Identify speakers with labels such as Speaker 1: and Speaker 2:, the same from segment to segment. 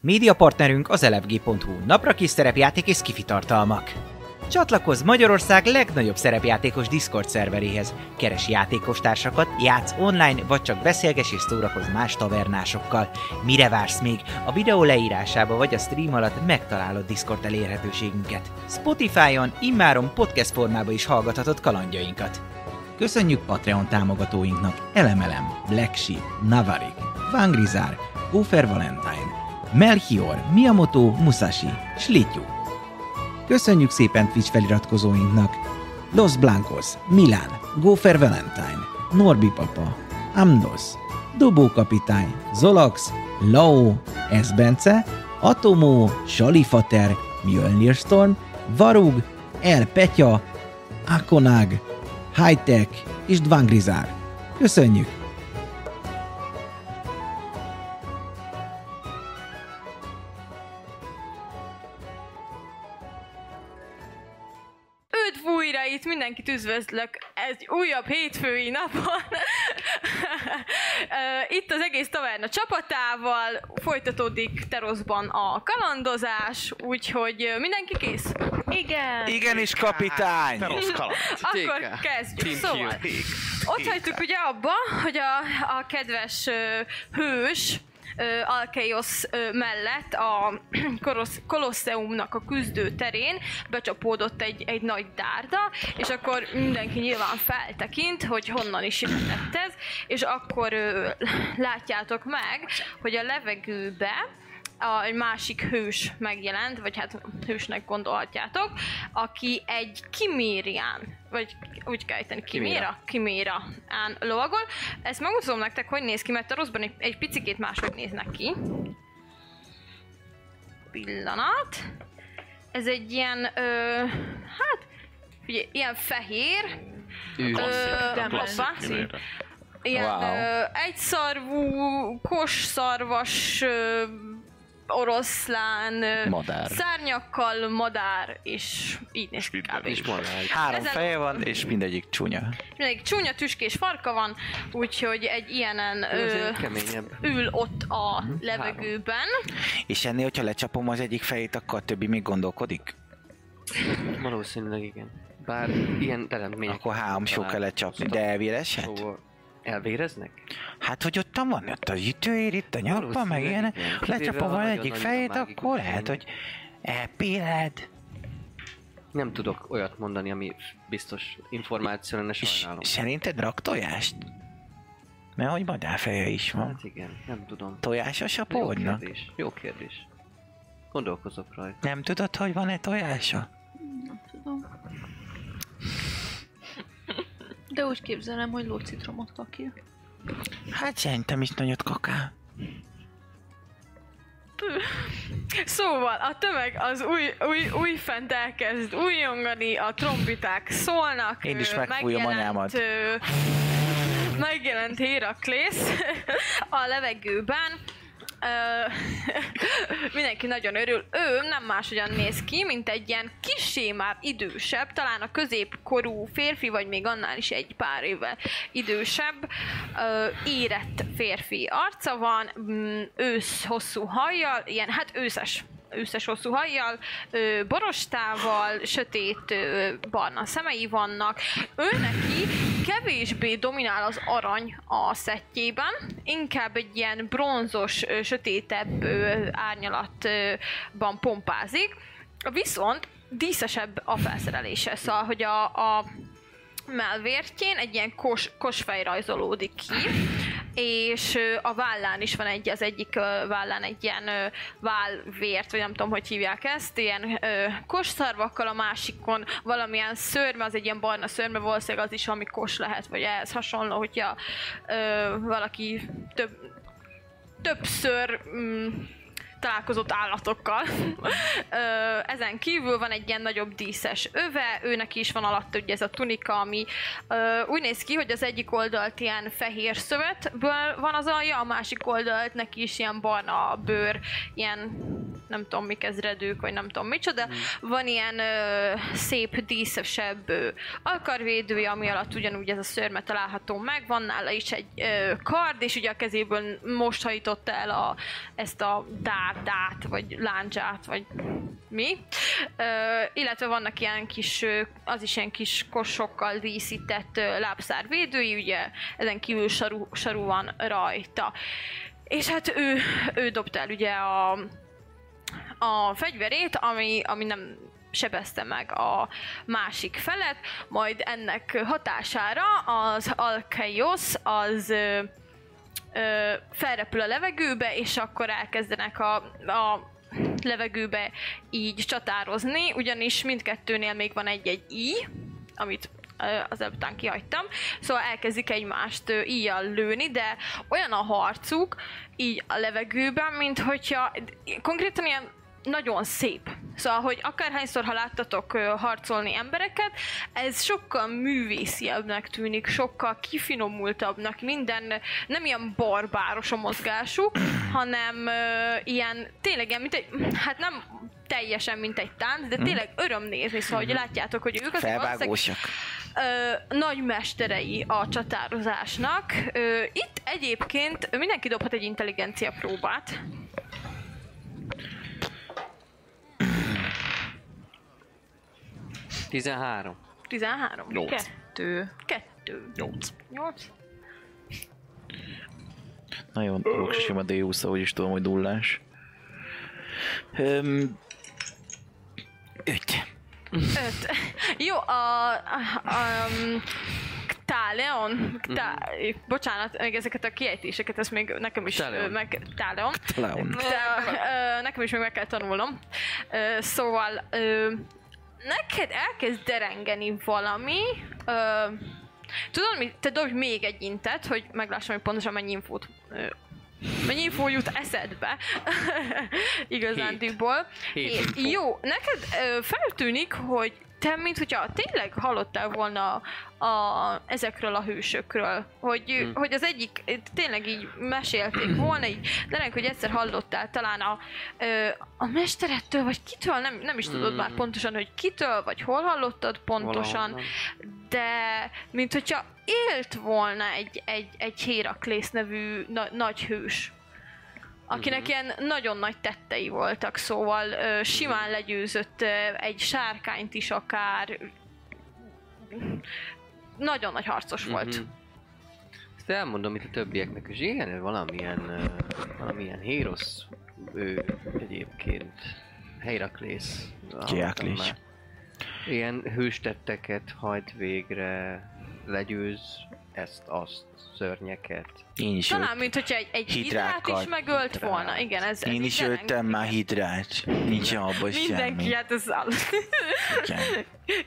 Speaker 1: Média partnerünk az elefg.hu, napra kis szerepjáték és kifitartalmak. Csatlakozz Magyarország legnagyobb szerepjátékos Discord szerveréhez. Keres játékostársakat, játsz online, vagy csak beszélges és szórakozz más tavernásokkal. Mire vársz még? A videó leírásába vagy a stream alatt megtalálod Discord elérhetőségünket. Spotify-on immáron podcast formában is hallgathatod kalandjainkat. Köszönjük Patreon támogatóinknak Elemelem, Black Sheep, Navarik, Vangrizár, Gófer Valentine, Melchior, Miyamoto, Musashi, Slityu. Köszönjük szépen Twitch feliratkozóinknak! Los Blancos, Milán, Gófer Valentine, Norbi Papa, Amnos, Dobó Kapitány, Zolax, Lao, Esbence, Atomó, Salifater, Mjölnir Storm, Varug, El Petya, Akonag, Hightech és Dvangrizár. Köszönjük!
Speaker 2: Üdv újra itt, mindenkit üdvözlök egy újabb hétfői napon. Ö, itt az egész taverna csapatával folytatódik Teroszban a kalandozás, úgyhogy ö, mindenki kész. Igen.
Speaker 3: Igenis, kapitány!
Speaker 4: Te rossz kaland.
Speaker 2: Akkor kezdjük. Szóval, ott hagytuk ugye abba, hogy a, a kedves ö, hős ö, Alkeiosz ö, mellett a Kolosz, Kolosseumnak a küzdőterén becsapódott egy, egy nagy dárda, és akkor mindenki nyilván feltekint, hogy honnan is jöhetett ez, és akkor ö, látjátok meg, hogy a levegőbe a, egy másik hős megjelent, vagy hát hősnek gondolhatjátok, aki egy kimérián, vagy úgy kell ejteni, kiméra? Kiméra án lovagol. Ezt megmutatom nektek, hogy néz ki, mert a rosszban egy, egy picikét máshogy néznek ki. Pillanat. Ez egy ilyen, ö, hát, ugye, ilyen fehér,
Speaker 4: Klasszik,
Speaker 2: Ö,
Speaker 4: klasszik
Speaker 2: klasszik.
Speaker 4: kimére.
Speaker 2: ilyen
Speaker 3: Wow.
Speaker 2: wow. egyszarvú, kosszarvas ö, oroszlán ö,
Speaker 3: Madár.
Speaker 2: szárnyakkal madár, és így néz ki
Speaker 4: Spider
Speaker 2: kb.
Speaker 4: is.
Speaker 3: Három
Speaker 2: Ezen-
Speaker 3: feje van, és mindegyik csúnya.
Speaker 2: Egy csúnya tüskés farka van, úgyhogy egy ilyenen ö,
Speaker 5: Azért keményebb.
Speaker 2: ül ott a levegőben.
Speaker 3: És ennél, hogyha lecsapom az egyik fejét, akkor a többi még gondolkodik?
Speaker 5: Valószínűleg igen. Bár ilyen teremtmények.
Speaker 3: Akkor háromsó kell lecsapni, de elvéreshet?
Speaker 5: Szóval elvéreznek?
Speaker 3: Hát, hogy ottan van, ott a ütőér, itt a nyakban, meg
Speaker 5: Valószínűleg
Speaker 3: ilyenek.
Speaker 5: igen.
Speaker 3: Lecsapom
Speaker 5: Kivéve,
Speaker 3: az
Speaker 5: ha
Speaker 3: egyik
Speaker 5: nagyon
Speaker 3: fejét,
Speaker 5: nagy a
Speaker 3: akkor lehet,
Speaker 5: mágikus
Speaker 3: hogy E elpilled.
Speaker 5: Nem tudok olyat mondani, ami biztos információ lenne,
Speaker 3: És
Speaker 5: sajnálom.
Speaker 3: szerinted rak tojást? Mert hogy madárfeje is van.
Speaker 5: Hát igen, nem tudom.
Speaker 3: Tojásos a
Speaker 5: Jó
Speaker 3: pórnak?
Speaker 5: kérdés. Jó kérdés. Gondolkozok rajta.
Speaker 3: Nem tudod, hogy van-e tojása?
Speaker 6: De úgy képzelem, hogy lócitromot adta ki.
Speaker 3: Hát szerintem is nagyot kakál.
Speaker 2: Szóval a tömeg az új, új, új fent elkezd újongani, a trombiták szólnak.
Speaker 3: Én is
Speaker 2: ö,
Speaker 3: megfújom
Speaker 2: megjelent,
Speaker 3: anyámat.
Speaker 2: ö, Megjelent Héraklész a levegőben. Ö, mindenki nagyon örül. Ő nem máshogyan néz ki, mint egy ilyen kisé már idősebb, talán a középkorú férfi, vagy még annál is egy pár évvel idősebb, ö, érett férfi arca van, mm, ősz hosszú hajjal, ilyen, hát őszes őszes hosszú hajjal, ö, borostával, sötét ö, barna szemei vannak. Ő neki kevésbé dominál az arany a szettjében, inkább egy ilyen bronzos, ö, sötétebb ö, árnyalatban pompázik, viszont díszesebb a felszerelése, szóval, hogy a, a melvértjén egy ilyen kos, kosfej rajzolódik ki, és ö, a vállán is van egy, az egyik ö, vállán egy ilyen ö, válvért, vagy nem tudom, hogy hívják ezt, ilyen ö, kosszarvakkal, a másikon valamilyen szörme, az egy ilyen barna szörme, valószínűleg az is, ami kos lehet, vagy ehhez hasonló, hogyha ö, valaki több, többször mm, találkozott állatokkal. Ö, Ezen kívül van egy ilyen nagyobb díszes öve, őnek is van alatt ugye ez a tunika, ami ö, úgy néz ki, hogy az egyik oldalt ilyen fehér szövetből van az alja, a másik oldalt neki is ilyen barna bőr, ilyen nem tudom mik ezredők, vagy nem tudom micsoda. Van ilyen ö, szép, díszesebb ö, alkarvédője, ami alatt ugyanúgy ez a szörme található meg. Van nála is egy ö, kard, és ugye a kezéből most hajította el a, ezt a dárdát, vagy láncsát, vagy mi. Ö, illetve vannak ilyen kis, ö, az is ilyen kis kosokkal díszített ö, lábszárvédői, ugye ezen kívül saru, saru van rajta. És hát ő, ő dobta el ugye a, a fegyverét, ami, ami nem sebezte meg a másik felet, majd ennek hatására az Alkeios az ö, ö, felrepül a levegőbe, és akkor elkezdenek a, a levegőbe így csatározni, ugyanis mindkettőnél még van egy-egy i, amit ö, az előbb után kihagytam, szóval elkezdik egymást ö, íjjal lőni, de olyan a harcuk így a levegőben, mint hogyha konkrétan ilyen nagyon szép. Szóval, hogy akárhányszor, ha láttatok ö, harcolni embereket, ez sokkal művészebbnek tűnik, sokkal kifinomultabbnak, minden nem ilyen barbáros a mozgásuk, hanem ö, ilyen, tényleg ilyen, mint egy, hát nem teljesen, mint egy tánc, de tényleg öröm nézni, szóval, hogy látjátok, hogy ők azért valószínűleg
Speaker 3: Mhm. Felvágósak.
Speaker 2: ö, nagy mesterei a csatározásnak. Ö, itt egyébként mindenki dobhat egy intelligencia próbát.
Speaker 5: Tizenhárom.
Speaker 2: 13.
Speaker 5: 13.
Speaker 3: Nyolc.
Speaker 2: Kettő. Kettő.
Speaker 3: Nyolc.
Speaker 2: Nyolc.
Speaker 3: Nagyon oksim a D20, ahogy is tudom, hogy dullás. Öm, öt.
Speaker 2: Öt. Jó, a... a, a um, Táleon, tá, bocsánat, még ezeket a kiejtéseket, ezt még nekem is
Speaker 5: Ktáleon.
Speaker 2: Táleon. meg, Táleon,
Speaker 3: Leon.
Speaker 2: de ö, nekem is még meg kell tanulnom. Ö, szóval ö, neked elkezd derengeni valami, ö, tudod mit, te dobj még egy intet, hogy meglássam, hogy pontosan mennyi infót ö, Mennyi infó jut eszedbe igazándiból.
Speaker 5: Hét
Speaker 2: É,
Speaker 5: infó.
Speaker 2: Jó, neked ö, feltűnik, hogy te, mint hogyha tényleg hallottál volna a, ezekről a hősökről, hogy, hmm. hogy az egyik ö, tényleg így mesélték volna, így dereng, hogy egyszer hallottál talán a, ö, a mesterettől, vagy kitől, nem, nem is tudod
Speaker 5: Hmm.
Speaker 2: már pontosan, hogy kitől, vagy hol hallottad pontosan,
Speaker 5: Valahonnan.
Speaker 2: de mint hogyha élt volna egy, egy, egy Héraklész nevű na- nagy hős, akinek
Speaker 3: Mhm.
Speaker 2: uh-huh. ilyen nagyon nagy tettei voltak, szóval ö, simán
Speaker 3: Mhm.
Speaker 2: legyőzött ö, egy sárkányt is akár. Nagyon nagy harcos volt.
Speaker 5: Mhm. Ezt elmondom itt a többieknek is. Igen, ő valamilyen, ö, valamilyen Hérosz ő egyébként. Heraklész. hallottam
Speaker 3: Heraklész.
Speaker 5: már. Ilyen hőstetteket hajt végre, legyőz ezt, azt, szörnyeket.
Speaker 3: Én is
Speaker 2: Talán,
Speaker 3: öt.
Speaker 2: mint hogyha egy, egy hidrát
Speaker 3: Hidrákkal.
Speaker 2: is megölt
Speaker 5: Hidrát.
Speaker 2: volna. Igen, ez, ez
Speaker 3: Én
Speaker 2: így
Speaker 3: is
Speaker 2: jelent.
Speaker 3: öltem már hidrát. Nincs abban
Speaker 2: Mindenki,
Speaker 3: semmi.
Speaker 2: hát ez áll.
Speaker 3: Igen.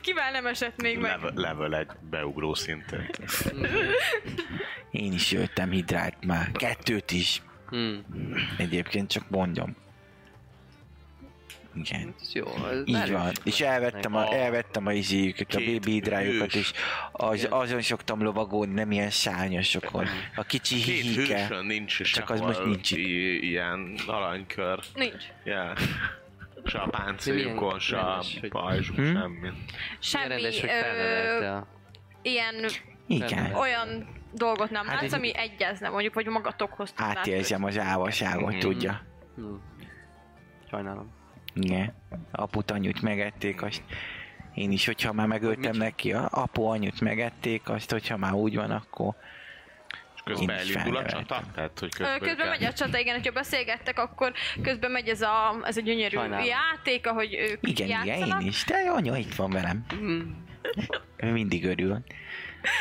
Speaker 2: Kivel nem esett még meg?
Speaker 4: Level, level egy beugró szinten.
Speaker 5: Mhm.
Speaker 3: Én is öltem hidrát már. Kettőt is.
Speaker 5: Hmm.
Speaker 3: Egyébként csak mondjam. Igen.
Speaker 5: Hát Ez jó. Ez
Speaker 3: Így
Speaker 5: erős
Speaker 3: van.
Speaker 5: meg-
Speaker 3: És elvettem a,
Speaker 4: A-
Speaker 3: elvettem a izéjüket, a
Speaker 4: Két
Speaker 3: baby hidrájukat
Speaker 4: hős.
Speaker 3: is. Az,
Speaker 5: Igen.
Speaker 3: azon szoktam lovagolni, nem ilyen szárnyasokon. A kicsi
Speaker 4: Két
Speaker 3: híke.
Speaker 4: hősön nincs
Speaker 3: Csak az
Speaker 4: sehol
Speaker 3: most nincs itt.
Speaker 4: i- ilyen aranykör.
Speaker 2: Nincs.
Speaker 4: Yeah. Se a páncéljukon, se a
Speaker 5: rendes, hogy-
Speaker 4: pajzsuk,
Speaker 3: Hm?
Speaker 4: semmi.
Speaker 5: Milyen
Speaker 2: Semmi
Speaker 5: rendes, hogy
Speaker 2: ö,
Speaker 5: felnevelte a...
Speaker 2: ilyen
Speaker 3: Igen.
Speaker 2: olyan dolgot nem
Speaker 5: Hát
Speaker 2: hát látsz,
Speaker 5: egy-
Speaker 2: ami egyezne mondjuk, vagy magatokhoz tudnátok.
Speaker 3: Átérzem az ávaságot,
Speaker 4: Mhm.
Speaker 3: tudja.
Speaker 5: Hmm. Sajnálom.
Speaker 3: Igen. Aput, anyut megették, azt én is, hogyha már megöltem
Speaker 5: Mit?
Speaker 3: neki, a apu, anyut megették, azt, hogyha már úgy van, akkor
Speaker 4: És közben
Speaker 3: Én is
Speaker 4: elindul a
Speaker 3: felneveltem.
Speaker 4: csata? Tehát, hogy
Speaker 2: Ö,
Speaker 4: közben...
Speaker 2: Közben
Speaker 4: kell-
Speaker 2: megy a csata, igen, hogyha beszélgettek, akkor közben megy ez a, ez a gyönyörű
Speaker 5: Sajnálom.
Speaker 2: játék, ahogy ők
Speaker 3: igen,
Speaker 2: játszanak.
Speaker 3: igen, én is. De anya itt van velem.
Speaker 5: Hmm.
Speaker 3: Ő mindig örül.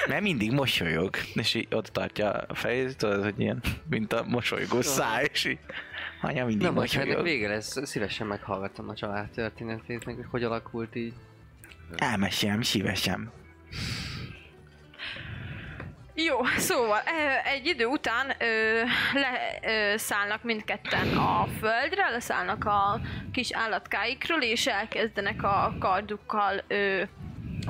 Speaker 3: Mert mindig mosolyog. És így ott tartja a fejét, tudod, hogy ilyen, mint a mosolygó száj, és így, anya mindig
Speaker 5: Nem, hogyha ennek
Speaker 3: mosolyog.
Speaker 5: vége lesz, szívesen meghallgatom a család történetét, meg hogy alakult így.
Speaker 3: Elmesélem, szívesen.
Speaker 2: Jó, szóval ö, egy idő után ö, leszállnak mindketten a földre, leszállnak a kis állatkáikról, és elkezdenek a kardukkal ö,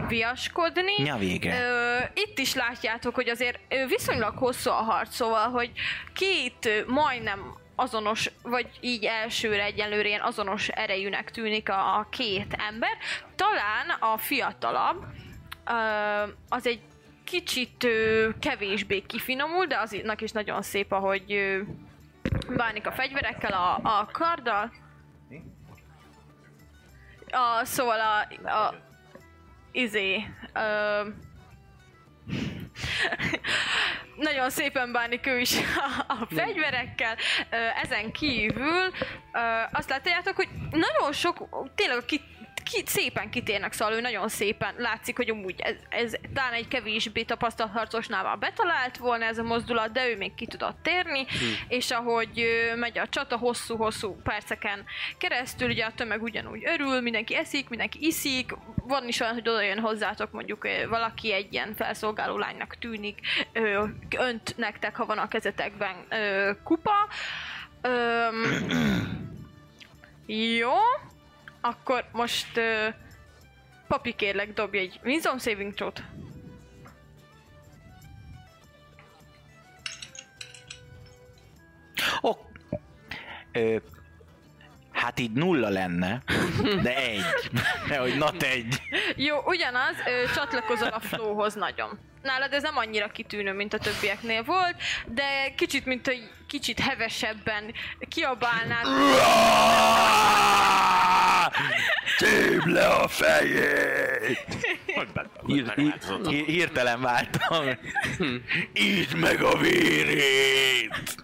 Speaker 2: viaskodni.
Speaker 3: Nya végre.
Speaker 2: Ö, itt is látjátok, hogy azért ö, viszonylag hosszú a harc, szóval, hogy két ö, majdnem azonos, vagy így elsőre egyelőre ilyen azonos erejűnek tűnik a, a két ember. Talán a fiatalabb ö, az egy kicsit ö, kevésbé kifinomul, de aznak is nagyon szép, ahogy ö, bánik a fegyverekkel, a, a karddal. A, szóval a, a izé, ö, nagyon szépen bánik ő is a, a fegyverekkel. Ö, ezen kívül ö, azt látjátok, hogy nagyon sok, tényleg ki, ki, szépen kitérnek, szóval ő nagyon szépen látszik, hogy amúgy ez, ez talán egy kevésbé tapasztalt harcosnál már betalált volna ez a mozdulat, de ő még ki tudott térni, és ahogy ö, megy a csata hosszú-hosszú perceken keresztül, ugye a tömeg ugyanúgy örül, mindenki eszik, mindenki iszik, van is olyan, hogy oda jön hozzátok mondjuk ö, valaki egy ilyen felszolgáló lánynak tűnik, ö, önt nektek, ha van a kezetekben ö, kupa. Öm, jó, akkor most ö, papi kérlek dobj egy wisdom saving throw-t.
Speaker 3: Ok. Ö, hát így nulla lenne, de egy. Nehogy nat egy.
Speaker 2: Jó, ugyanaz, ö, csatlakozol a flowhoz nagyon. Nálad ez nem annyira kitűnő, mint a többieknél volt, de kicsit, mint hogy kicsit hevesebben kiabálnád.
Speaker 3: Tép le a fejét! Hír, hír, hír- hirtelen váltam. Így meg a vérét!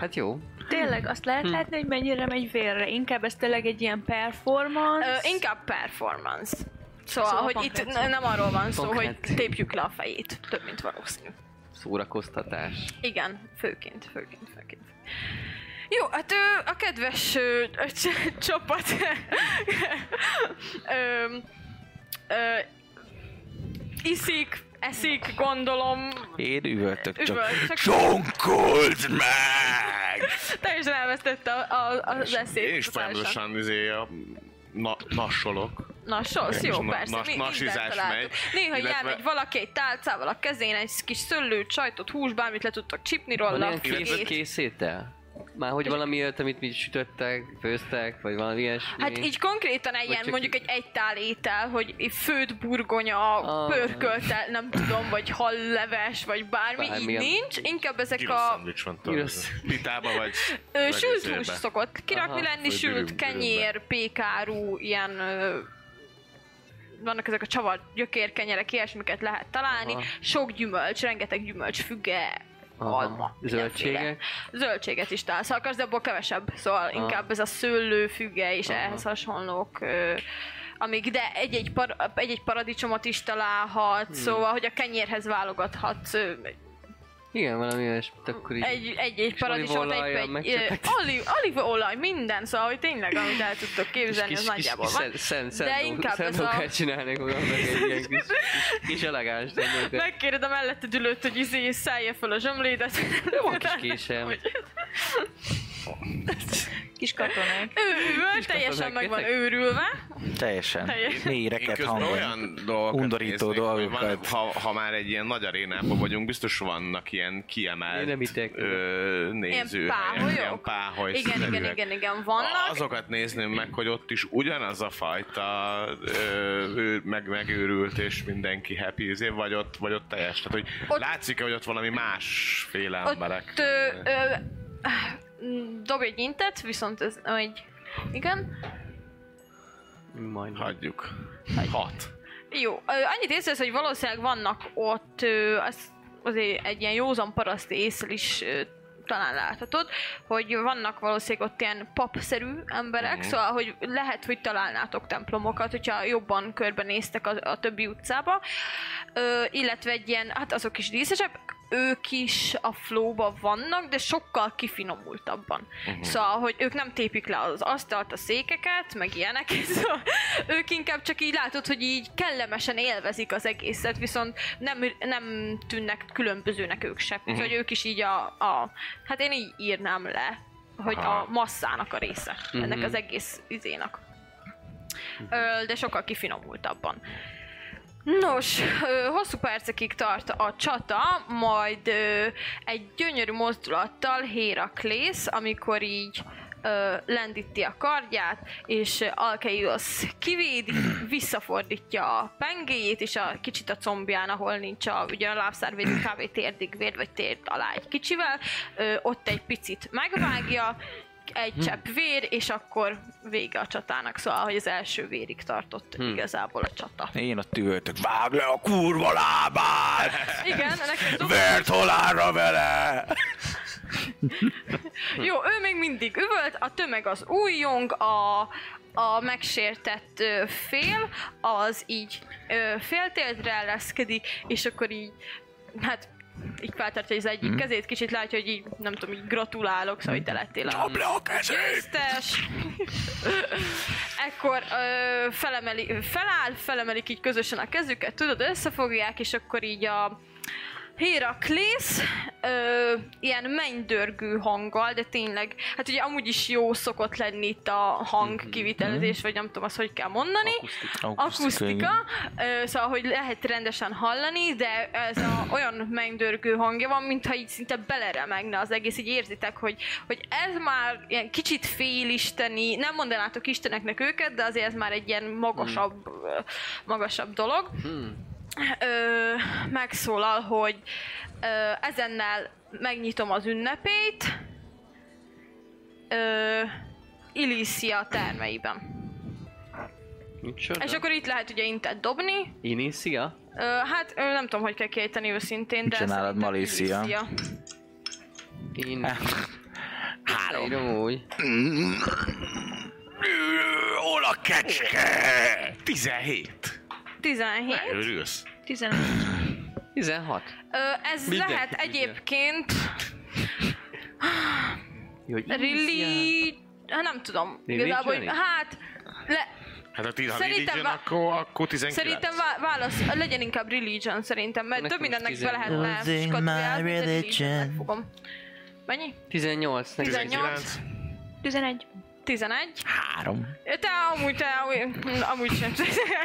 Speaker 5: Hát jó.
Speaker 6: Tényleg azt lehet látni, hogy mennyire megy vérre. Inkább ez tényleg egy ilyen
Speaker 2: Ö,
Speaker 6: performance.
Speaker 2: inkább performance. Szóval,
Speaker 6: Szóval
Speaker 2: hogy itt
Speaker 6: pankráció.
Speaker 2: n- nem arról van szó, hogy
Speaker 5: Pankráció.
Speaker 2: tépjük le a fejét. Több, mint valószínű.
Speaker 5: Szórakoztatás.
Speaker 2: Igen, főként, főként, főként. Jó, hát ő, a kedves ö, ö, cs- csapat ö, ö, iszik, eszik, gondolom,
Speaker 3: Én üvöltök csak.
Speaker 2: üvöl, csak
Speaker 3: Sonkold meg!
Speaker 2: teljesen elvesztette a, a, az eszét.
Speaker 4: És
Speaker 2: totálisan.
Speaker 4: folyamatosan izé a na, nassolok.
Speaker 2: Na, sosz, jó,
Speaker 4: Na-
Speaker 2: persze,
Speaker 4: nas-
Speaker 2: mi
Speaker 4: nasizás
Speaker 2: mindent találtuk.
Speaker 4: megy,
Speaker 2: Néha
Speaker 4: illetve-
Speaker 2: elmegy valaki egy tálcával a kezén, egy kis szöllőt, sajtot, hús, bármit le tudtak csipni
Speaker 5: Van
Speaker 2: róla,
Speaker 5: ilyen kész,
Speaker 2: fülét.
Speaker 5: készétel? Már hogy valami olyat, amit mi sütöttek, főztek, vagy valami ilyesmi?
Speaker 2: Hát így konkrétan egy ilyen,
Speaker 5: csak
Speaker 2: mondjuk
Speaker 5: így-
Speaker 2: egy egytál étel, hogy így főtt burgonya,
Speaker 5: Ah.
Speaker 2: pörköltel, nem tudom, vagy halleves, vagy bármi, így
Speaker 5: Bármilyen.
Speaker 2: nincs. Inkább ezek
Speaker 4: Gyros
Speaker 2: a
Speaker 4: szendvics van
Speaker 5: Gyros.
Speaker 4: tőle. Pitába vagy.
Speaker 2: ö,
Speaker 4: vagy
Speaker 2: sült
Speaker 4: izébe.
Speaker 2: hús szokott kirakni
Speaker 5: Aha.
Speaker 2: lenni,
Speaker 4: Vagy
Speaker 2: sült
Speaker 4: dürüm-
Speaker 2: kenyér, pékárú, ilyen ö, vannak ezek a csavar gyökérkenyerek, ilyesmiket lehet találni,
Speaker 5: Aha.
Speaker 2: sok gyümölcs, rengeteg gyümölcs, füge, alma, mindenféle.
Speaker 5: Zöldségek.
Speaker 2: Zöldséget is találsz, ha akarsz, de abból kevesebb. Szóval
Speaker 5: Aha.
Speaker 2: inkább ez a szőlő, füge és
Speaker 5: Aha.
Speaker 2: ehhez hasonlók. Ö, amíg, de egy-egy, par- egy-egy paradicsomot is találhat, hmm. szóval, hogy a kenyérhez válogathatsz ö,
Speaker 5: Igen, valami ilyesmit, akkor így...
Speaker 2: egy, egy-egy
Speaker 5: És
Speaker 2: paradicsomot, egy,
Speaker 5: olívaolajjal
Speaker 2: egy ö,
Speaker 5: megcsepegteted.
Speaker 2: oli- olívaolaj, minden, szóval, hogy tényleg, amit el tudtok képzelni, az nagyjából van.
Speaker 5: Szent,
Speaker 2: De inkább ez a-
Speaker 5: csinálnék magamnak egy ilyen kis, kis, kis elegáns dolgot.
Speaker 2: Megkéred a mellette dülőt, hogy izé, szállja fel a zsömlédet.
Speaker 5: Jó kis késem.
Speaker 6: Kis katonák.
Speaker 2: Ő üvöl,
Speaker 5: Kis
Speaker 2: teljesen
Speaker 5: katonák
Speaker 2: meg van
Speaker 5: jöttek?
Speaker 2: őrülve.
Speaker 3: Teljesen.
Speaker 2: Teljesen.
Speaker 4: Én
Speaker 3: Méreket
Speaker 4: közben
Speaker 3: hangolni.
Speaker 4: olyan dolgokat
Speaker 3: Undorító
Speaker 4: néznék, hogy
Speaker 3: dolgokat.
Speaker 4: Van, ha, ha, már egy ilyen nagy arénában vagyunk, biztos vannak ilyen kiemelt
Speaker 5: Én nem hittek.
Speaker 4: ö, néző.
Speaker 2: páholyok?
Speaker 4: Ilyen páholy
Speaker 2: Igen, igen,
Speaker 4: szerűek.
Speaker 2: igen, igen, vannak.
Speaker 4: Azokat nézném meg, hogy ott is ugyanaz a fajta ö, ő meg, megőrült, és mindenki happy, ezért vagy ott, vagy ott teljes. Tehát, hogy
Speaker 2: Ott-
Speaker 4: ott, látszik hogy ott valami másféle emberek.
Speaker 2: Ott, ö, ö, mm, dobj egy intet, viszont ez egy... Igen.
Speaker 5: Majd.
Speaker 4: Hagyjuk. Hat.
Speaker 2: Jó, ö, annyit észrevesz, hogy valószínűleg vannak ott, ö, az, azért egy ilyen józan paraszt észre is ö, talán láthatod, hogy vannak valószínűleg ott ilyen papszerű emberek, mm. szóval hogy lehet, hogy találnátok templomokat, hogyha jobban körbenéztek a, a többi utcába, ö, illetve egy ilyen, hát azok is díszesebbek, ők is a flóba vannak, de sokkal kifinomultabban. Uh-huh. Szóval, hogy ők nem tépik le az asztalt, a székeket, meg ilyenek, szóval ők inkább csak így látod, hogy így kellemesen élvezik az egészet, viszont nem, nem tűnnek különbözőnek ők se. Uh-huh. Szóval ők is így a, a, hát én így írnám le, hogy
Speaker 4: Aha.
Speaker 2: a masszának a része, uh-huh. ennek
Speaker 5: Mhm.
Speaker 2: az egész izénak. Ö, de sokkal kifinomultabban. Nos, ö, hosszú percekig tart a csata, majd ö, egy gyönyörű mozdulattal Héraklész, amikor így ö, lendíti a kardját, és Alkeios kivédi, visszafordítja a pengéjét, és a kicsit a combján, ahol nincs a, ugye a lábszárvéd, kb. térdig vér, vagy térd alá egy kicsivel, ö, ott egy picit megvágja, egy csepp vér, és akkor vége a csatának, szóval, hogy az első vérig tartott igazából a csata.
Speaker 3: Én ott üvöltök, vágd le a kurva lábát!
Speaker 2: Igen, nekem dob-
Speaker 3: Vért halálra vele!
Speaker 2: Jó, ő még mindig üvölt, a tömeg az újjong, a, a megsértett ö, fél, az így ö, féltéltre elleszkedik, és akkor így, hát így feltartja az egyik kezét, kicsit látja, hogy így, nem tudom, így gratulálok, szóval, hogy te lettél a
Speaker 3: Csapd le a kezét!
Speaker 2: győztes. Ekkor ö, felemeli, feláll, felemelik így közösen a kezüket, tudod, összefogják, és akkor így a Héraklész ö, ilyen mennydörgő hanggal, de tényleg, hát ugye amúgy is jó szokott lenni itt a hang kivitelezés, vagy nem tudom azt, hogy kell mondani. Mhm. Akusztika, ö, szóval, hogy lehet rendesen hallani, de ez a, olyan mennydörgő hangja van, mintha így szinte beleremegne az egész, így érzitek, hogy, hogy ez már ilyen kicsit félisteni, nem mondanátok isteneknek őket, de azért ez már egy ilyen magasabb, ö, magasabb dolog. Ö, megszólal, hogy ö, ezennel megnyitom az ünnepét, ö, Ilícia termeiben.
Speaker 5: Micsoda?
Speaker 2: És akkor itt lehet ugye intet dobni,
Speaker 5: Inicia?
Speaker 2: Ö, hát ö, nem tudom, hogy kell kiejteni őszintén, de
Speaker 3: csinálod,
Speaker 2: szerintem
Speaker 3: Malícia?
Speaker 2: Ilícia.
Speaker 5: In... Hát, Három. Írom úgy.
Speaker 3: Hol a kecske?
Speaker 4: 17.
Speaker 2: 17.
Speaker 4: Örülsz?
Speaker 6: 11.
Speaker 5: 16.
Speaker 2: Ö, ez
Speaker 5: Mindenki
Speaker 2: lehet
Speaker 5: tudja.
Speaker 2: egyébként
Speaker 5: Jó, hogy Inicia.
Speaker 2: reli... Hát nem tudom.
Speaker 5: Religion?
Speaker 2: Igazából, hogy- hát... Le,
Speaker 4: Hát a ti, ha
Speaker 2: Szerintem
Speaker 4: religion,
Speaker 2: va-
Speaker 4: akkor, akkor 19.
Speaker 2: szerintem vá- válasz, legyen inkább religion szerintem, mert
Speaker 5: Nekem
Speaker 2: több mindennek
Speaker 5: is
Speaker 2: be hát, lehetne
Speaker 5: 18.
Speaker 2: skatujázni, de religionnek fogom. Mennyi?
Speaker 5: 18. nekem.
Speaker 4: 19.
Speaker 6: 11.
Speaker 2: 11.
Speaker 3: Három.
Speaker 2: Te amúgy, te amúgy, hm, amúgy sem.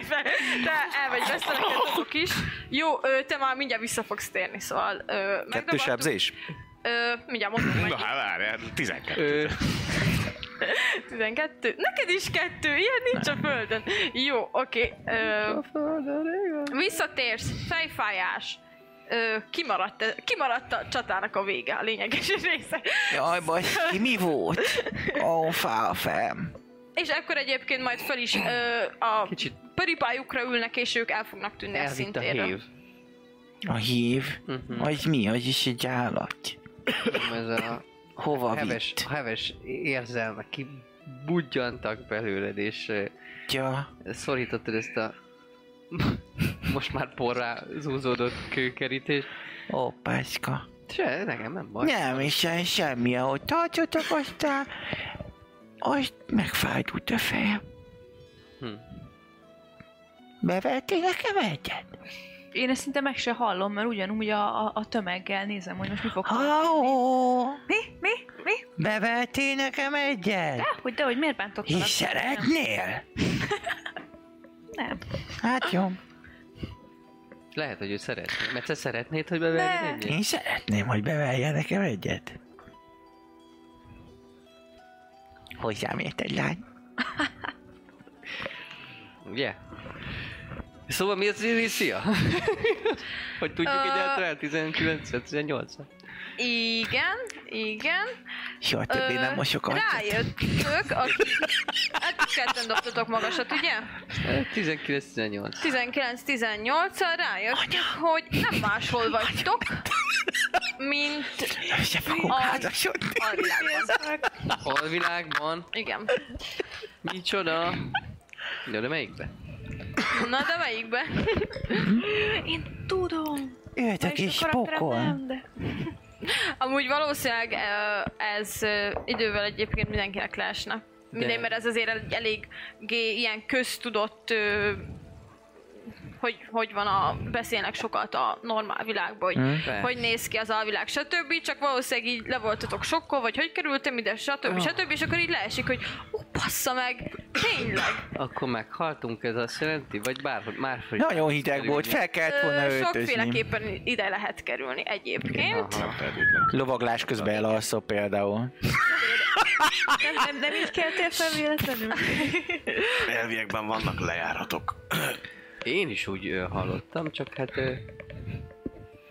Speaker 2: Te el vagy vesztelek, azok is. Jó, ö, te már mindjárt vissza fogsz térni, szóval... ö,
Speaker 3: Kettő
Speaker 2: megdobadtuk.
Speaker 3: sebzés?
Speaker 2: Ö, mindjárt mondom,
Speaker 4: Na
Speaker 2: hogy
Speaker 4: hát várjál, 12.
Speaker 5: Ö,
Speaker 2: 12. Neked is kettő, ilyen nincs a földön. Jó, oké. Ö, visszatérsz, fejfájás. Ö, kimaradt, kimaradt a csatának a vége, a lényeges része.
Speaker 3: Jaj, baj, ki mi volt? Ó, oh, fáj a fejem.
Speaker 2: És akkor egyébként majd fel is ö, a
Speaker 5: Kicsit
Speaker 2: paripájukra ülnek, és ők el fognak tűnni a
Speaker 5: elvitt a
Speaker 2: szintérről.
Speaker 5: hív.
Speaker 3: A hív?
Speaker 5: Mhm.
Speaker 3: Vagy mi? Az is egy állat?
Speaker 5: Ez a
Speaker 3: Hova
Speaker 5: heves,
Speaker 3: vitt?
Speaker 5: heves érzelmek kibudjantak belőled, és ö,
Speaker 3: Ja,
Speaker 5: szorítottad ezt a most már porrá zúzódott kőkerítést.
Speaker 3: ó, pászka.
Speaker 5: Se, nekem nem baj.
Speaker 3: Nem, és se, semmi, ahogy tartottak, aztán... Azt megfájdult a fejem.
Speaker 5: Hm.
Speaker 3: Bevertél nekem egyet?
Speaker 6: Én ezt szinte meg se hallom, mert ugyanúgy a, a, a tömeggel nézem, hogy most mi fog
Speaker 3: Haó!
Speaker 6: Mi? Mi? Mi?
Speaker 3: Bevertél nekem egyet?
Speaker 6: De, hogy de, hogy miért bántok
Speaker 3: És
Speaker 6: veled?
Speaker 3: szeretnél?
Speaker 6: Nem.
Speaker 3: Hát jó.
Speaker 5: Lehet, hogy ő szeretné. Mert te szeretnéd, hogy beverjen
Speaker 6: Ne.
Speaker 5: egyet?
Speaker 3: Én szeretném, hogy beverje nekem egyet. Hozzám ért egy lány.
Speaker 5: Ugye? Szóval mi az Inicia? hogy tudjuk
Speaker 2: Ö,
Speaker 5: egyáltalán 19-18?
Speaker 2: Igen, igen.
Speaker 3: Soha többé
Speaker 2: Ö,
Speaker 3: nem mosok arcot.
Speaker 2: Rájöttök, akik... Hát ti ketten dobtatok magasat, ugye?
Speaker 5: 19-18.
Speaker 2: 19-18-al rájöttök, hogy nem máshol vagytok, mint
Speaker 3: Se fogok
Speaker 2: a-
Speaker 3: házasodni.
Speaker 2: a világban.
Speaker 5: Alvilágban.
Speaker 2: Igen.
Speaker 5: Micsoda? De, de melyikbe?
Speaker 2: Na, de melyikbe?
Speaker 6: Én tudom.
Speaker 3: Őt a
Speaker 6: Vagyis
Speaker 3: kis
Speaker 6: karakterem
Speaker 3: pokol.
Speaker 6: Nem, de...
Speaker 2: Amúgy valószínűleg ö, ez ö, idővel egyébként mindenkinek leesne. Minden,
Speaker 5: De-
Speaker 2: mert ez azért egy elég ilyen köztudott, ö, hogy, hogy van a, beszélnek sokat a normál világban, hogy
Speaker 5: Hm, Persze.
Speaker 2: hogy néz ki az alvilág, stb. Csak valószínűleg
Speaker 5: Ah.
Speaker 2: így le voltatok sokkol, vagy hogy kerültem ide, stb. stb. És akkor így leesik, hogy ó, passza meg, Tényleg.
Speaker 5: Akkor meghaltunk, ez azt jelenti? Vagy bárhogy már fel...
Speaker 3: Nagyon hideg volt, fel kellett volna
Speaker 2: Ö,
Speaker 3: öltözni.
Speaker 2: sokféleképpen ide lehet kerülni egyébként.
Speaker 5: Aha.
Speaker 3: Lovaglás közben elalszol például.
Speaker 6: Nem, nem, nem így keltél fel véletlenül?
Speaker 4: Elviekben vannak lejáratok.
Speaker 5: Én is úgy ö, hallottam, csak hát... Ö,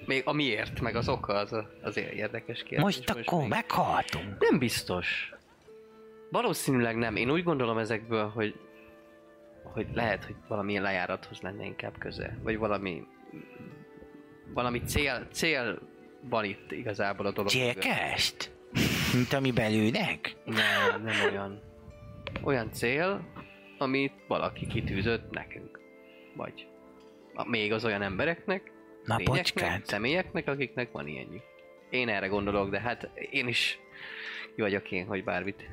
Speaker 5: még a miért, meg az oka az a, azért érdekes kérdés.
Speaker 3: Most akkor
Speaker 5: még-
Speaker 3: meghaltunk.
Speaker 5: Nem biztos. Valószínűleg nem. Én úgy gondolom ezekből, hogy hogy lehet, hogy valamilyen lejárathoz lenne inkább köze. Vagy valami valami cél, cél van itt igazából a dolog. mögött.
Speaker 3: Gyilkest? Mint ami belőnek?
Speaker 5: Nem, nem olyan. Olyan cél, amit valaki kitűzött nekünk. Vagy a- még az olyan embereknek,
Speaker 3: Na,
Speaker 5: lényeknek,
Speaker 3: bocskát.
Speaker 5: személyeknek, akiknek van ilyenjük. Én erre gondolok, de hát én is ki vagyok én, hogy bármit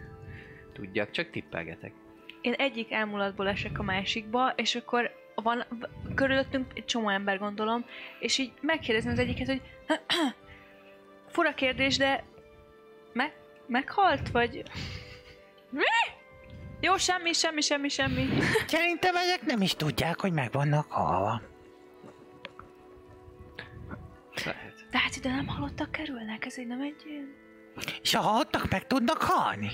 Speaker 5: tudjak, csak tippelgetek.
Speaker 6: Én egyik elmulatból esek a másikba, és akkor van v- körülöttünk egy csomó ember, gondolom, és így megkérdezem az egyiket, hogy fura kérdés, de me- meghalt, vagy... Mi? Jó, semmi, semmi, semmi, semmi.
Speaker 3: Szerintem ezek nem is tudják, hogy meg vannak halva.
Speaker 5: Lehet.
Speaker 6: De hát ide nem halottak kerülnek, ez egy nem egy ilyen...
Speaker 3: És ha halottak, meg tudnak halni.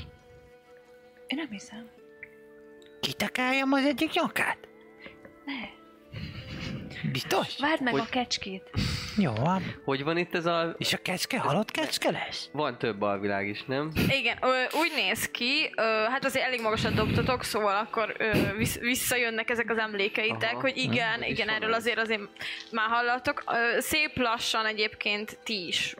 Speaker 6: Én nem hiszem.
Speaker 3: Kitakáljam az egyik nyakát?
Speaker 6: Ne.
Speaker 3: Biztos?
Speaker 6: Várd meg
Speaker 5: Hogy-
Speaker 6: a kecskét.
Speaker 3: Jó van.
Speaker 5: Hogy van itt ez a...
Speaker 3: És a kecske halott kecske lesz?
Speaker 5: Van több alvilág is, nem?
Speaker 2: Igen, ö, úgy néz ki, ö, hát azért elég magasat dobtatok, szóval akkor ö, visz- visszajönnek ezek az emlékeitek,
Speaker 5: Aha.
Speaker 2: hogy igen,
Speaker 5: Hm. Is
Speaker 2: igen,
Speaker 5: van
Speaker 2: erről
Speaker 5: ez.
Speaker 2: azért azért már hallatok. Ö, szép lassan egyébként ti is,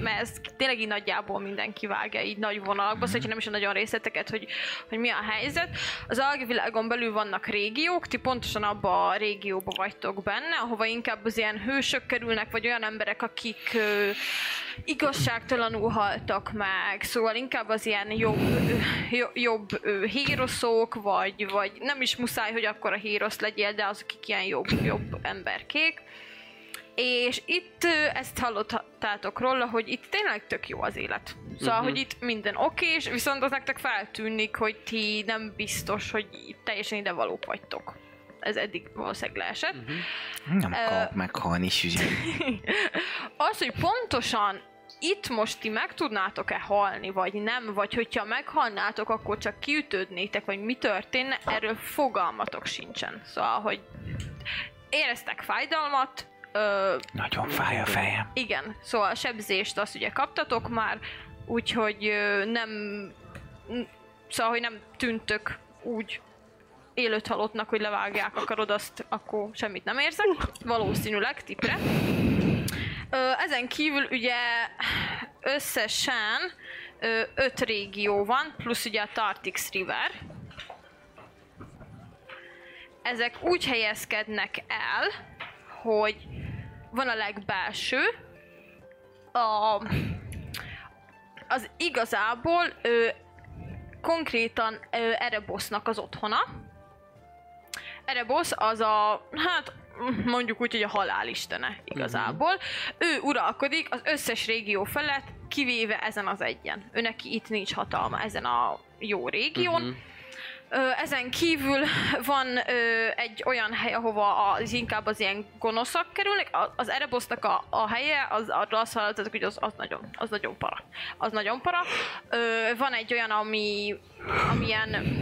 Speaker 2: mert ez tényleg így nagyjából mindenki vágja, így nagy vonalakba, szóval hogyha nem is a nagyon részleteket, hogy, hogy mi a helyzet. Az alvilágon belül vannak régiók, ti pontosan abba a régióba vagytok benne, ahova inkább az ilyen hősök kerülnek, vagy olyan emberek, akik ö, igazságtalanul haltak meg, szóval inkább az ilyen jobb, jo, jobb ö, héroszok, vagy, vagy nem is muszáj, hogy akkor a hérosz legyél, de azok akik ilyen jobb, jobb emberkék. És itt ö, ezt hallottátok róla, hogy itt tényleg tök jó az élet. Szóval,
Speaker 5: Mhm.
Speaker 2: uh-huh. hogy itt minden okés, viszont az nektek feltűnik, hogy ti nem biztos, hogy teljesen ide valók vagytok. Ez eddig valószínűleg leesett.
Speaker 5: Uh-huh.
Speaker 3: Nem
Speaker 2: Ö-
Speaker 3: akarok meghalni, Suzy.
Speaker 2: Az, hogy pontosan itt most ti meg tudnátok-e halni, vagy nem, vagy hogyha meghalnátok, akkor csak kiütődnétek, vagy mi történne, erről fogalmatok sincsen. Szóval, hogy éreztek fájdalmat, ö,
Speaker 3: Nagyon fáj a fejem.
Speaker 2: igen, szóval a sebzést azt ugye kaptatok már, úgyhogy ö, nem... n- Szóval, hogy nem tűntök úgy élőt halottnak, hogy levágják a karod, azt akkor semmit nem érzek. Valószínűleg, tipre. Ö, ezen kívül ugye összesen ö, öt régió van, plusz ugye a Tartix River. Ezek úgy helyezkednek el, hogy van a legbelső, a, az igazából ö, konkrétan ö, Erebosznak az otthona. Erebosz az a, hát mm, mondjuk úgy, hogy a halálistene igazából. Ő uralkodik az összes régió felett, kivéve ezen az egyen. Ő neki itt nincs hatalma, ezen a jó régión.
Speaker 5: Mhm.
Speaker 2: Ö, ezen kívül van ö, egy olyan hely, ahova az inkább az ilyen gonoszak kerülnek. A- Az Erebosznak a, a helye, az arra azt hallottatok, hogy az, az, nagyon, az nagyon para. Az nagyon para. Ö, van egy olyan, ami, ami ilyen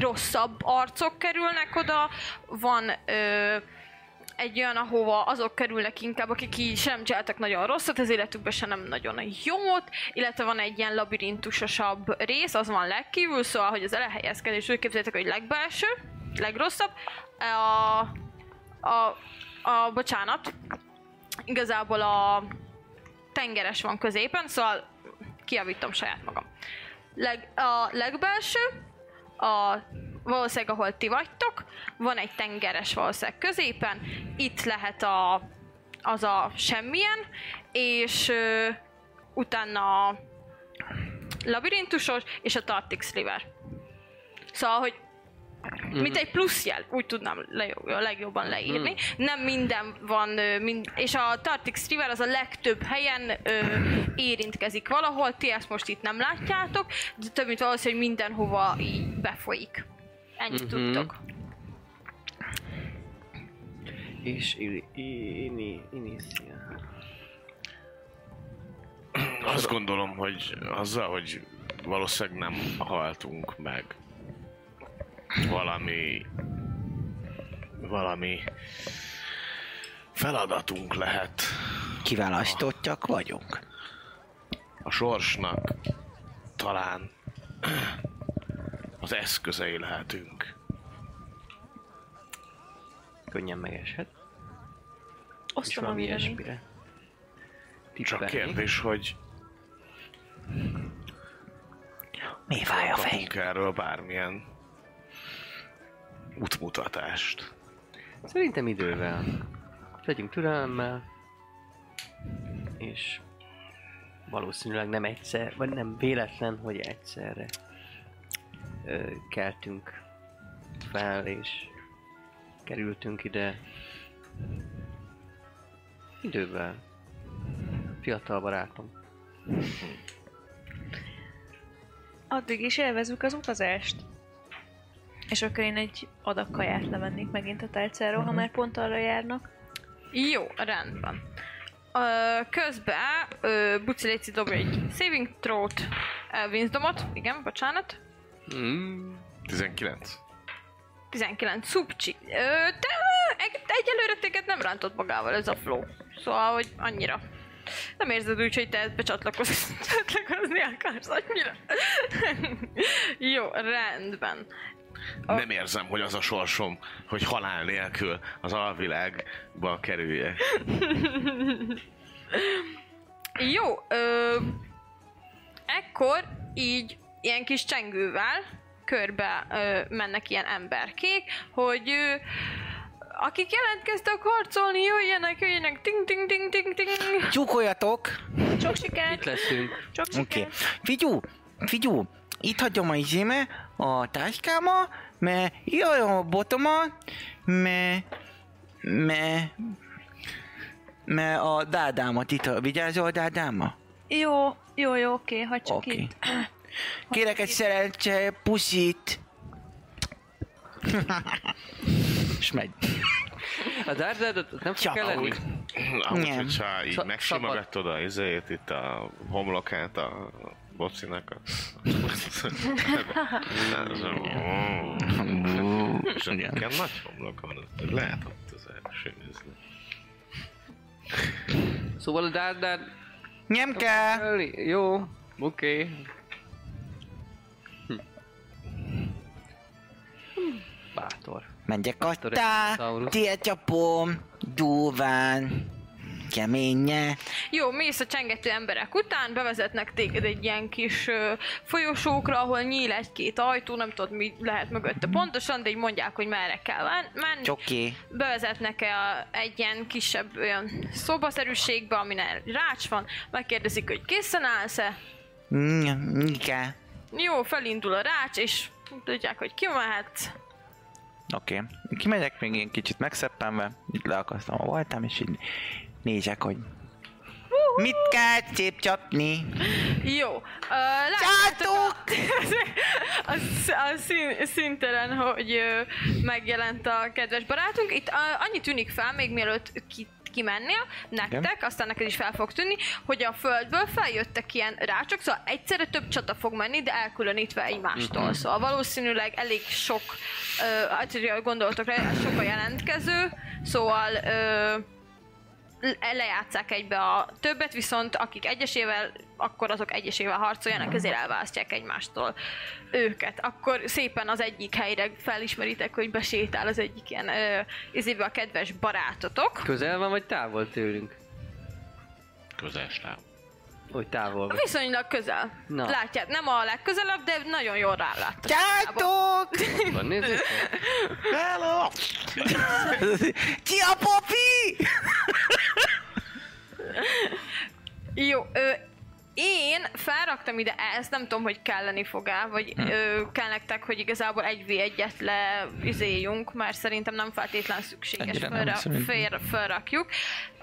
Speaker 2: rosszabb arcok kerülnek oda. Van ö, egy olyan, ahova azok kerülnek inkább, akik így sem csináltak nagyon rosszat, az életükben se nem nagyon jót, illetve van egy ilyen labirintusosabb rész, az van legkívül, szóval, hogy az elhelyezkedés, úgy képzeljétek, hogy legbelső, legrosszabb, a, a, a bocsánat, igazából a tengeres van középen, szóval kiavítom saját magam. Leg, a legbelső, a valószínűleg ahol ti vagytok, van egy tengeres valószínűleg középen, itt lehet a, az a semmilyen, és ö, utána a labirintusos, és a Tartix River. Szóval, hogy mint egy plusz jel, úgy tudnám le, a legjobban leírni. Nem minden van, ö, mind, és a Tartix River az a legtöbb helyen ö, érintkezik valahol, ti ezt most itt nem látjátok, de több mint valószínű, hogy mindenhova így befolyik. Ennyit
Speaker 5: Mhm.
Speaker 2: tudtok.
Speaker 5: És ili, i, ini, inícia.
Speaker 4: Azt gondolom, hogy azzal, hogy valószínűleg nem haltunk meg, valami, valami feladatunk lehet
Speaker 3: Kiválasztottjak vagyunk.
Speaker 4: a sorsnak, talán az eszközei lehetünk.
Speaker 5: Könnyen megeshet. És
Speaker 6: Osztom a
Speaker 5: valami
Speaker 6: véleményt.
Speaker 5: ilyesmire.
Speaker 4: Csak
Speaker 5: Tippelni.
Speaker 4: kérdés, hogy
Speaker 3: Mi fáj a fej?
Speaker 4: kapunk erről bármilyen útmutatást.
Speaker 5: Szerintem idővel. Legyünk türelemmel. És valószínűleg nem egyszer, vagy nem véletlen, hogy egyszerre ö, keltünk fel, és kerültünk ide idővel. Fiatal barátom.
Speaker 6: Addig is élvezünk az utazást. És akkor én egy adag kaját levennék megint a tálcáról, ha már pont arra járnak.
Speaker 2: Jó, rendben. Ö, közben ö, Buci Léci dob egy saving throw-t, ö, Winsdomot, igen, bocsánat.
Speaker 5: Mm.
Speaker 4: 19.
Speaker 2: 19 szupcsi. Ö, te, ö, egy, egyelőre téged nem rántott magával ez a flow. Szóval, hogy annyira. Nem érzed úgy, hogy te ezt becsatlakoz, csatlakozni akarsz annyira. Jó, rendben.
Speaker 4: Nem érzem, hogy az a sorsom, hogy halál nélkül az alvilágba kerüljek.
Speaker 2: Jó, ö, ekkor így ilyen kis csengővel körbe ö, mennek ilyen emberkék, hogy ö, akik jelentkeztek harcolni, jöjjenek, jöjjenek, ting, ting, ting, ting, ting.
Speaker 3: Tyúkoljatok!
Speaker 6: Sok sikert!
Speaker 5: Itt leszünk.
Speaker 6: Sok
Speaker 3: Oké.
Speaker 6: sikert!
Speaker 3: Okay. Figyú, figyú, itt hagyom a izéme, a táskáma, mert jaj a botoma, mert, mert, mert a dádámat itt, a- vigyázol a dádáma?
Speaker 6: Jó, jó, jó, oké, hagyd csak
Speaker 3: Oké.
Speaker 6: itt.
Speaker 3: Kérek egy szerencse, puszit! És megy.
Speaker 5: A dárdádat nem fog
Speaker 3: Csak
Speaker 5: kelleni?
Speaker 3: úgy.
Speaker 4: Amúgy,
Speaker 3: Nem.
Speaker 4: hogyha így
Speaker 5: Szab-
Speaker 4: megsimogatod a izéjét itt a homlokát a bocinak, a... És
Speaker 3: Igen.
Speaker 4: igen, nagy homlok van, lehet ott az első nézni.
Speaker 5: Szóval a dárdád
Speaker 3: Nyemke!
Speaker 5: Elé- Jó, oké. Hm. Bátor.
Speaker 3: Megyek a tá, tietjapom, dúván, keménye.
Speaker 2: Jó, mész a csengető emberek után, bevezetnek téged egy ilyen kis ö, folyosókra, ahol nyíl egy-két ajtó, nem tudod, mi lehet mögötte pontosan, de így mondják, hogy merre kell men- menni.
Speaker 3: Csoki.
Speaker 2: Bevezetnek a, egy ilyen kisebb olyan szobaszerűségbe, amin rács van, megkérdezik, hogy készen állsz-e.
Speaker 3: Mm, Nike.
Speaker 2: Jó, felindul a rács, és tudják, hogy ki mehet.
Speaker 3: Oké. Okay. Kimegyek még én kicsit megszeppenve, így leakasztom a voltam, és így nézek, hogy mit kell szép csapni?
Speaker 2: Jó. Ö, látjátok a, a, a szín, színtelen, hogy ö, megjelent a kedves barátunk. Itt ö, annyi tűnik fel, még mielőtt ki, kimennél nektek,
Speaker 3: Igen.
Speaker 2: aztán neked is fel fog tűnni, hogy a földből feljöttek ilyen rácsok, szóval egyszerre több csata fog menni, de elkülönítve egymástól. Szóval valószínűleg elég sok, ö, hát ugye gondoltok rá, sok a jelentkező, szóval ö, le- lejátszák egybe a többet, viszont akik egyesével, akkor azok egyesével harcoljanak, ezért elválasztják egymástól őket. Akkor szépen az egyik helyre felismeritek, hogy besétál az egyik ilyen ö, izébe a kedves barátotok.
Speaker 5: Közel van, vagy távol tőlünk?
Speaker 4: Közelstáv.
Speaker 5: Hogy távol vagy.
Speaker 2: Viszonylag közel.
Speaker 5: Na.
Speaker 2: Látják, nem a legközelebb, de nagyon jól ráláttak.
Speaker 3: Csátok!
Speaker 5: Ott Van, nézzétek.
Speaker 3: Hello! Ki a popi?
Speaker 2: Jó, ö, én felraktam ide ezt, nem tudom, hogy kelleni fog-e, vagy ö, kell nektek, hogy igazából egy v egyet leüzéljünk, mert szerintem nem feltétlen szükséges,
Speaker 3: Ennyire nem,
Speaker 2: fölra,
Speaker 3: szerintem.
Speaker 2: fér, felrakjuk.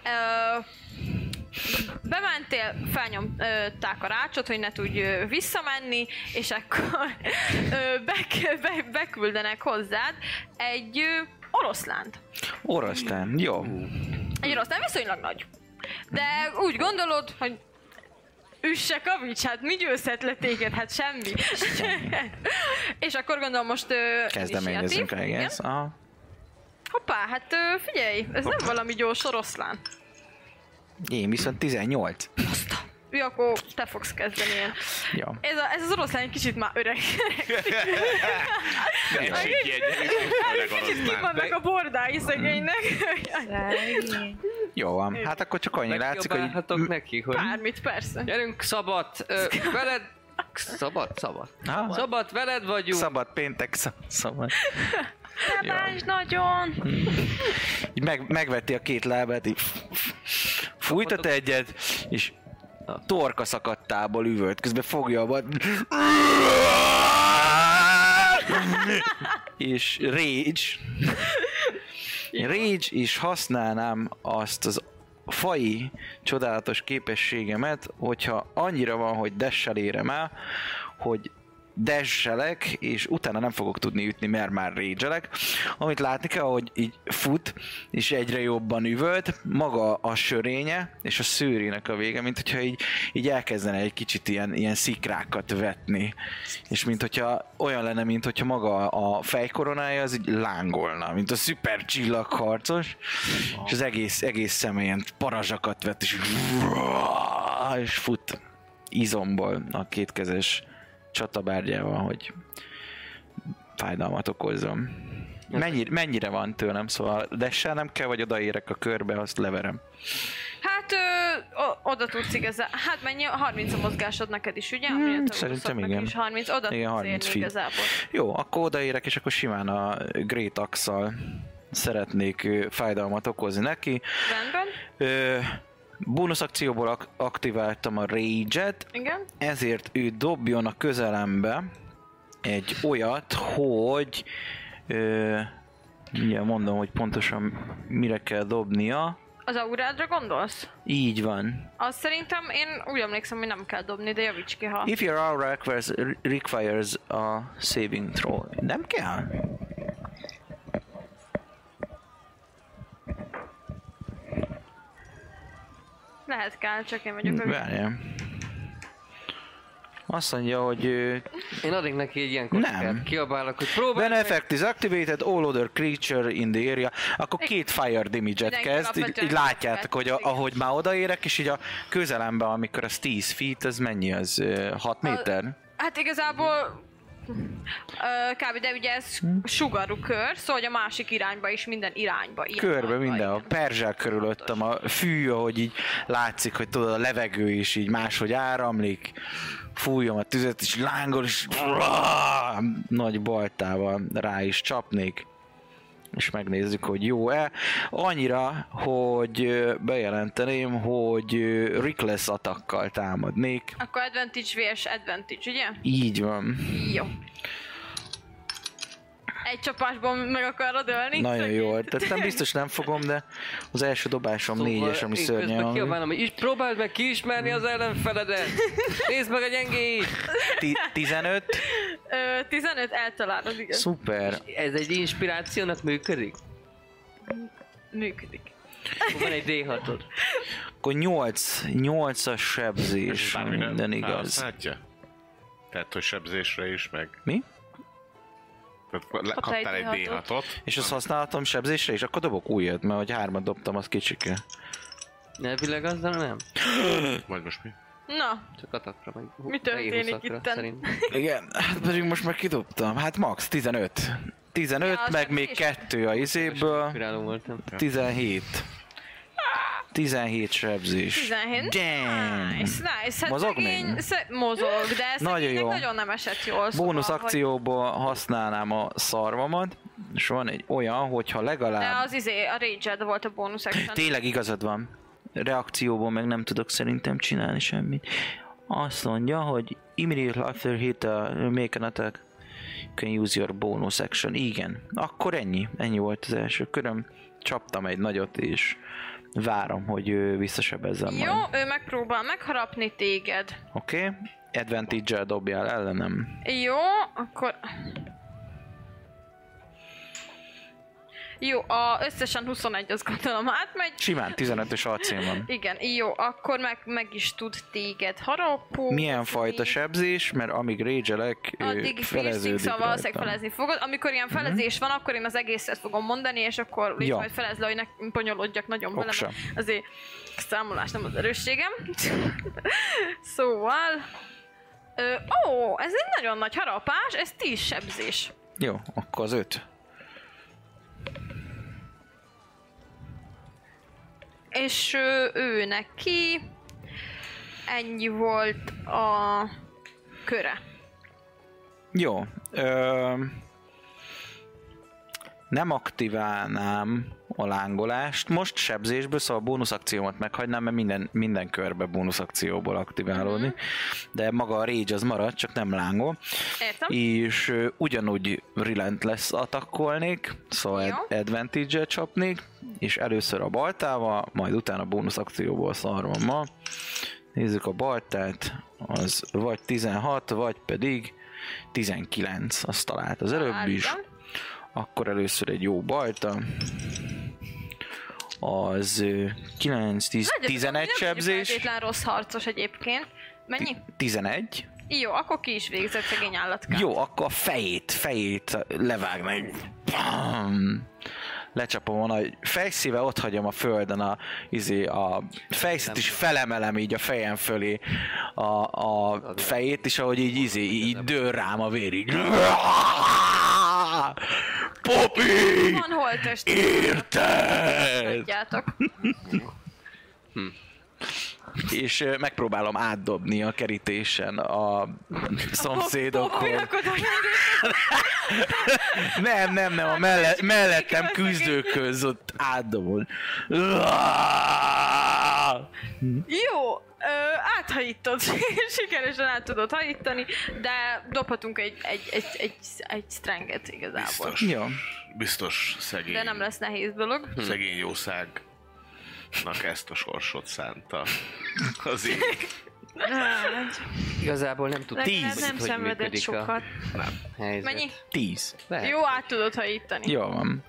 Speaker 2: Ö, bementél, felnyomták a rácsot, hogy ne tudj ö, visszamenni, és akkor ö, be, be, beküldenek hozzád egy ö, oroszlánt.
Speaker 3: Oroszlán, jó.
Speaker 2: Egy rossz, nem viszonylag nagy. De úgy gondolod, hogy üsse kavics, hát mi győzhet le téged, hát semmi. és akkor gondolom most... ö,
Speaker 3: Kezdeményezünk,
Speaker 2: initiatív,
Speaker 3: I
Speaker 2: igen.
Speaker 3: guess. Aha.
Speaker 2: Hoppá, hát ö, figyelj, ez nem valami gyors oroszlán.
Speaker 3: Én viszont 18.
Speaker 2: Ő akkor te fogsz kezdeni ilyen.
Speaker 3: Jó.
Speaker 2: Ez, a, ez az oroszlán egy kicsit már öreg.
Speaker 4: Esik ki egy öreg
Speaker 2: kicsit
Speaker 3: Hát,
Speaker 2: ki
Speaker 4: oroszlán.
Speaker 2: vannak a bordái szegénynek.
Speaker 3: Mm. Jó van. Hát akkor csak annyi látszik, hogy
Speaker 5: Megjobbálhatok neki, hogy...
Speaker 2: Bármit, persze.
Speaker 5: Gyerünk, szabad, ö, veled... Szabad, szabad.
Speaker 3: Aha.
Speaker 5: Szabad, veled vagyunk.
Speaker 3: szabad péntek, szóval. szab- szabad. Jó.
Speaker 6: Báns nagyon!
Speaker 3: Így meg, megveti a két lábát, így fújtat egyet, és a torka szakadtából üvölt, közben fogja a bat. és rage. Rage, és használnám azt az fai csodálatos képességemet, hogyha annyira van, hogy dessel érem el, hogy desselek, és utána nem fogok tudni ütni, mert már rédzselek. Amit látni kell, hogy így fut, és egyre jobban üvölt, maga a sörénye, és a szőrének a vége, mint hogyha így, így elkezdene egy kicsit ilyen, ilyen szikrákat vetni. És mint hogyha olyan lenne, mint hogyha maga a fejkoronája az így lángolna, mint a szuper csillagharcos, és az egész, egész személyen parazsakat vett, és, és fut izomból a kétkezes csatabárgyával, hogy fájdalmat okozzon. Mennyi, mennyire van tőlem, szóval de se nem kell, vagy odaérek a körbe, azt leverem.
Speaker 2: Hát ö, o, oda tudsz igazán. Hát mennyi? 30 a mozgásod neked is, ugye? Hmm,
Speaker 3: szerintem igen.
Speaker 2: Is 30, oda
Speaker 3: Igen,
Speaker 2: tudsz
Speaker 3: 30
Speaker 2: érni
Speaker 3: feet.
Speaker 2: igazából.
Speaker 3: Jó, akkor odaérek, és akkor simán a Great Axe-szal szeretnék ö, fájdalmat okozni neki.
Speaker 2: Rendben,
Speaker 3: Ö, bónusz akcióból ak- aktiváltam a Rage-et,
Speaker 2: igen.
Speaker 3: ezért ő dobjon a közelembe egy olyat, hogy ö, mindjárt mondom, hogy pontosan mire kell dobnia.
Speaker 2: Az aurádra gondolsz?
Speaker 3: Így van.
Speaker 2: Azt szerintem én úgy emlékszem, hogy nem kell dobni, de javíts ki, ha...
Speaker 3: If your aura requires, requires a saving throw. Nem kell?
Speaker 2: Lehet kell, csak én vagyok. a-
Speaker 3: Várjál. Azt mondja, hogy ö,
Speaker 5: Én adnék neki egy ilyen
Speaker 3: Nem.
Speaker 5: kockát, kiabálok, hogy próbálj
Speaker 3: When
Speaker 5: meg.
Speaker 3: effect is activated, all other creature in the area, akkor két fire damage-et
Speaker 2: Mindenki
Speaker 3: kezd, így,
Speaker 2: alapvetően
Speaker 3: így látjátok,
Speaker 2: effekt,
Speaker 3: hogy a,
Speaker 2: igen.
Speaker 3: ahogy már odaérek, és így a közelemben, amikor az 10 feet, az mennyi az? 6 méter?
Speaker 2: Hát igazából... Ö, Kb. de ugye ez
Speaker 3: Hm?
Speaker 2: sugarú kör, szóval hogy a másik irányba is, minden irányba. Ilyen
Speaker 3: Körbe
Speaker 2: nagy
Speaker 3: minden,
Speaker 2: baj.
Speaker 3: a perzsák körülöttem, a fű, ahogy így látszik, hogy tudod, a levegő is így máshogy áramlik, fújom a tüzet, és lángol, és nagy baltával rá is csapnék. és megnézzük, hogy jó-e. Annyira, hogy ö, bejelenteném, hogy ö, Reckless atakkal támadnék.
Speaker 2: Akkor advantage vs advantage, ugye?
Speaker 3: Így van.
Speaker 2: Jó. Egy csapásban meg akarod ölni?
Speaker 3: Nagyon jól tettem, biztos nem fogom, de az első dobásom négyes, ami
Speaker 5: Szóval én közben
Speaker 3: szörnyen hangzik.
Speaker 5: kiabálom, hogy is, próbáld meg kiismerni az ellenfeledet. Nézd meg a gyengéit.
Speaker 3: Ti- 15,
Speaker 2: Ö, 15 eltalálod, igen.
Speaker 3: szuper.
Speaker 5: Ez egy inspirációnak működik?
Speaker 2: Működik.
Speaker 5: Van egy D6-od.
Speaker 3: Akkor 8, 8-as sebzés, ha minden igaz.
Speaker 4: Felhasználhatja? Tehát, hogy sebzésre is meg.
Speaker 3: Mi?
Speaker 4: Tehát le- Kaptál egy
Speaker 2: egy D6-ot.
Speaker 4: D6-ot.
Speaker 3: És azt használhatom sebzésre, és akkor dobok újat, mert hogy hármat dobtam, az kicsike.
Speaker 5: Elvileg azzal nem.
Speaker 4: Vagy most mi?
Speaker 2: Na,
Speaker 5: Csak atakra meg.
Speaker 2: Mi történik
Speaker 5: D20-akra
Speaker 2: itten?
Speaker 5: szerintem.
Speaker 3: Igen, hát pedig most már kidobtam. Hát max 15. 15,
Speaker 2: Ja, az
Speaker 3: meg
Speaker 2: nem
Speaker 3: még
Speaker 2: is.
Speaker 3: kettő a izéből.
Speaker 5: Inspiráló voltam.
Speaker 3: 17. 17 sebzés.
Speaker 2: 17.
Speaker 3: Damn!
Speaker 2: Nice, nice. Hát
Speaker 3: Mozog
Speaker 2: szegény,
Speaker 3: még?
Speaker 2: Sze- mozog, de ez
Speaker 3: Nagyon
Speaker 2: nagyon,
Speaker 3: jó.
Speaker 2: nagyon nem esett jól. szóval,
Speaker 3: Bónusz
Speaker 2: hogy-
Speaker 3: akcióból használnám a szarvamat, és van egy olyan, hogyha
Speaker 2: De
Speaker 3: legalább...
Speaker 2: az izé, a rage volt a bónusz action.
Speaker 3: Tényleg igazad van. Reakcióból meg nem tudok szerintem csinálni semmit. Azt mondja, hogy immediately after hit a make an attack you can use your bonus action. Igen. Akkor ennyi. Ennyi volt az első köröm. Csaptam egy nagyot és várom, hogy ő visszasebezzen
Speaker 2: Jó,
Speaker 3: majd.
Speaker 2: ő megpróbál megharapni téged.
Speaker 3: Oké? Okay? Advantage-el dobjál ellenem.
Speaker 2: Jó, akkor... Jó, a összesen 21, azt gondolom átmegy.
Speaker 3: Simán 15-ös acél van.
Speaker 2: Igen, jó, akkor meg, meg is tud téged harapó.
Speaker 3: Milyen fajta sebzés, mert amíg rage-elek, ö,
Speaker 2: Addig piercing,
Speaker 3: feleződik
Speaker 2: szóval valószínűleg
Speaker 3: rajtam.
Speaker 2: felezni fogod. Amikor ilyen felezés van, akkor én az egészet fogom mondani, és akkor úgy
Speaker 3: Ja.
Speaker 2: majd felez le, hogy ne ponyolodjak nagyon vele,
Speaker 3: Oksa.
Speaker 2: mert azért a számolás nem az erősségem. szóval... Ö, ó, ez egy nagyon nagy harapás, ez 10 sebzés.
Speaker 3: Jó, akkor az 5.
Speaker 2: És ő, ő neki ennyi volt a köre.
Speaker 3: Jó. Ö, nem aktiválnám a lángolást. Most sebzésből, szóval a bónuszakciómat meghagynám, mert minden, minden körbe bónuszakcióból aktiválódni. De maga a rage az marad, csak nem lángol.
Speaker 2: Értem?
Speaker 3: És ö, ugyanúgy relent lesz atakkolnék, szóval
Speaker 2: Jó.
Speaker 3: ad- advantage-et csapnék, és először a baltával, majd utána bónusz akcióból szarvammal. Nézzük a baltát, az vagy 16, vagy pedig 19, azt talált az előbb is.
Speaker 2: Találtam.
Speaker 3: Akkor először egy jó balta. Az 9, 10,
Speaker 2: Nagyobb,
Speaker 3: 11
Speaker 2: nem vagyok
Speaker 3: sebzés.
Speaker 2: feltétlen rossz harcos egyébként. Mennyi?
Speaker 3: 11.
Speaker 2: Jó, akkor ki is végzett szegény állatkát.
Speaker 3: Jó, akkor a fejét, fejét levágna. így. Pam! Lecsapom a nagy fejszíve, ott hagyom a földön a, izé, a fejszét, és felemelem így a fejem fölé a, a fejét, és ahogy így, izé, így dől rám a vér, így. Popi!
Speaker 2: Van holtest,
Speaker 3: Érted!
Speaker 2: tudjátok.
Speaker 3: És ö, megpróbálom átdobni a kerítésen a szomszédokhoz.
Speaker 2: Popinak oda
Speaker 3: Nem, nem, nem, a
Speaker 2: Hát,
Speaker 3: melle- mellettem
Speaker 2: másik
Speaker 3: küzdőköz ott átdobol.
Speaker 2: Jó, ö, áthajítod. Sikeresen át tudod hajítani, de dobhatunk egy, egy, egy, egy, egy strenget igazából.
Speaker 4: Biztos.
Speaker 3: Jó.
Speaker 4: Biztos szegény.
Speaker 2: De nem lesz nehéz dolog.
Speaker 4: Szegény jószágnak ezt a sorsot szánta. Az így.
Speaker 5: Igazából nem tudtam,
Speaker 6: Legalább
Speaker 5: hogy,
Speaker 6: nem
Speaker 5: itt hogy
Speaker 6: szenvedett
Speaker 5: működik a
Speaker 6: sokat.
Speaker 5: helyzet.
Speaker 2: Mennyi?
Speaker 3: Tíz.
Speaker 5: Lehet.
Speaker 2: Jó, át tudod hajítani.
Speaker 3: Jó van.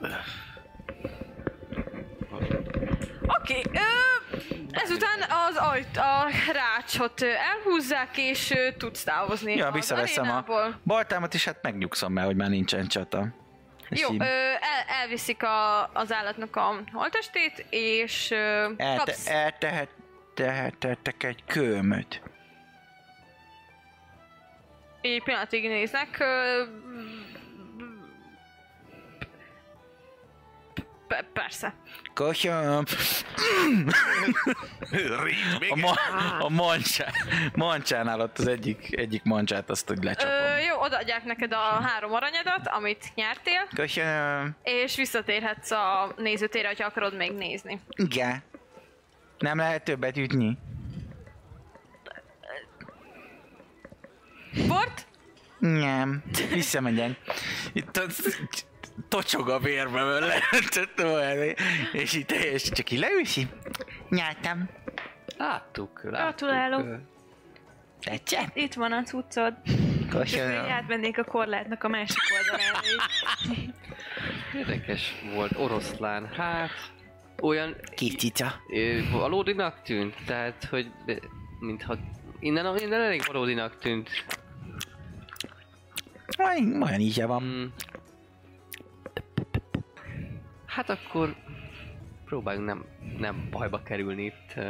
Speaker 2: Oké, ö, ezután az ajt, a rácsot ö, elhúzzák, és ö, tudsz távozni.
Speaker 3: Ja,
Speaker 2: az
Speaker 3: visszaveszem a
Speaker 2: arénából.
Speaker 3: baltámat, és hát megnyugszom már, hogy már nincsen csata. És
Speaker 2: Jó,
Speaker 3: így
Speaker 2: ö, el, elviszik a, az állatnak a holtestét, és ö,
Speaker 3: elte-
Speaker 2: kapsz.
Speaker 3: eltehet, tehetettek egy kömöt.
Speaker 2: Így pillanatig néznek. ö, pe- Persze.
Speaker 3: Köszönöm.
Speaker 4: Rígy még
Speaker 3: A, ma- a mancsá- mancsánál ott az egyik, egyik mancsát azt, hogy
Speaker 2: Ö,
Speaker 3: lecsapom.
Speaker 2: jó, odaadják neked a három aranyadat, amit nyertél,
Speaker 3: Köszönöm.
Speaker 2: és visszatérhetsz a nézőtérre, ha akarod még nézni.
Speaker 3: Igen. Nem lehet többet ütni.
Speaker 2: Bort?
Speaker 3: Nem, visszamegyek. Itt a tocsog a vérbe, mert leöntöttem olyan, és így teljesen csak így leüsi. Nyáltam.
Speaker 5: Láttuk, láttuk.
Speaker 6: Gratulálok.
Speaker 5: ö,
Speaker 3: Tetszett?
Speaker 6: Itt van a cuccod. Csak hogy
Speaker 3: Köszönöm.
Speaker 6: átmennék a korlátnak a másik oldalára. így.
Speaker 5: Érdekes volt, oroszlán. Hát, olyan
Speaker 3: Kicsica.
Speaker 5: ö, valódinak tűnt, tehát, hogy ö, mintha innen, innen elég valódinak tűnt.
Speaker 3: Aj, Olyan íze van.
Speaker 5: Mm. Hát akkor próbáljunk nem, nem bajba kerülni itt ö,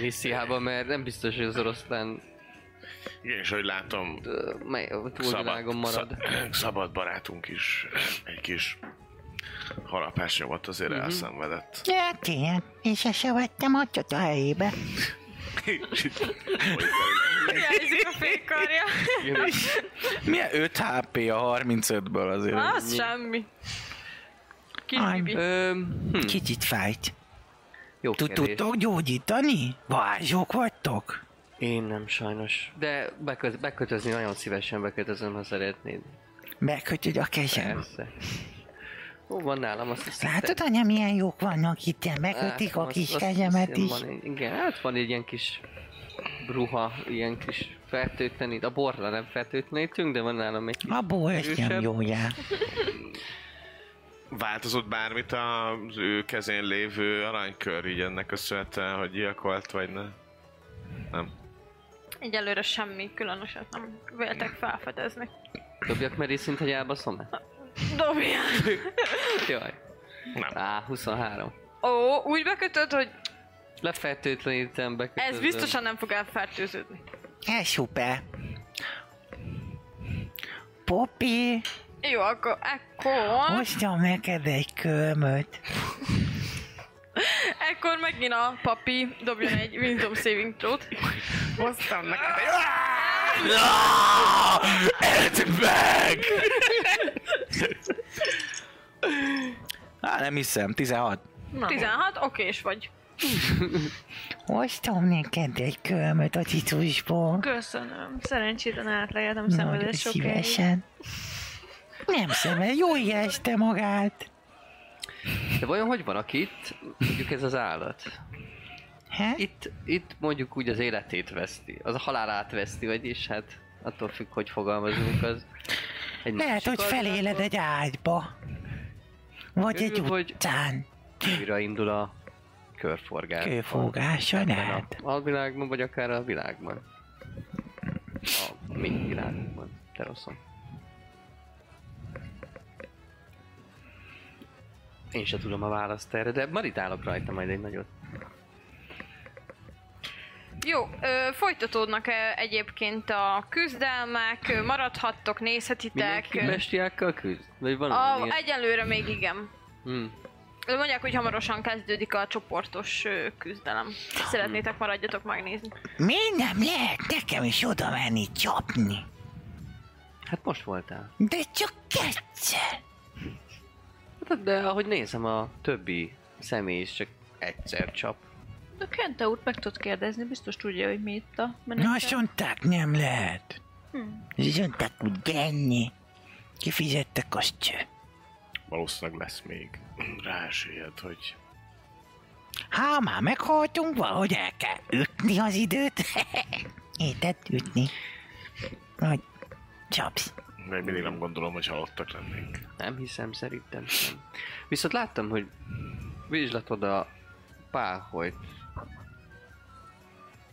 Speaker 5: Nisziában, mert nem biztos, hogy az oroszlán
Speaker 4: Igen, és ahogy látom,
Speaker 5: ö, mely- a túlvilágon
Speaker 4: szabad,
Speaker 5: marad.
Speaker 4: szab- szabad barátunk is egy kis harapás nyomot
Speaker 2: Mhm.
Speaker 4: azért mm-hmm. elszenvedett.
Speaker 7: Ja,
Speaker 1: Hát
Speaker 7: tényleg. És se se vettem a csata helyébe.
Speaker 2: Hiányzik a fékkarja.
Speaker 3: Milyen 5 HP a 35-ből azért?
Speaker 2: Az semmi. Kis bibi.
Speaker 5: Ö, hm,
Speaker 7: Kicsit fájt.
Speaker 5: jó kérdés.
Speaker 7: Tudtok gyógyítani? Vázsok vagytok?
Speaker 5: Én nem sajnos. De beköz, bekötözni nagyon szívesen bekötözöm, ha szeretnéd.
Speaker 7: Megkötöd a kezem.
Speaker 5: Persze. Ó, van nálam, azt hiszem.
Speaker 1: Látod, anya, milyen jók vannak itt, ilyen
Speaker 5: hát
Speaker 1: megkötik a kis kezemet is.
Speaker 5: Van, egy- igen, hát van egy ilyen kis ruha, ilyen kis fertőtlenít, a borra nem fertőtlenítünk, de van nálam egy kis...
Speaker 1: Abból ez nem
Speaker 5: Erősebb.
Speaker 1: jó jár.
Speaker 4: Változott bármit az ő kezén lévő aranykör így ennek köszönhetően, hogy gyilkolt vagy ne? Nem.
Speaker 2: Egyelőre semmi különöset nem véltek felfedezni.
Speaker 5: Dobjak merészint, hogy elbaszom -e?
Speaker 2: Dobjál!
Speaker 5: Jaj.
Speaker 4: Nem.
Speaker 5: Á, 23.
Speaker 2: Ó, úgy bekötöd, hogy
Speaker 5: Lefertőtlenítem, bekötözöm.
Speaker 2: ez biztosan nem fog elfertőződni.
Speaker 1: Ez szuper. Popi,
Speaker 2: Jó, akkor, akkor,
Speaker 1: hoztam neked egy kömöt.
Speaker 2: akkor megint a papi dobjon egy Wisdom Saving Throw-t.
Speaker 4: Hoztam neked egy...
Speaker 3: Á, nem hiszem, 16.
Speaker 2: 16, okés vagy.
Speaker 1: Hoztam neked egy kömöt a cicusból.
Speaker 6: Köszönöm. Szerencsétlen átlejeltem
Speaker 1: Nagyon
Speaker 6: szenvedett sokáig.
Speaker 1: szívesen. Nem szemed, jó este magát.
Speaker 5: De vajon hogy van, aki itt, mondjuk ez az állat?
Speaker 1: Hát?
Speaker 5: Itt, itt mondjuk úgy az életét veszti, az a halálát veszti, vagyis hát attól függ, hogy fogalmazunk az. Egy
Speaker 1: Lehet,
Speaker 5: másik
Speaker 1: hogy feléled
Speaker 5: oldalról
Speaker 1: egy ágyba. Vagy egy
Speaker 5: Örül, hogy-
Speaker 1: utcán.
Speaker 5: Újra indul a körforgás.
Speaker 1: Kőfogása,
Speaker 5: Ebben
Speaker 1: ne?
Speaker 5: A alvilágban, vagy akár a világban. A mi világunkban, teraszon. Én se tudom a választ erre, de maritálok rajta majd egy nagyot.
Speaker 2: Jó, ö, folytatódnak ö, egyébként a küzdelmek, ö, maradhattok, nézhetitek.
Speaker 5: Mindenki
Speaker 2: ö,
Speaker 5: bestiákkal küzd? Vagy van
Speaker 2: A,
Speaker 5: ilyen?
Speaker 2: egyelőre még igen.
Speaker 5: Hm.
Speaker 2: Ö, Mondják, hogy hamarosan kezdődik a csoportos ö, küzdelem. Szeretnétek, maradjatok megnézni.
Speaker 1: Mi nem lehet nekem is oda menni csapni?
Speaker 5: Hát most voltál.
Speaker 1: De csak egyszer.
Speaker 5: Hát, De ahogy nézem, a többi személy is csak egyszer csap.
Speaker 6: A Kenta úr meg tudod kérdezni, biztos tudja, hogy mi itt a
Speaker 1: Na,
Speaker 6: menetel.
Speaker 1: azt mondták, nem lehet. Azt mondták, hogy genni. Kifizettek azt se.
Speaker 4: Valószínűleg lesz még. Ráesélyed, hogy...
Speaker 1: Há, már meghaltunk, valahogy el kell ütni az időt. Étet ütni. Vagy csapsz.
Speaker 4: Még mindig nem gondolom, hogy halottak lennénk.
Speaker 5: Nem hiszem, szerintem sem. Viszont láttam, hogy vizslatod a páholyt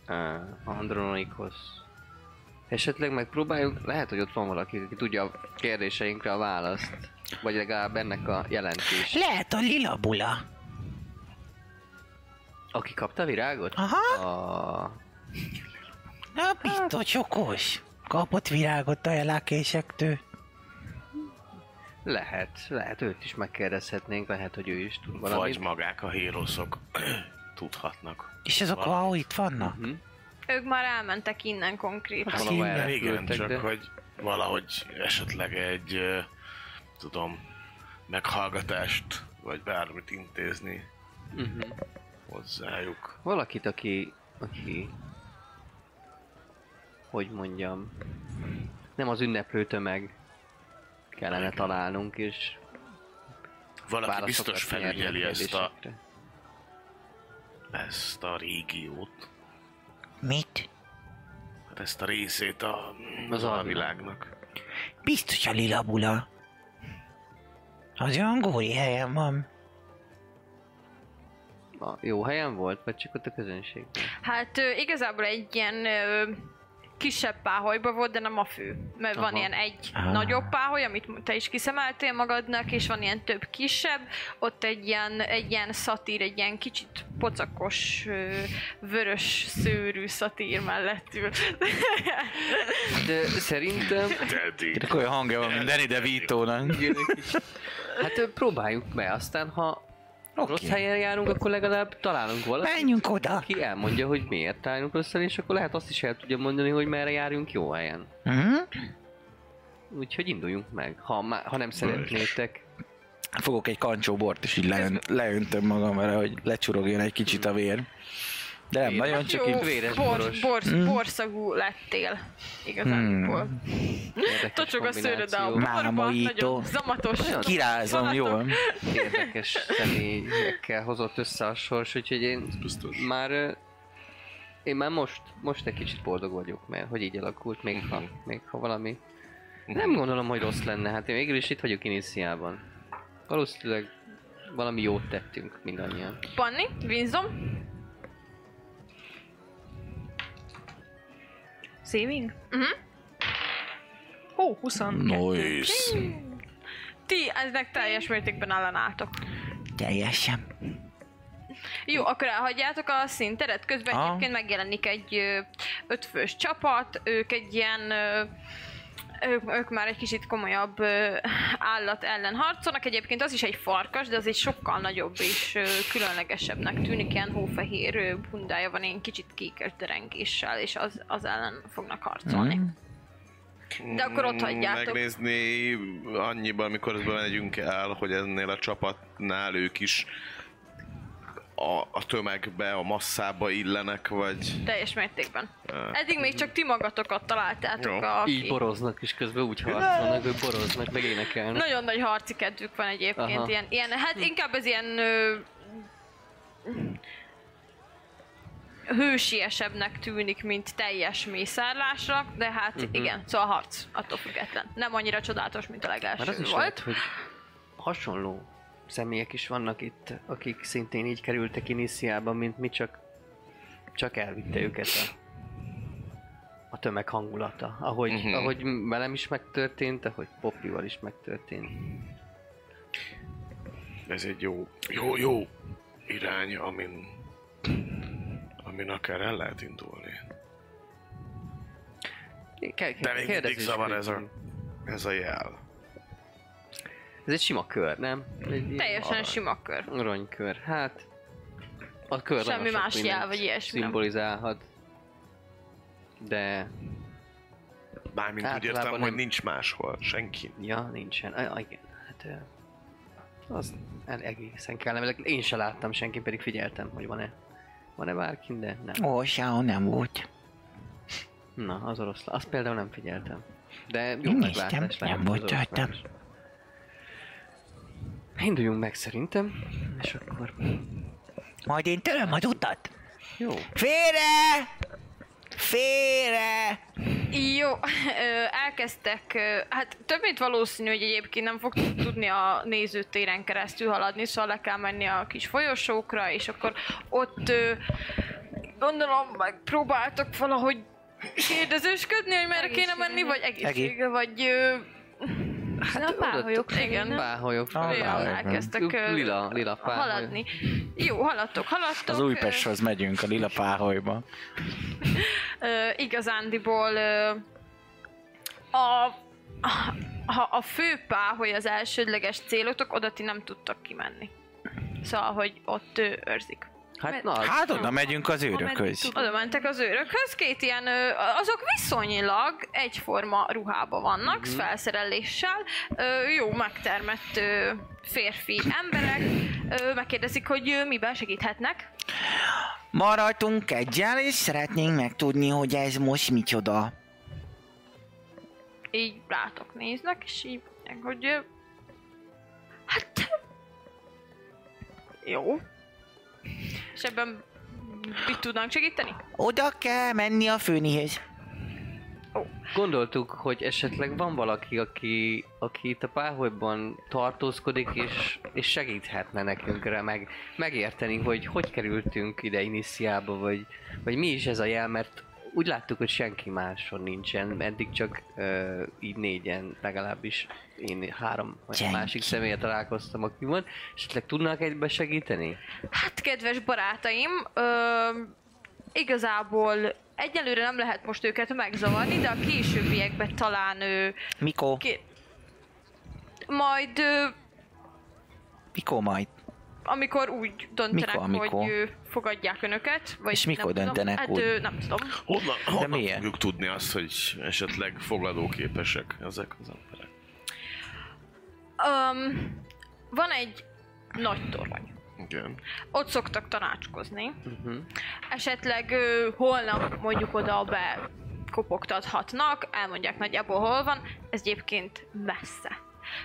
Speaker 5: uh, Andronikhoz. Esetleg megpróbáljuk, lehet, hogy ott van valaki, aki tudja a kérdéseinkre a választ. Vagy legalább ennek a jelentés.
Speaker 1: Lehet a lila bula.
Speaker 5: Aki kapta a virágot?
Speaker 1: Aha.
Speaker 5: A...
Speaker 1: Na, biztos okos. Kapott virágot a elákésektől.
Speaker 5: Lehet, lehet őt is megkérdezhetnénk, lehet, hogy ő is tud valamit.
Speaker 4: Vagy magák a híroszok tudhatnak.
Speaker 1: És azok
Speaker 4: Valami.
Speaker 1: valahol itt vannak?
Speaker 7: Mhm.
Speaker 2: Ők már elmentek innen konkrét.
Speaker 5: Hát
Speaker 4: Valahol
Speaker 5: innen
Speaker 4: igen,
Speaker 5: küldtek,
Speaker 4: csak
Speaker 5: de-
Speaker 4: hogy valahogy esetleg egy, ö, tudom, meghallgatást, vagy bármit intézni
Speaker 5: Mhm.
Speaker 4: hozzájuk.
Speaker 5: valakit, aki, aki, hogy mondjam, nem az ünneplő tömeg kellene találnunk, és
Speaker 4: Valaki
Speaker 5: válaszokat
Speaker 4: biztos
Speaker 5: nyerni a
Speaker 4: felügyeli ezt a,
Speaker 5: kérdésekre.
Speaker 4: ezt a régiót,
Speaker 1: Mit?
Speaker 4: hát ezt a részét a,
Speaker 5: Az
Speaker 4: az
Speaker 5: alvilág.
Speaker 4: a világnak.
Speaker 1: Biztos a lila bula. Az olyan góri helyen van.
Speaker 5: A jó helyen volt, vagy csak ott a közönség?
Speaker 2: Hát ö, igazából egy ilyen ö, kisebb páholyba volt, de nem a fő. Mert van
Speaker 5: Aha.
Speaker 2: ilyen egy
Speaker 1: Ah.
Speaker 2: nagyobb páholy, amit te is kiszemeltél magadnak, és van ilyen több kisebb, ott egy ilyen, egy ilyen szatír, egy ilyen kicsit pocakos, ö, vörös szőrű szatír mellett ül.
Speaker 5: De szerintem...
Speaker 4: Teddy.
Speaker 3: Csak olyan hangja van, mint Danny DeVito-nak.
Speaker 5: Hát ö, próbáljuk be, aztán ha okay.
Speaker 1: Oké.
Speaker 5: rossz helyen járunk, akkor legalább találunk valakit,
Speaker 1: Menjünk oda.
Speaker 5: aki elmondja, hogy miért állunk rossz helyen, és akkor lehet azt is el tudja mondani, hogy merre járjunk jó helyen.
Speaker 7: Mhm.
Speaker 1: Hm?
Speaker 5: Úgyhogy induljunk meg, ha, má- ha nem szeretnétek.
Speaker 3: Fogok egy kancsó bort, és így leön, leöntöm magam vele, hogy lecsurogjon egy kicsit a vér.
Speaker 7: De nem nagyon, csak
Speaker 2: Jó,
Speaker 7: így...
Speaker 5: véres Mm.
Speaker 2: bors,
Speaker 5: boros.
Speaker 2: bors, borszagú lettél. Igazából.
Speaker 5: Hmm. Érdekes
Speaker 2: Tocsog a szőröd a
Speaker 5: kombináció.
Speaker 2: borba,
Speaker 7: Mámojító.
Speaker 2: nagyon zamatos.
Speaker 7: Kirázom, jól.
Speaker 5: Érdekes személyekkel hozott össze a sors, úgyhogy én
Speaker 4: Biztos.
Speaker 5: már... ö, Én már most, most egy kicsit boldog vagyok, mert hogy így alakult, még ha, még ha valami... Nem gondolom, hogy rossz lenne, hát én végül is itt vagyok Inisziában. Valószínűleg valami jót tettünk mindannyian.
Speaker 2: Panni, vinzom.
Speaker 6: Saving?
Speaker 2: Mhm.
Speaker 6: Ó, 20.
Speaker 7: Nice.
Speaker 2: Ti eznek teljes mértékben ellenálltok.
Speaker 7: Teljesen.
Speaker 2: Jó, akkor elhagyjátok a színteret. Közben
Speaker 7: Aha.
Speaker 2: egyébként megjelenik egy ö, ötfős csapat, ők egy ilyen... ö, Ők, ők már egy kicsit komolyabb ö, állat ellen harcolnak. Egyébként az is egy farkas, de az egy sokkal nagyobb és ö, különlegesebbnek tűnik. Ilyen hófehér ö, bundája van, ilyen kicsit kékes derengéssel, és az, az ellen fognak harcolni.
Speaker 4: Mhm.
Speaker 2: De akkor ott hagyjátok.
Speaker 4: Mm, Megnézni annyiban, amikor megyünk el, hogy ennél a csapatnál ők is a, a tömegbe, a masszába illenek, vagy...
Speaker 2: Teljes mértékben. Eddig még csak ti magatokat találtátok
Speaker 4: Jó.
Speaker 2: a...
Speaker 5: Így boroznak, és közben úgy harcolnak, hogy boroznak, meg énekelnek.
Speaker 2: Nagyon nagy harci kedvük van egyébként,
Speaker 5: Aha.
Speaker 2: ilyen, ilyen, hát inkább ez ilyen ö, hősiesebbnek tűnik, mint teljes mészárlásra, de hát
Speaker 5: Mhm.
Speaker 2: uh-huh. igen, szóval harc, attól független. Nem annyira csodálatos, mint a
Speaker 5: Mert az
Speaker 2: legelső
Speaker 5: is
Speaker 2: volt.
Speaker 5: lehet, hogy hasonló személyek is vannak itt, akik szintén így kerültek Inisziába, mint mi csak, csak elvitte
Speaker 4: Hmm.
Speaker 5: őket a, a tömeg hangulata. Ahogy,
Speaker 4: Mhm.
Speaker 5: uh-huh. ahogy velem is megtörtént, ahogy Poppyval is megtörtént.
Speaker 4: Ez egy jó, jó, jó irány, amin, amin akár el lehet indulni.
Speaker 5: Ke- ke-
Speaker 4: De még
Speaker 5: kérdezz
Speaker 4: mindig
Speaker 5: is,
Speaker 4: zavar
Speaker 5: hogy-
Speaker 4: ez a, ez a jel.
Speaker 5: Ez egy sima kör, nem? Egy ilyen
Speaker 2: Teljesen
Speaker 4: arany.
Speaker 2: sima kör.
Speaker 5: aranykör. Hát... A kör nagyon
Speaker 2: Semmi
Speaker 5: sok
Speaker 2: más jel,
Speaker 5: mindent
Speaker 2: vagy ilyesmi nem.
Speaker 5: Szimbolizálhat. De...
Speaker 4: Mármint úgy
Speaker 5: Általában
Speaker 4: értem, hogy
Speaker 5: nem.
Speaker 4: nincs máshol, senki.
Speaker 5: Ja, nincsen. Ah, igen, hát... ö, Az el- egészen kellemes. Én se láttam, senki pedig figyeltem, hogy van-e van-e bárki, de nem.
Speaker 7: Ó, sehol nem volt.
Speaker 5: Na, az oroszlán. Azt például nem figyeltem. De jó
Speaker 7: Nem
Speaker 5: meglátás
Speaker 7: néztem,
Speaker 5: lehet,
Speaker 7: nem
Speaker 5: az
Speaker 7: volt
Speaker 5: oroszlán
Speaker 7: rajtam.
Speaker 5: is. Induljunk meg szerintem, és akkor...
Speaker 7: Majd én töröm az utat.
Speaker 5: Jó.
Speaker 7: Félre! Félre!
Speaker 2: Jó, ö, elkezdtek, ö, hát több mint valószínű, hogy egyébként nem fog tudni a nézőtéren keresztül haladni, szóval le kell menni a kis folyosókra, és akkor ott ö, gondolom megpróbáltok valahogy kérdezősködni, hogy merre kéne menni, vagy egészségre, vagy ö,
Speaker 6: Hát a pálhajok felé,
Speaker 2: igen.
Speaker 6: nem?
Speaker 5: Páholyok
Speaker 7: Ah,
Speaker 5: felé.
Speaker 2: olyan
Speaker 7: bár-
Speaker 2: elkezdtek ö,
Speaker 5: Lila, lila páholyok.
Speaker 2: haladni. Jó, haladtok, haladtok.
Speaker 7: Az Újpesthoz megyünk, a Lila Páholyba.
Speaker 2: ö, igazándiból ö, a, ha a fő páholy az elsődleges célotok, oda ti nem tudtak kimenni. Szóval, hogy ott ö, őrzik.
Speaker 5: Hát na, az-
Speaker 7: Hát oda megyünk az
Speaker 6: Ameddig
Speaker 7: őrökhöz.
Speaker 6: tud-
Speaker 2: Oda mentek az őrökhöz, két ilyen, ö, azok viszonylag egyforma ruhába vannak, mm-hmm. felszereléssel, ö, jó megtermett ö, férfi emberek, ö, megkérdezik, hogy ö, miben segíthetnek.
Speaker 7: Maradtunk egyel, és szeretnénk megtudni, hogy ez most micsoda.
Speaker 2: így rátok néznek, és így mondják, hogy ö, hát jó. És ebben mit tudnánk segíteni?
Speaker 7: Oda kell menni a főnihez.
Speaker 5: Gondoltuk, hogy esetleg van valaki, aki, aki itt a páholyban tartózkodik, és, és segíthetne nekünk rá meg, megérteni, hogy hogy kerültünk ide Inisziába, vagy, vagy mi is ez a jel, mert úgy láttuk, hogy senki máson nincsen, eddig csak ö, így négyen, legalábbis én három vagy
Speaker 7: Senki.
Speaker 5: másik személyre találkoztam, aki van, esetleg tudnák egybe segíteni?
Speaker 2: Hát, kedves barátaim, ö, igazából egyelőre nem lehet most őket megzavarni, de a későbbiekben talán ő...
Speaker 7: Mikor?
Speaker 2: Ki... Majd ö,
Speaker 7: Mikor majd?
Speaker 2: amikor úgy döntenek,
Speaker 7: Mikor, mikor?
Speaker 2: hogy ö, fogadják önöket, vagy
Speaker 7: És mikor
Speaker 2: nem tudom.
Speaker 7: döntenek
Speaker 2: hát,
Speaker 7: úgy?
Speaker 2: Ö, nem tudom.
Speaker 4: Honnan, honnan
Speaker 7: milyen?
Speaker 4: fogjuk tudni azt, hogy esetleg fogadóképesek ezek az emberek?
Speaker 2: Um, van egy nagy torony.
Speaker 4: Igen.
Speaker 2: Ott szoktak tanácskozni.
Speaker 3: Mhm.
Speaker 5: Uh-huh.
Speaker 2: esetleg ö, holnap mondjuk oda be kopogtathatnak, elmondják nagyjából hol van, ez egyébként messze.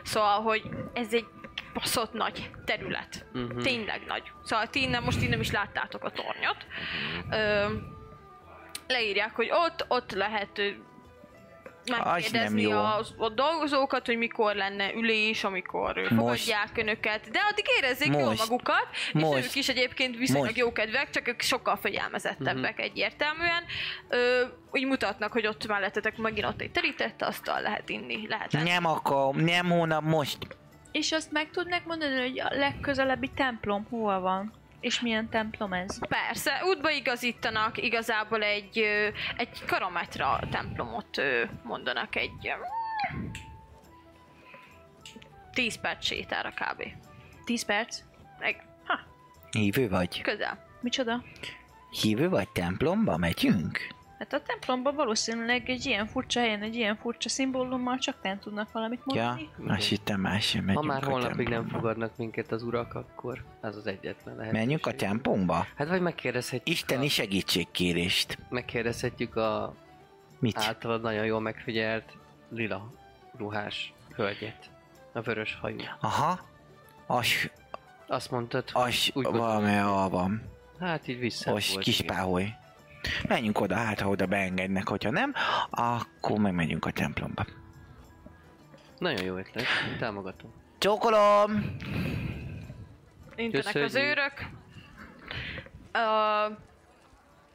Speaker 2: Szóval, hogy ez egy baszott nagy terület.
Speaker 5: Mhm.
Speaker 2: Uh-huh. Tényleg nagy. Szóval ti innen, most innen is láttátok a tornyot.
Speaker 3: Mhm.
Speaker 2: Ö, leírják, hogy ott, ott lehet ö, megkérdezni
Speaker 3: nem jó.
Speaker 2: az, a dolgozókat, hogy mikor lenne ülés, amikor ö, fogadják önöket. De addig érezzék jól
Speaker 3: Most.
Speaker 2: magukat, és
Speaker 3: Most.
Speaker 2: ők is egyébként viszonylag
Speaker 3: Most. Mhm.
Speaker 2: jókedvek, csak ők sokkal fegyelmezettebbek uh-huh. egyértelműen. Ö, úgy mutatnak, hogy ott mellettetek megint ott egy terített asztal, lehet inni, lehet enni.
Speaker 3: Nem akarom, nem hónap most.
Speaker 6: És azt meg tudnak mondani, hogy a legközelebbi templom hol van? És milyen templom ez?
Speaker 2: Persze, útba igazítanak, igazából egy, ö, egy karometra templomot ö, mondanak egy... ö, 10 perc sétára kb.
Speaker 6: 10 perc?
Speaker 2: Meg- Ha,
Speaker 3: Hívő vagy?
Speaker 2: közel.
Speaker 6: Micsoda?
Speaker 3: Hívő vagy templomba megyünk?
Speaker 6: Hát a templomban valószínűleg egy ilyen furcsa helyen, egy ilyen furcsa szimbólummal csak nem tudnak valamit
Speaker 3: Ja,
Speaker 6: mondani.
Speaker 3: azt hittem már sem
Speaker 5: Ha
Speaker 3: megyünk
Speaker 5: már
Speaker 3: a
Speaker 5: holnapig nem
Speaker 3: templomba.
Speaker 5: fogadnak minket az urak, akkor ez az egyetlen lehet.
Speaker 3: Menjünk a templomba?
Speaker 5: Hát vagy megkérdezhetjük,
Speaker 3: Isteni
Speaker 5: a,
Speaker 3: segítségkérést.
Speaker 5: megkérdezhetjük a
Speaker 3: Mit?
Speaker 5: általad nagyon jól megfigyelt lila ruhás hölgyet. A vörös hajú.
Speaker 3: Aha. As,
Speaker 5: Azt mondtad, hogy
Speaker 3: as,
Speaker 5: úgy gondolom.
Speaker 3: valami a van.
Speaker 5: hát így vissza
Speaker 3: Most
Speaker 5: volt,
Speaker 3: kis
Speaker 5: igen.
Speaker 3: páholy. Menjünk oda, hát ha oda beengednek, hogyha nem, akkor megmegyünk a templomba.
Speaker 5: Nagyon jó ötlet, támogatom.
Speaker 3: Csókolom!
Speaker 2: Intenek az
Speaker 5: Köszönjük.
Speaker 2: őrök. Ö,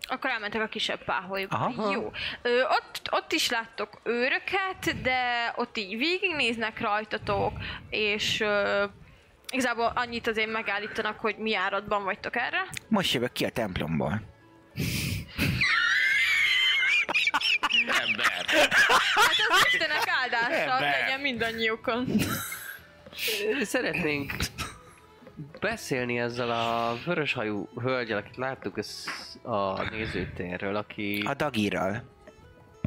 Speaker 2: akkor elmentek a kisebb páholyba.
Speaker 3: Aha.
Speaker 2: Jó. Ö, ott, ott is láttok őröket, de ott így végignéznek rajtatok, és ö, igazából annyit azért megállítanak, hogy mi áradban vagytok erre. Hát
Speaker 3: Most jövök ki a templomból.
Speaker 4: Ember!
Speaker 2: Hát az Istenek áldása legyen mindannyiukon.
Speaker 5: Szeretnénk beszélni ezzel a vöröshajú hölgyel, akit láttuk az- a nézőtérről, aki
Speaker 3: A dagírral.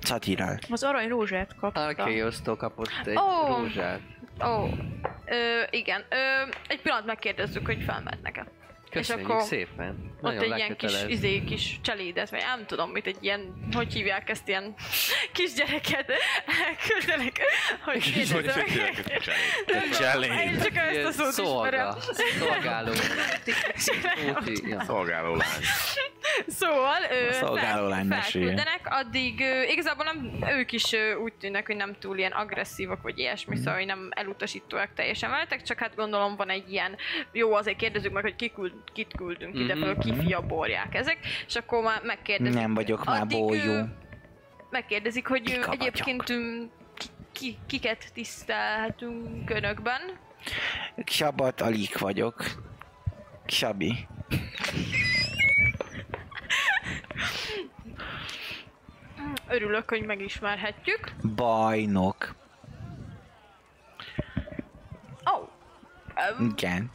Speaker 3: Catiral.
Speaker 6: Az arany rózsát kapta.
Speaker 5: Archéosztól kapott egy
Speaker 2: Ó.
Speaker 5: rózsát.
Speaker 2: Ó, ö, igen. Ö, egy pillanat megkérdezzük, hogy felmennek-e.
Speaker 5: Köszönjük
Speaker 2: akkor
Speaker 5: szépen.
Speaker 2: Ott
Speaker 5: Nagyon
Speaker 2: egy ilyen kis,
Speaker 5: lekötelez.
Speaker 2: izé, kis cselédet, vagy nem tudom mit, egy ilyen, hogy hívják ezt, ilyen kisgyereket elküldenek, hogy
Speaker 4: Hogy
Speaker 2: kérdezzek.
Speaker 4: fekülök
Speaker 2: Én csak ezt a szót ismerem.
Speaker 5: Szolga. Szolgáló. Úti- ja.
Speaker 4: Szolgáló lány.
Speaker 2: Szóval ő
Speaker 3: szolgáló lány mesélje.
Speaker 2: felküldenek, addig ö, igazából nem, ők is ö, úgy tűnnek, hogy nem túl ilyen agresszívak, vagy ilyesmi, szóval hogy nem elutasítóak teljesen veletek, csak hát gondolom van egy ilyen, jó, azért kérdezzük meg, hogy kiküld, kit küldünk ide,
Speaker 5: Mhm.
Speaker 2: föl kifiaborják ezek, és akkor már megkérdezik.
Speaker 3: Nem vagyok már
Speaker 2: Addig, ö,
Speaker 3: bójú.
Speaker 2: megkérdezik, hogy
Speaker 3: Kik
Speaker 2: ö,
Speaker 3: vagyok?
Speaker 2: egyébként ö, ki, ki, kiket tisztelhetünk önökben.
Speaker 3: Sabat Alik vagyok. Sabi.
Speaker 2: Örülök, hogy megismerhetjük.
Speaker 3: Bajnok.
Speaker 2: Ó, oh,
Speaker 3: Igen.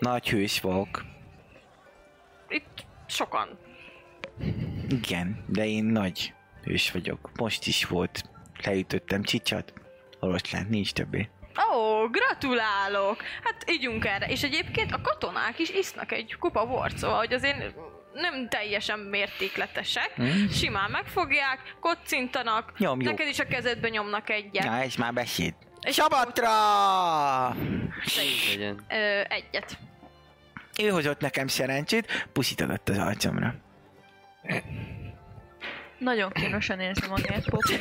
Speaker 3: Nagy hős vagyok.
Speaker 2: itt sokan.
Speaker 3: Igen, de én nagy hős vagyok. Most is volt. Leütöttem csicsat. Oroszlán, nincs többé.
Speaker 2: Ó, oh, gratulálok! Hát ígyunk erre. És egyébként a katonák is isznak egy kupa bort, szóval hogy azért nem teljesen mértékletesek.
Speaker 3: Hm?
Speaker 2: Simán megfogják, kocintanak,
Speaker 3: Nyomjuk.
Speaker 2: neked is a kezedbe nyomnak egyet.
Speaker 3: Na, és már beszéd.
Speaker 2: És
Speaker 3: Sabatra!
Speaker 5: Így legyen.
Speaker 2: Ö, egyet.
Speaker 3: Ő hozott nekem szerencsét, puszit adott az arcomra.
Speaker 6: Nagyon kínosan érzi magát, Popeye.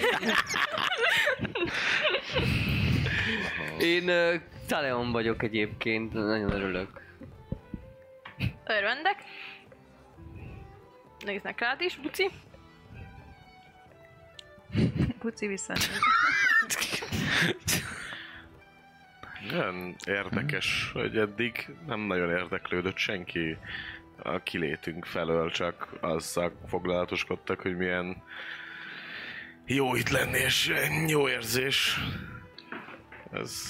Speaker 5: Én ö, Taleon vagyok egyébként, nagyon örülök.
Speaker 2: Örvendek. Néznek rád is, buci.
Speaker 6: Puci vissza.
Speaker 4: Nagyon érdekes, hogy eddig nem nagyon érdeklődött senki a kilétünk felől, csak azzal foglalatoskodtak, hogy milyen jó itt lenni, és jó érzés. Ez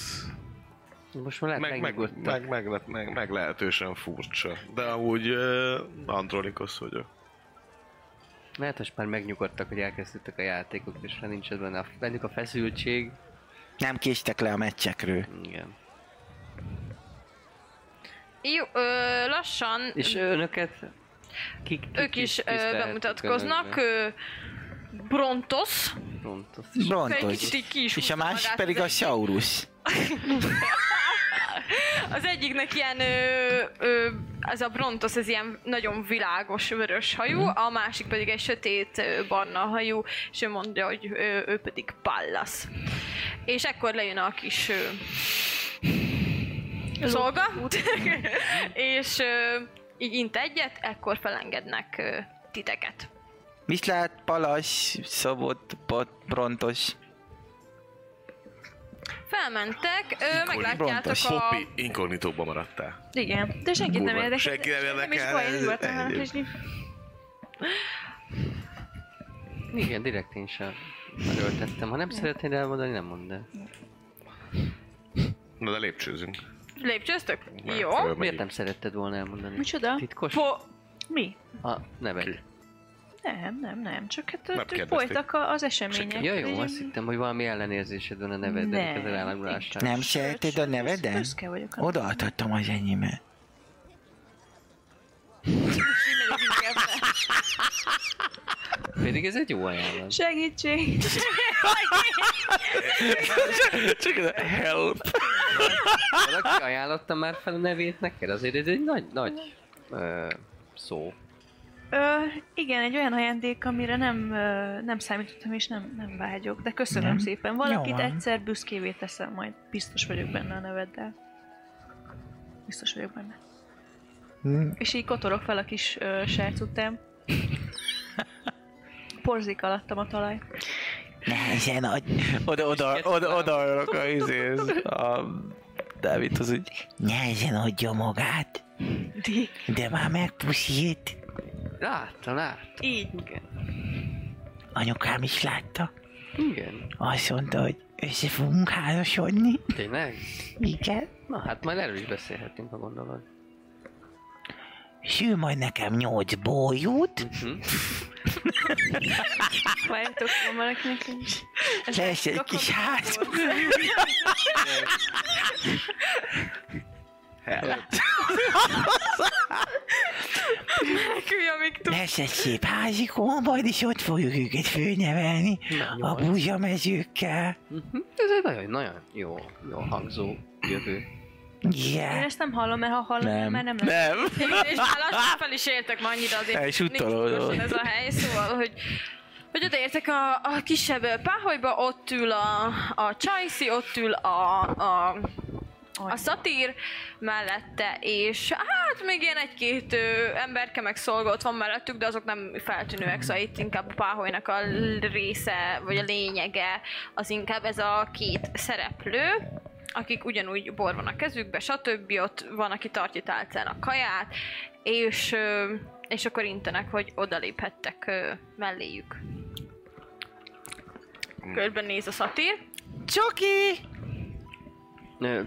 Speaker 5: Most már lehet
Speaker 4: meg, meg,
Speaker 5: Hát megnyugodtak.
Speaker 4: meg, meg, meg, meg, meglehetősen furcsa. De amúgy uh, Andronikos vagyok.
Speaker 5: Lehet, most már megnyugodtak, hogy elkezdődtek a játékok, és már nincs benne a, bennük a feszültség.
Speaker 3: Nem késtek le a meccsekről.
Speaker 5: Igen.
Speaker 2: Jó, ö, lassan
Speaker 5: És önöket? Kik, kik
Speaker 2: ők is ö,
Speaker 5: tisztelhetjük
Speaker 2: bemutatkoznak.
Speaker 5: önöknek?
Speaker 2: Ö, Brontos.
Speaker 5: Brontos.
Speaker 2: Egy
Speaker 3: Brontos.
Speaker 2: kicsit így ki is
Speaker 3: És a
Speaker 2: húzta
Speaker 3: másik
Speaker 2: magát.
Speaker 3: pedig a Saurus.
Speaker 2: Az egyiknek ilyen, ö, ö, ez a Brontos, ez ilyen nagyon világos vörös hajú,
Speaker 6: Mhm.
Speaker 2: a másik pedig egy sötét ö, barna hajú, és ő mondja, hogy ö, ő pedig Pallas. És ekkor lejön a kis ö, szolga,
Speaker 6: Mhm.
Speaker 2: és ö, így int egyet, ekkor felengednek ö, titeket.
Speaker 3: Viszlát, Palas, Szobot, Bot, Brontos.
Speaker 2: Felmentek, ö, meglátjátok
Speaker 3: Brontos.
Speaker 2: a...
Speaker 4: Poppy, inkognitóban maradtál.
Speaker 6: Igen, de senkit nem
Speaker 4: Kurva,
Speaker 6: érdekel.
Speaker 4: senki nem
Speaker 6: Nem is
Speaker 4: érdekel,
Speaker 6: baj,
Speaker 4: ez-
Speaker 6: én voltam
Speaker 4: ez-
Speaker 6: elkezdeni.
Speaker 5: Igen, direkt én sem erőltettem. Ha nem szeretnéd elmondani, nem mondd el.
Speaker 4: Na de lépcsőzünk.
Speaker 2: Lépcsőztök?
Speaker 4: Már
Speaker 2: Jó.
Speaker 4: fölmegyünk.
Speaker 5: Miért nem szeretted volna elmondani?
Speaker 6: Micsoda?
Speaker 5: Titkos?
Speaker 2: Po-
Speaker 6: Mi?
Speaker 5: A neved.
Speaker 6: Nem, nem, nem. Csak hát
Speaker 4: Nem
Speaker 6: ott
Speaker 4: kérdezték.
Speaker 6: folytak a- az események.
Speaker 5: Ja, jó,
Speaker 6: Így-
Speaker 5: azt hittem, hogy valami ellenérzésed van a nevednek
Speaker 6: Nem.
Speaker 5: az elágulásra.
Speaker 3: Nem
Speaker 6: Sőt,
Speaker 3: szereted a
Speaker 6: sőt, büsz-
Speaker 3: nevedet?
Speaker 6: Büszke vagyok. a-
Speaker 3: Odaadhattam az enyémet.
Speaker 5: Pedig ez egy jó ajánlat.
Speaker 6: Segítség!
Speaker 5: Valaki ajánlotta már fel a nevét neked? Azért ez egy nagy, nagy ö, szó.
Speaker 6: Ö, igen, egy olyan ajándék, amire nem, ö, nem számítottam és nem, nem vágyok, de köszönöm
Speaker 3: Nem.
Speaker 6: szépen. Valakit
Speaker 3: Jó van.
Speaker 6: egyszer büszkévé teszem, majd biztos vagyok benne a neveddel. Biztos vagyok benne.
Speaker 3: Hm,
Speaker 6: És így kotorok fel a kis ö, srác után. Porzik alattam a talajt.
Speaker 3: Nehezen adj. Oda, oda, oda, oda, arra a izéhez. A Dávid az úgy. Nehezen adja magát. De már megpuszít.
Speaker 5: Láttam, láttam.
Speaker 6: Így.
Speaker 3: Anyukám is látta.
Speaker 5: Igen.
Speaker 3: Azt mondta, hogy össze fogunk házasodni.
Speaker 5: Tényleg?
Speaker 3: Igen.
Speaker 5: Na hát majd erről is beszélhetünk, ha gondolod.
Speaker 3: És ő majd nekem nyolc bójút,
Speaker 5: Uh-huh.
Speaker 6: Várjátok, van valakinek nincs.
Speaker 3: lesz egy kis ház.
Speaker 2: Elkülj, amíg tud.
Speaker 3: Lesz egy szép házikó, majd is ott fogjuk őket főnevelni. A búzsamezőkkel.
Speaker 5: Uh-huh. Ez egy nagyon, nagyon jó, jó hangzó jövő.
Speaker 6: Én
Speaker 3: Igen.
Speaker 6: ezt nem hallom, mert ha hallom, nem. már nem lesz.
Speaker 3: Nem.
Speaker 2: és már lassan fel is értek már annyira azért.
Speaker 3: El is
Speaker 2: nincs
Speaker 3: utolódott.
Speaker 2: gyorsan ez a hely, szóval, hogy hogy odaértek a, a kisebb ö, páholyba, ott ül a, a Csajci, ott ül a, a, a szatír mellette, és hát még ilyen egy-két ö, emberke meg szolga ott van mellettük, de azok nem feltűnőek, szóval itt inkább a páholynak a l- része, vagy a lényege, az inkább ez a két szereplő akik ugyanúgy bor van a kezükbe, stb. Ott van, aki tartja tálcán a kaját, és, ö, és akkor intenek, hogy odaléphettek ö, melléjük. Körben néz a szatír.
Speaker 3: Csoki!
Speaker 5: Ö,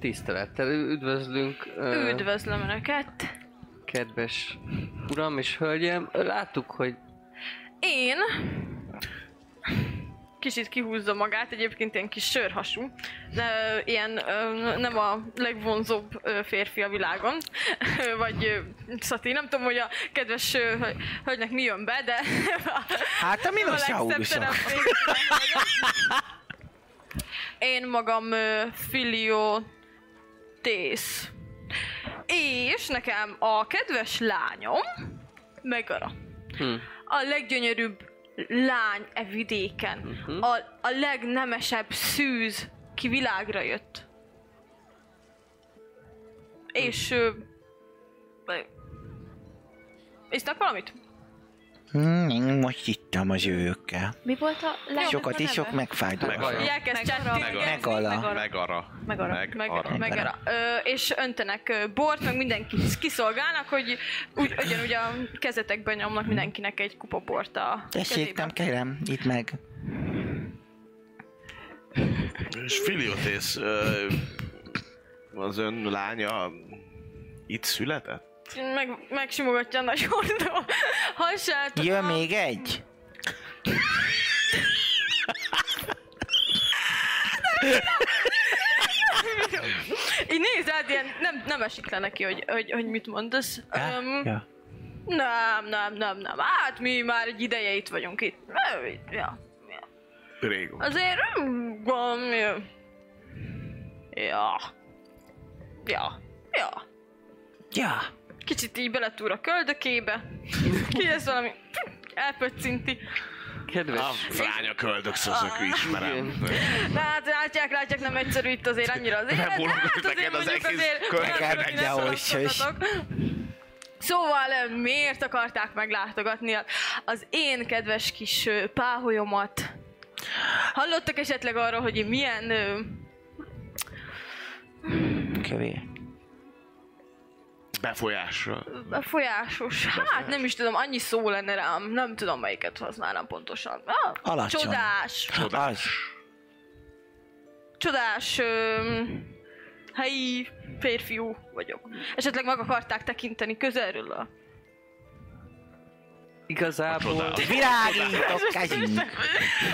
Speaker 5: Tisztelettel ü- üdvözlünk, ö,
Speaker 2: Üdvözlöm Önöket!
Speaker 5: kedves uram és hölgyem. Ö, Láttuk, hogy
Speaker 2: Én... Kicsit kihúzza magát, egyébként ilyen kis sörhasú. De, ilyen ö, nem a legvonzóbb ö, férfi a világon. Vagy ö, Szati, nem tudom, hogy a kedves ö, hö- hölgynek mi jön be, de...
Speaker 3: Hát a minosaurusok.
Speaker 2: legszebb terem- Én magam ö, Filio Tész. És nekem a kedves lányom, Megara
Speaker 5: hm,
Speaker 2: a leggyönyörűbb lány e vidéken. A, a legnemesebb szűz, ki világra jött. És... Ö, isznak valamit?
Speaker 3: Hmm, én most ittam az őkkel.
Speaker 6: Mi volt a lány?
Speaker 3: Sokat is sok megfájdalmas.
Speaker 4: Megara.
Speaker 2: Így elkezd
Speaker 6: Megara.
Speaker 2: csettingezni.
Speaker 3: Megala.
Speaker 6: Megara.
Speaker 4: Meg arra. Meg
Speaker 6: Megara.
Speaker 4: arra.
Speaker 2: Meg arra. Ö, és öntenek ö, bort, meg mindenkit kiszolgálnak, hogy úgy, ugyanúgy a kezetekben nyomnak mindenkinek egy kupa bort a
Speaker 3: Tessék,
Speaker 2: kezébe.
Speaker 3: nem kérem, itt meg.
Speaker 4: És Filiotész, ö, az ön lánya itt született?
Speaker 2: Meg, megsimogatja a nagy hordó hasát.
Speaker 3: Jön még egy?
Speaker 2: Így nézd rád, ilyen, nem, nem esik le neki, hogy, hogy, hogy mit mondasz. Öm,
Speaker 7: Ja.
Speaker 2: nem, nem, nem, nem. Hát mi már egy ideje itt vagyunk itt. Ö, Ja.
Speaker 4: Régó.
Speaker 2: Azért... mm, gondolom, Ja. Ja. Ja. Ja.
Speaker 7: ja.
Speaker 2: Kicsit így beletúr a köldökébe. Ki ez valami... Elpöccinti.
Speaker 5: Kedves.
Speaker 4: Fránya köldök szözök,
Speaker 2: Ah.
Speaker 4: ismerem.
Speaker 2: Na hát látják, látják, nem egyszerű itt azért annyira az élet.
Speaker 4: Bebúrult
Speaker 2: Hát azért
Speaker 4: neked az
Speaker 2: mondjuk
Speaker 4: egész
Speaker 2: azért...
Speaker 4: köldök
Speaker 2: nem tudok,
Speaker 7: egy
Speaker 2: ne
Speaker 7: gyors, és-
Speaker 2: szórakoztatok. Szóval ö, miért akarták meglátogatni a- az én kedves kis ö, páholyomat? Hallottak esetleg arról, hogy én milyen eh, ö,
Speaker 7: Kövé.
Speaker 4: Befolyásra.
Speaker 2: Ah. befolyásos, hát nem is tudom, annyi szó lenne rám, nem tudom melyiket használnám pontosan. Ah,
Speaker 7: Alacsony.
Speaker 2: Csodás,
Speaker 7: Az.
Speaker 2: csodás ö, helyi férfiú vagyok. Esetleg meg akarták tekinteni közelről a
Speaker 5: Igazából...
Speaker 4: Csodálatos.
Speaker 7: Virágítok kezünk.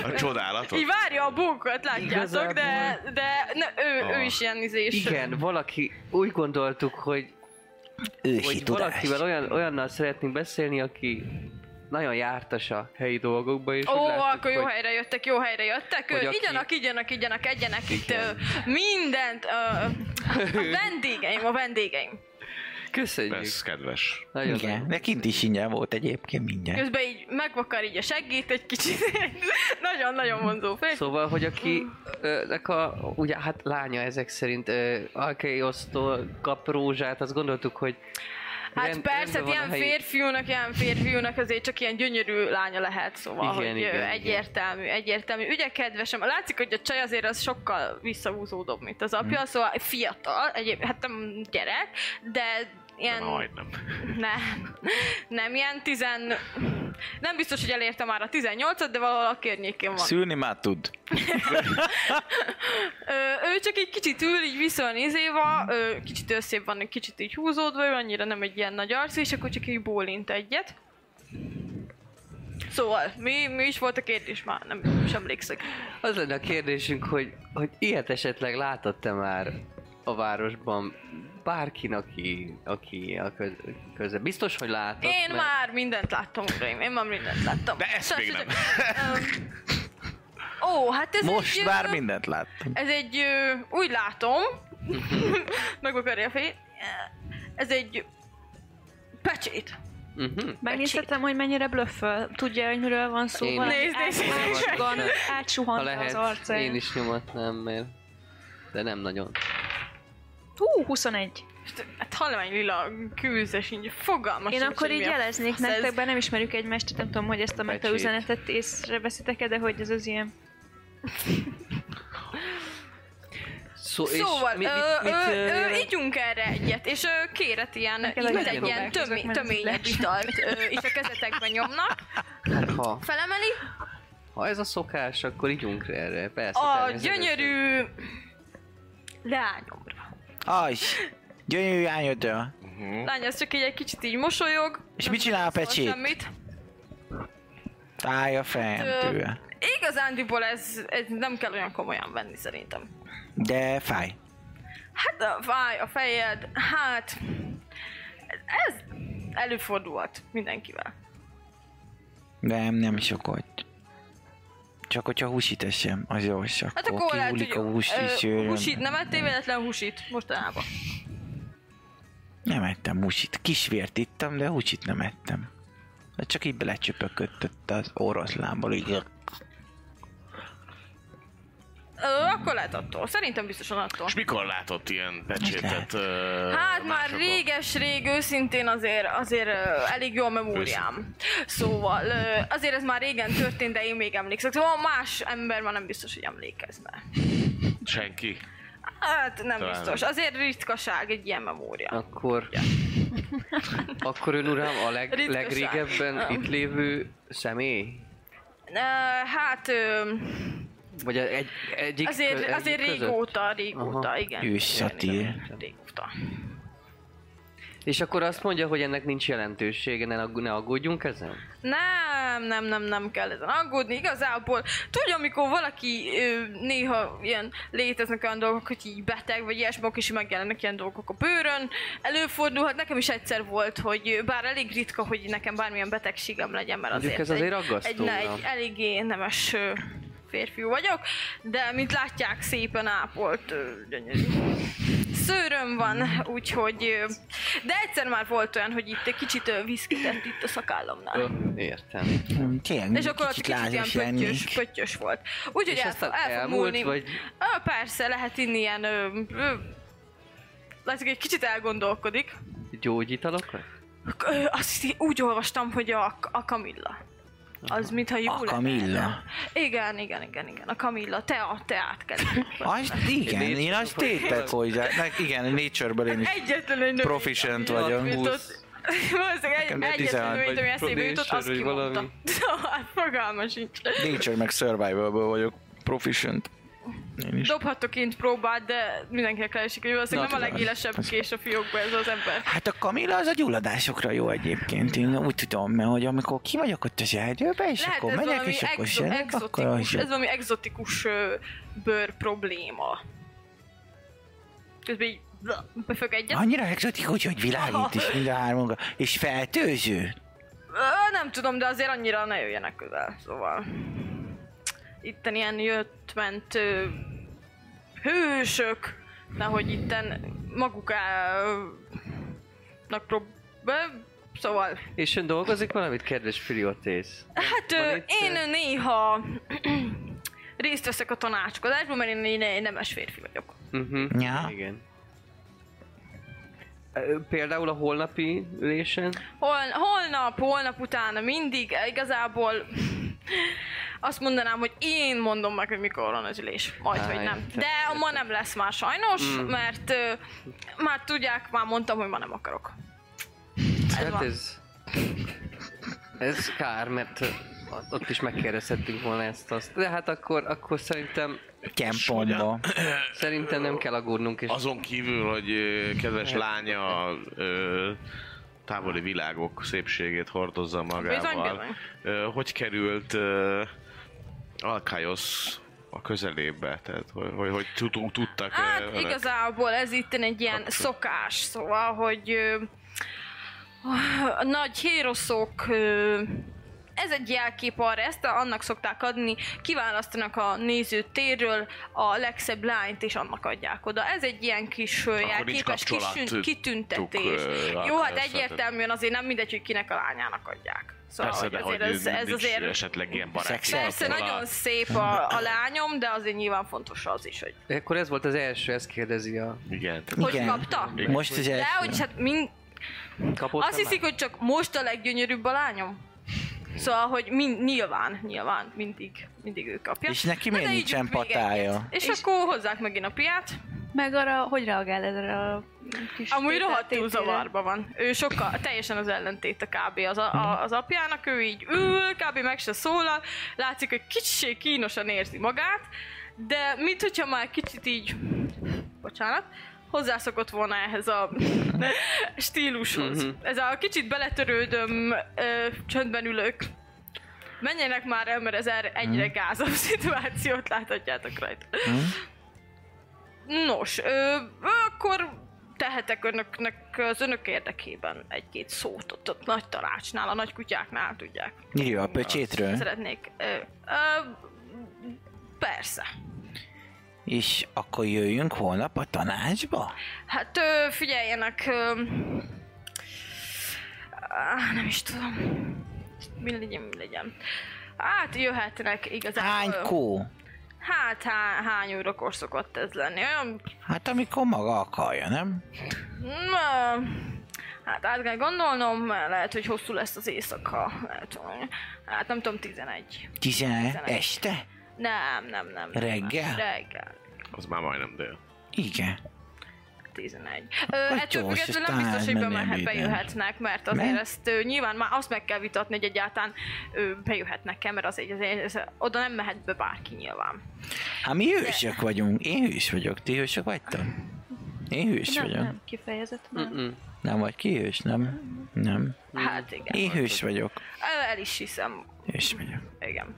Speaker 4: A csodálatos.
Speaker 2: Így várja a bunkat, látjátok,
Speaker 5: Igazából-
Speaker 2: de, de ne, ő, ő
Speaker 4: Ah.
Speaker 2: is ilyen izés.
Speaker 5: Igen, valaki úgy gondoltuk, hogy,
Speaker 7: Ősi
Speaker 5: hogy
Speaker 7: tudás.
Speaker 5: valakivel olyan, olyannal szeretnénk beszélni, aki nagyon jártas a helyi dolgokba, és
Speaker 2: Ó,
Speaker 5: úgy láttuk,
Speaker 2: akkor jó
Speaker 5: hogy
Speaker 2: helyre jöttek, jó helyre jöttek. Ő,
Speaker 5: Hogy aki-
Speaker 2: Igyanak, igyanak, igyanak, egyenek itt
Speaker 5: Igen.
Speaker 2: ö, mindent. Ö, a vendégeim, a vendégeim.
Speaker 5: köszönjük.
Speaker 4: Ez kedves.
Speaker 5: Nagyon
Speaker 7: Igen, de kint is ingyen volt egyébként mindjárt.
Speaker 2: Közben így megvakar így a seggét egy kicsit. Nagyon-nagyon vonzó férfi.
Speaker 5: Szóval, hogy aki, ö, nek a, ugye hát lánya ezek szerint ö, Alkeiosztól kap rózsát, azt gondoltuk, hogy
Speaker 2: Hát
Speaker 5: rend-
Speaker 2: persze,
Speaker 5: rendben
Speaker 2: hát
Speaker 5: van a
Speaker 2: ilyen
Speaker 5: helyi-
Speaker 2: férfiúnak, ilyen férfiúnak azért csak ilyen gyönyörű lánya lehet, szóval,
Speaker 5: Igen,
Speaker 2: hogy
Speaker 5: igen,
Speaker 2: ö,
Speaker 5: igen.
Speaker 2: egyértelmű, egyértelmű. Ugye kedvesem, látszik, hogy a csaj azért az sokkal visszahúzódóbb, mint az apja,
Speaker 5: Hmm.
Speaker 2: szóval fiatal, egyéb, hát nem gyerek, de ilyen...
Speaker 4: Majdnem.
Speaker 2: Nem, nem ilyen tizen... Nem biztos, hogy elérte már a 18-at, de valahol a környékén van.
Speaker 7: Szülni már tud.
Speaker 2: Ö, ő csak egy kicsit ül, így viszonylag izéva, ö, kicsit összébb van, egy kicsit így húzódva, ő annyira nem egy ilyen nagy arc, és akkor csak így bólint egyet. Szóval, mi, mi is volt a kérdés már? Nem, nem is emlékszek.
Speaker 5: az lenne a kérdésünk, hogy, hogy ilyet esetleg látott-e már a városban bárkin, aki, aki a köz, köze. Biztos, hogy látott.
Speaker 2: Én
Speaker 5: mert-
Speaker 2: már mindent láttam, uraim, én már mindent láttam. Szóval,
Speaker 4: De ezt még nem.
Speaker 2: Ö, Ó, hát ez
Speaker 7: Most
Speaker 2: egy,
Speaker 7: már
Speaker 2: ö,
Speaker 7: mindent láttam.
Speaker 2: Ez egy, ö, úgy látom, meg akarja a fejét, ez egy pecsét.
Speaker 5: Mhm.
Speaker 6: Megnézhetem, hogy mennyire blöfföl. Tudja, hogy miről van szó.
Speaker 5: Én-
Speaker 6: valami
Speaker 2: Nézd, nézd,
Speaker 6: át-
Speaker 2: nézd.
Speaker 6: átsugan-
Speaker 5: Ha
Speaker 6: Átsuhant az
Speaker 5: lehet,
Speaker 6: arca.
Speaker 5: én is nyomatnám, mert de nem nagyon.
Speaker 6: Hú, 21.
Speaker 2: Most, Hát halvány lila kőzes, így fogalmas.
Speaker 6: Én akkor így jeleznék nektek,
Speaker 2: be.
Speaker 6: bár nem ismerjük egymást, tehát nem tudom, hogy ezt a meta
Speaker 5: Pecsét.
Speaker 6: üzenetet észreveszitek-e, de hogy ez az ilyen...
Speaker 5: Szó,
Speaker 2: Szóval,
Speaker 5: mi-
Speaker 2: ö,
Speaker 5: mit- mit,
Speaker 2: ö,
Speaker 5: ö,
Speaker 2: ö, ígyunk erre egyet, és ö, kéret ilyen,
Speaker 6: Nekem
Speaker 2: itt
Speaker 6: legyen
Speaker 2: egy ilyen
Speaker 6: próbálkozok,
Speaker 2: tömi,
Speaker 6: mert ez
Speaker 2: töményebb
Speaker 6: így
Speaker 2: italt ö, itt a kezetekben nyomnak,
Speaker 5: hát ha,
Speaker 2: felemeli,
Speaker 5: ha ez a szokás, akkor ígyunk erre, persze.
Speaker 2: a
Speaker 5: természetesen.
Speaker 2: gyönyörű leányomra.
Speaker 7: Az. Gyönyörű lányodra.
Speaker 5: Hm.
Speaker 2: Lány, az csak így egy kicsit így mosolyog.
Speaker 7: És
Speaker 2: nem
Speaker 7: mit csinál a
Speaker 2: szól
Speaker 7: pecsét?
Speaker 2: Semmit.
Speaker 7: Táj a fejem
Speaker 2: Ö,
Speaker 7: tőle.
Speaker 2: igazándiból ez, ez nem kell olyan komolyan venni szerintem.
Speaker 7: De fáj.
Speaker 2: Hát a fáj, a fejed, hát ez előfordulhat mindenkivel.
Speaker 7: Nem, nem sokat. Csak hogyha húsit esem, az gyors,
Speaker 2: Hát
Speaker 7: akkor,
Speaker 2: akkor lehet,
Speaker 7: kihullik
Speaker 2: hogy
Speaker 7: a hús
Speaker 2: ö,
Speaker 7: is őrön.
Speaker 2: húsit nem ettél véletlen húsit mostanában.
Speaker 7: Nem ettem húsit. Kisvért ittam, de húsit nem ettem. Csak így belecsöpöködtött az oroszlámból, így.
Speaker 2: Ö, akkor lehet attól. Szerintem biztosan attól.
Speaker 4: És mikor látott ilyen pecsétet? ö,
Speaker 2: Hát már
Speaker 4: másokon?
Speaker 2: réges-rég őszintén azért, azért ö, elég jó a memóriám. Szóval ö, azért ez már régen történt, de én még emlékszek. Szóval más ember már nem biztos, hogy emlékezne.
Speaker 4: Senki.
Speaker 2: Hát nem
Speaker 4: Talán Hát-
Speaker 2: biztos. Azért ritkaság egy ilyen memória.
Speaker 5: Akkor... akkor ön uram a leg,
Speaker 2: Ritkaság.
Speaker 5: legrégebben itt lévő személy?
Speaker 2: Ö, hát ö,
Speaker 5: Vagy a- egy, egyik kö-
Speaker 2: azért,
Speaker 5: egyik
Speaker 2: azért
Speaker 5: között?
Speaker 2: régóta, régóta,
Speaker 5: Aha.
Speaker 2: igen.
Speaker 7: Ő
Speaker 2: igen,
Speaker 7: szatír.
Speaker 2: igen, Régóta.
Speaker 5: És akkor azt mondja, hogy ennek nincs jelentősége, ne, agg- ne aggódjunk ezen?
Speaker 2: Nem, nem, nem, nem kell ezen aggódni. Igazából tudja, amikor valaki ö, néha ilyen léteznek olyan dolgok, hogy így beteg vagy ilyesmi, akkor is megjelennek ilyen dolgok a bőrön. Előfordulhat, nekem is egyszer volt, hogy ö, bár elég ritka, hogy nekem bármilyen betegségem legyen, mert
Speaker 5: Mondjuk
Speaker 2: azért,
Speaker 5: ez
Speaker 2: egy,
Speaker 5: azért
Speaker 2: egy,
Speaker 5: aggasztó,
Speaker 2: ne, egy
Speaker 5: na.
Speaker 2: eléggé nemes ö, férfiú vagyok, de mint látják, szépen ápolt, ö, gyönyörű szőröm van, úgyhogy... ö, De egyszer már volt olyan, hogy itt egy kicsit ö, viszkített itt a szakállamnál.
Speaker 5: Ö, Értem.
Speaker 3: Mm,
Speaker 7: Tényleg,
Speaker 2: És akkor ott kicsit, ilyen pöttyös, pöttyös volt. Úgyhogy
Speaker 5: És
Speaker 2: el,
Speaker 5: aztán
Speaker 2: fog- el fog
Speaker 5: elmúlt,
Speaker 2: múlni.
Speaker 5: vagy-
Speaker 2: Ö, persze, lehet inni ilyen... Ö, ö, látszik, egy kicsit elgondolkodik.
Speaker 5: Gyógyitalokat?
Speaker 2: Ö, azt hi- úgy olvastam, hogy a, a Kamilla. Az, mintha jó
Speaker 7: A
Speaker 2: lenne.
Speaker 7: Kamilla.
Speaker 2: Igen, igen, igen, igen. A Kamilla, te a teát kell.
Speaker 7: Azt igen,
Speaker 5: Én
Speaker 7: én azt tétek hozzá. Ne- Igen, nature-ből én is
Speaker 2: Egyetlen egy növény,
Speaker 7: proficient
Speaker 2: ami
Speaker 7: vagyok.
Speaker 2: eszébe jutott. Valószínűleg
Speaker 7: Nekem
Speaker 2: egy, egyetlen
Speaker 7: 16
Speaker 2: növény, ami
Speaker 5: vagy
Speaker 2: eszébe jutott, azt
Speaker 5: nature, vagy valami.
Speaker 2: kimondta. Szóval fogalma sincs.
Speaker 7: nature meg survivalből vagyok proficient. Én is.
Speaker 2: Dobhattok én próbát, de mindenkinek leesik, hogy valószínűleg
Speaker 7: Na,
Speaker 2: nem a
Speaker 7: tudom.
Speaker 2: legélesebb kés a fiókba ez az ember.
Speaker 7: Hát a Kamilla az a gyulladásokra jó egyébként, én úgy tudom, mert hogy amikor ki vagyok ott az erdőben, és
Speaker 2: Lehet
Speaker 7: akkor
Speaker 2: ez
Speaker 7: megyek,
Speaker 2: valami,
Speaker 7: és akkor
Speaker 2: exo-
Speaker 7: sörök, akkor az
Speaker 2: exotikus,
Speaker 7: jó.
Speaker 2: ez valami exotikus ö, bőr probléma. Közben így bla, befög egyet.
Speaker 7: Annyira exotikus, hogy világít is mind a hármunkat, és feltőző.
Speaker 2: Ö, nem tudom, de azért annyira ne jöjjenek közel, szóval... Itten ilyen jött-ment ö, hősök, de hogy itten magukának prób... ö, Szóval...
Speaker 5: És ön dolgozik valamit, kedves Filiotész?
Speaker 2: Hát
Speaker 5: Van
Speaker 2: ö,
Speaker 5: itt,
Speaker 2: én
Speaker 5: ö,
Speaker 2: néha részt veszek a tanácskozásban, mert én, én egy nemes férfi vagyok.
Speaker 5: Mhm.
Speaker 7: Ja.
Speaker 5: Igen. Ö, Például a holnapi ülésen?
Speaker 2: Hol, holnap, holnap utána mindig, eh, igazából azt mondanám, hogy én mondom meg, hogy mikor van az ülés. Majd,
Speaker 5: Á,
Speaker 2: hogy nem.
Speaker 5: értem,
Speaker 2: De ma nem lesz már sajnos,
Speaker 5: Mm.
Speaker 2: mert ö, már tudják, már mondtam, hogy ma nem akarok. Ez
Speaker 5: hát
Speaker 2: van.
Speaker 5: ez... Ez kár, mert ö, ott is megkérdezhettünk volna ezt azt. De hát akkor, akkor szerintem,
Speaker 7: Kempontba.
Speaker 5: szerintem nem kell aggódnunk, és
Speaker 4: Azon kívül, hogy ö,
Speaker 2: Hát.
Speaker 4: kedves lánya ö, távoli világok szépségét hordozza
Speaker 2: Bizony,
Speaker 4: magával.
Speaker 2: bizony.
Speaker 4: Ö, Hogy került ö, Alkaiosz a közelébe? Tehát, hogy, hogy, hogy tudunk, tudtak ö,
Speaker 2: Hát
Speaker 4: önök?
Speaker 2: igazából ez itt egy ilyen szokás, szóval, hogy ö, a nagy héroszok, ö, ez egy jelkép arra, ezt annak szokták adni, kiválasztanak a nézőtérről a legszebb lányt, és annak adják oda. Ez egy ilyen kis ö,
Speaker 4: nincs
Speaker 2: jelkép, ez kisün-
Speaker 4: kapcsolatuk,
Speaker 2: kitüntetés.
Speaker 4: ö,
Speaker 2: Jó, hát
Speaker 4: össze-
Speaker 2: egyértelműen azért nem mindegy, hogy kinek a lányának adják. Szóval,
Speaker 4: Persze, de hogy
Speaker 2: azért ez, ez
Speaker 4: nincs
Speaker 2: azért...
Speaker 4: esetleg ilyen barát.
Speaker 7: Szex-
Speaker 2: Persze,
Speaker 4: kapcsolat.
Speaker 2: nagyon szép a, a lányom, de azért nyilván fontos az is, hogy
Speaker 5: akkor ez volt az első, ezt kérdezi a...
Speaker 4: Igen.
Speaker 2: hogy
Speaker 7: Igen.
Speaker 2: kapta.
Speaker 7: Most az
Speaker 2: De hogy
Speaker 7: első.
Speaker 2: hát mind...
Speaker 5: Kapott
Speaker 2: Azt hiszik, hogy csak most a leggyönyörűbb a lányom? Szóval, hogy mind, nyilván, nyilván, mindig, mindig ő kapja.
Speaker 7: És neki
Speaker 2: Na,
Speaker 7: miért
Speaker 2: de
Speaker 7: nincsen
Speaker 2: ígyük még
Speaker 7: patája?
Speaker 2: egyet. És, és akkor hozzák megint a piát.
Speaker 6: Meg arra, hogy reagál ezre a kis
Speaker 2: Amúgy
Speaker 6: tétel-
Speaker 2: rohadtul
Speaker 6: tétére?
Speaker 2: zavarba van. Ő sokkal, teljesen az ellentét a kb. Az, a, a, az apjának, ő így ül, kb. meg se szólal. Látszik, hogy kicsi kínosan érzi magát, de mit, hogyha már kicsit így, bocsánat, hozzászokott volna ehhez a stílushoz.
Speaker 5: Mhm.
Speaker 2: Ez a kicsit beletörődöm, ö, csöndben ülök. Menjenek már el, mert ez erre egyre gázabb szituációt láthatjátok rajta. Nos, ö, akkor tehetek önöknek az önök érdekében egy-két szót ott, ott nagy tanácsnál, a nagy kutyáknál tudják.
Speaker 7: Írja a pöcsétről.
Speaker 2: Szeretnék. Ö, ö, persze.
Speaker 7: És akkor jöjjünk holnap a tanácsba?
Speaker 2: Hát ö, figyeljenek. Ö, áh, nem is tudom. Mi legyen, mi legyen. Hát jöhetnek igazából.
Speaker 7: Hánykó?
Speaker 2: Hát há, hány órakor szokott ez lenni? Olyan
Speaker 7: Hát amikor maga akarja, nem?
Speaker 2: Na, hát át kell gondolnom, mert lehet, hogy hosszú lesz az éjszaka. Lehet, hogy- hát nem tudom, 11.
Speaker 7: 11
Speaker 2: Tizenegy.
Speaker 7: este?
Speaker 2: Nem, nem, nem. nem.
Speaker 7: Reggel?
Speaker 2: Reggel.
Speaker 4: Az már majdnem dél.
Speaker 7: Igen.
Speaker 2: 11. Ö,
Speaker 7: Akkor
Speaker 2: ettől
Speaker 7: gyors,
Speaker 2: függetlenül nem
Speaker 7: és
Speaker 2: biztos, hogy
Speaker 7: talán
Speaker 2: bemehet,
Speaker 7: menni ebédre.
Speaker 2: bejöhetnek, mert azért
Speaker 7: Mert?
Speaker 2: ezt ö, nyilván már azt meg kell vitatni, hogy egyáltalán ö, bejöhetnek-e, mert azért, azért ez, oda nem mehet be bárki nyilván.
Speaker 7: Hát mi hősök vagyunk. Én hős vagyok. Ti hősök vagytok? Én hős
Speaker 6: Nem,
Speaker 7: vagyok.
Speaker 6: nem, kifejezetten.
Speaker 5: Mm-mm.
Speaker 7: Nem vagy ki hős, nem? Nem.
Speaker 5: Hmm.
Speaker 2: Hát igen.
Speaker 7: Én hős vagyok.
Speaker 2: El, el is hiszem.
Speaker 7: Hős vagyok.
Speaker 2: Igen.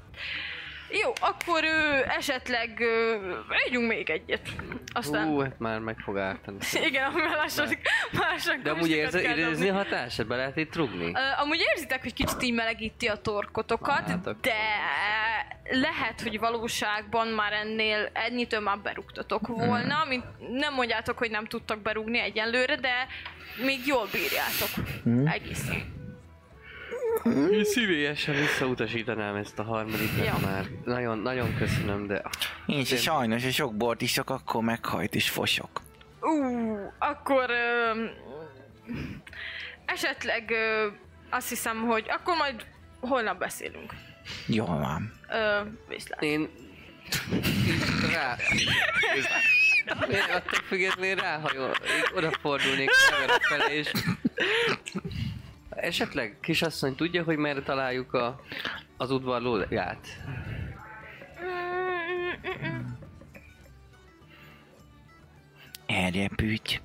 Speaker 2: Jó, akkor ö, esetleg ö, együnk még egyet. Aztán...
Speaker 5: Hú, hát már meg fog ártani.
Speaker 2: Igen, ami a második, második
Speaker 5: De amúgy
Speaker 2: kamisokat
Speaker 5: érzi,
Speaker 2: kell
Speaker 5: érezni
Speaker 2: dobni.
Speaker 5: a hatását? Be lehet itt rugni?
Speaker 2: Ö, amúgy érzitek, hogy kicsit így melegíti a torkotokat,
Speaker 5: Hát akkor-
Speaker 2: de lehet, hogy valóságban már ennél ennyitől már berúgtatok
Speaker 5: Mhm.
Speaker 2: volna, mint nem mondjátok, hogy nem tudtak berúgni egyenlőre, de még jól bírjátok
Speaker 5: Mhm.
Speaker 2: egészen.
Speaker 5: Én szívélyesen visszautasítanám ezt a harmadikat
Speaker 2: Ja.
Speaker 5: már. Nagyon, nagyon köszönöm, de...
Speaker 7: Én se
Speaker 5: Én-
Speaker 7: sajnos, ha sok bort iszok, akkor meghajt és fosok.
Speaker 2: Ú, akkor ö, esetleg ö, azt hiszem, hogy akkor majd holnap beszélünk.
Speaker 7: Jól van.
Speaker 2: Ö, viszlát.
Speaker 5: Én... Rá... Én attól függetlenül ráhajol, én odafordulnék kamera fele, és... Esetleg kisasszony tudja, hogy merre találjuk a, az udvarlóját?
Speaker 7: Elrepült.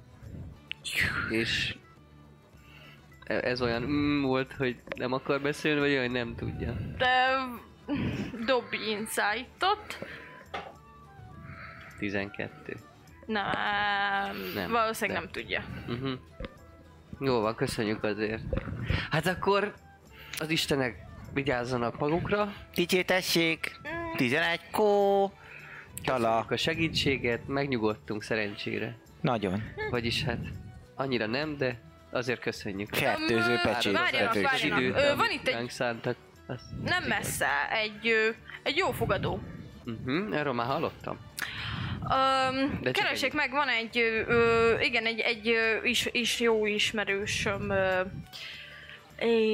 Speaker 5: És e- ez olyan mm, volt, hogy nem akar beszélni, vagy olyan, hogy nem tudja.
Speaker 2: De dobj insightot.
Speaker 5: 12.
Speaker 2: Nem,
Speaker 5: Nem,
Speaker 2: nem valószínűleg
Speaker 5: de-
Speaker 2: nem tudja.
Speaker 5: Uh-huh. Jó van, köszönjük azért. Hát akkor az Istenek vigyázzanak magukra,
Speaker 7: Ticsé, tessék! 11 kó! Tala.
Speaker 5: a segítséget, megnyugodtunk szerencsére.
Speaker 7: Nagyon.
Speaker 5: Vagyis hát annyira nem, de azért köszönjük.
Speaker 7: Fertőző
Speaker 2: Öm,
Speaker 7: pecsét.
Speaker 2: várjanak,
Speaker 7: Fertőző.
Speaker 5: Az
Speaker 2: várjanak.
Speaker 5: időt,
Speaker 2: Ö,
Speaker 5: amit
Speaker 2: van itt egy
Speaker 5: ránk szántak. Azt...
Speaker 2: nem messze egy, ö, egy jó fogadó.
Speaker 5: Uh-huh, erről már hallottam.
Speaker 2: Öm,
Speaker 5: De csak
Speaker 2: keressék
Speaker 5: egy.
Speaker 2: meg, van egy, ö, ö, igen, egy, egy ö, is, is jó ismerősöm. Ö,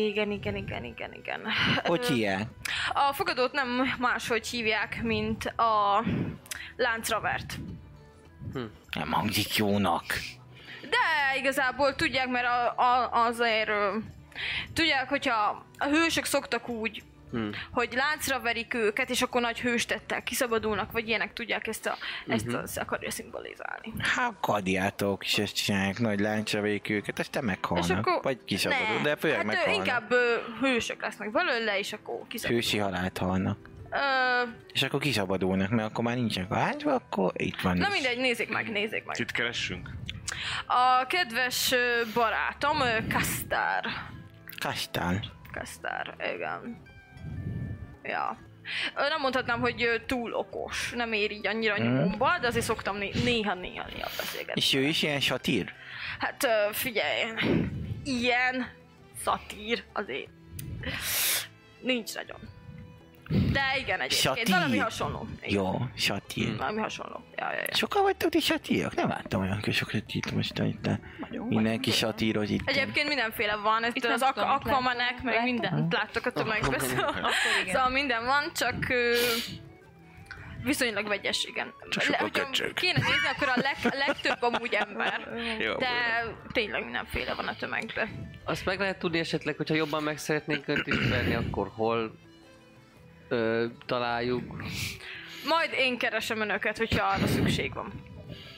Speaker 2: igen, igen, igen, igen, igen.
Speaker 7: Hogy ilyen?
Speaker 2: A fogadót nem máshogy hívják, mint a láncravert.
Speaker 7: Nem hangzik jónak.
Speaker 2: De igazából tudják, mert a, a, azért ö, tudják, hogyha a hősök szoktak úgy,
Speaker 5: Hmm.
Speaker 2: hogy láncra verik őket, és akkor nagy hőstettel kiszabadulnak, vagy ilyenek tudják ezt a, ezt
Speaker 7: Hmm.
Speaker 2: a, ezt akarja szimbolizálni.
Speaker 7: Hát kadiátok is ezt csinálják, nagy láncra végig őket, aztán meghalnak.
Speaker 2: és akkor...
Speaker 7: Vagy kisabadul,
Speaker 2: Ne.
Speaker 7: de főleg
Speaker 2: hát,
Speaker 7: meghalnak.
Speaker 2: ö, Inkább ö, hősök lesznek belőle, és akkor kiszabadul.
Speaker 7: Hősi halált halnak.
Speaker 2: Ö,
Speaker 7: És akkor kisabadulnak, mert akkor már nincsenek a ágyba, akkor itt van
Speaker 2: na
Speaker 7: is.
Speaker 2: mindegy, nézzék meg, nézzék meg.
Speaker 4: Kit keressünk?
Speaker 2: A kedves ö, barátom, ö, Kastár.
Speaker 7: Kastán.
Speaker 2: Kastár, igen. Ja. Ö, Nem mondhatnám, hogy ö, túl okos, nem ér így annyira nyomba, de azért szoktam né- néha-néha néha beszélgetni.
Speaker 7: És ő Mhm. is ilyen satír?
Speaker 2: Hát ö, figyelj, ilyen szatír azért nincs nagyon. De igen, egyébként
Speaker 7: Satír?
Speaker 2: valami hasonló. Igen,
Speaker 7: Jó, satír.
Speaker 2: Valami hasonló. Ja, ja, ja.
Speaker 7: Sokan vagytok ti satírok? Nem láttam olyan sok satírt most itt. Mindenki satíroz itt.
Speaker 2: Egyébként mindenféle van, itt,
Speaker 6: nem
Speaker 2: az ak-
Speaker 6: tudom, mit
Speaker 2: akvamanek, meg
Speaker 6: Láttam?
Speaker 2: mindent láttok a tömegbe, szóval,
Speaker 6: igen.
Speaker 2: szóval minden van, csak ö, viszonylag vegyes, igen.
Speaker 4: Csak sokkal
Speaker 2: hogyha
Speaker 4: köcsög.
Speaker 2: kéne nézni, akkor a leg- legtöbb amúgy ember,
Speaker 4: Jó,
Speaker 2: de tényleg mindenféle van a tömegbe.
Speaker 5: Azt meg lehet tudni esetleg, hogyha jobban meg szeretnénk önt ismerni, akkor hol ö, találjuk.
Speaker 2: Majd én keresem önöket, hogyha arra szükség van.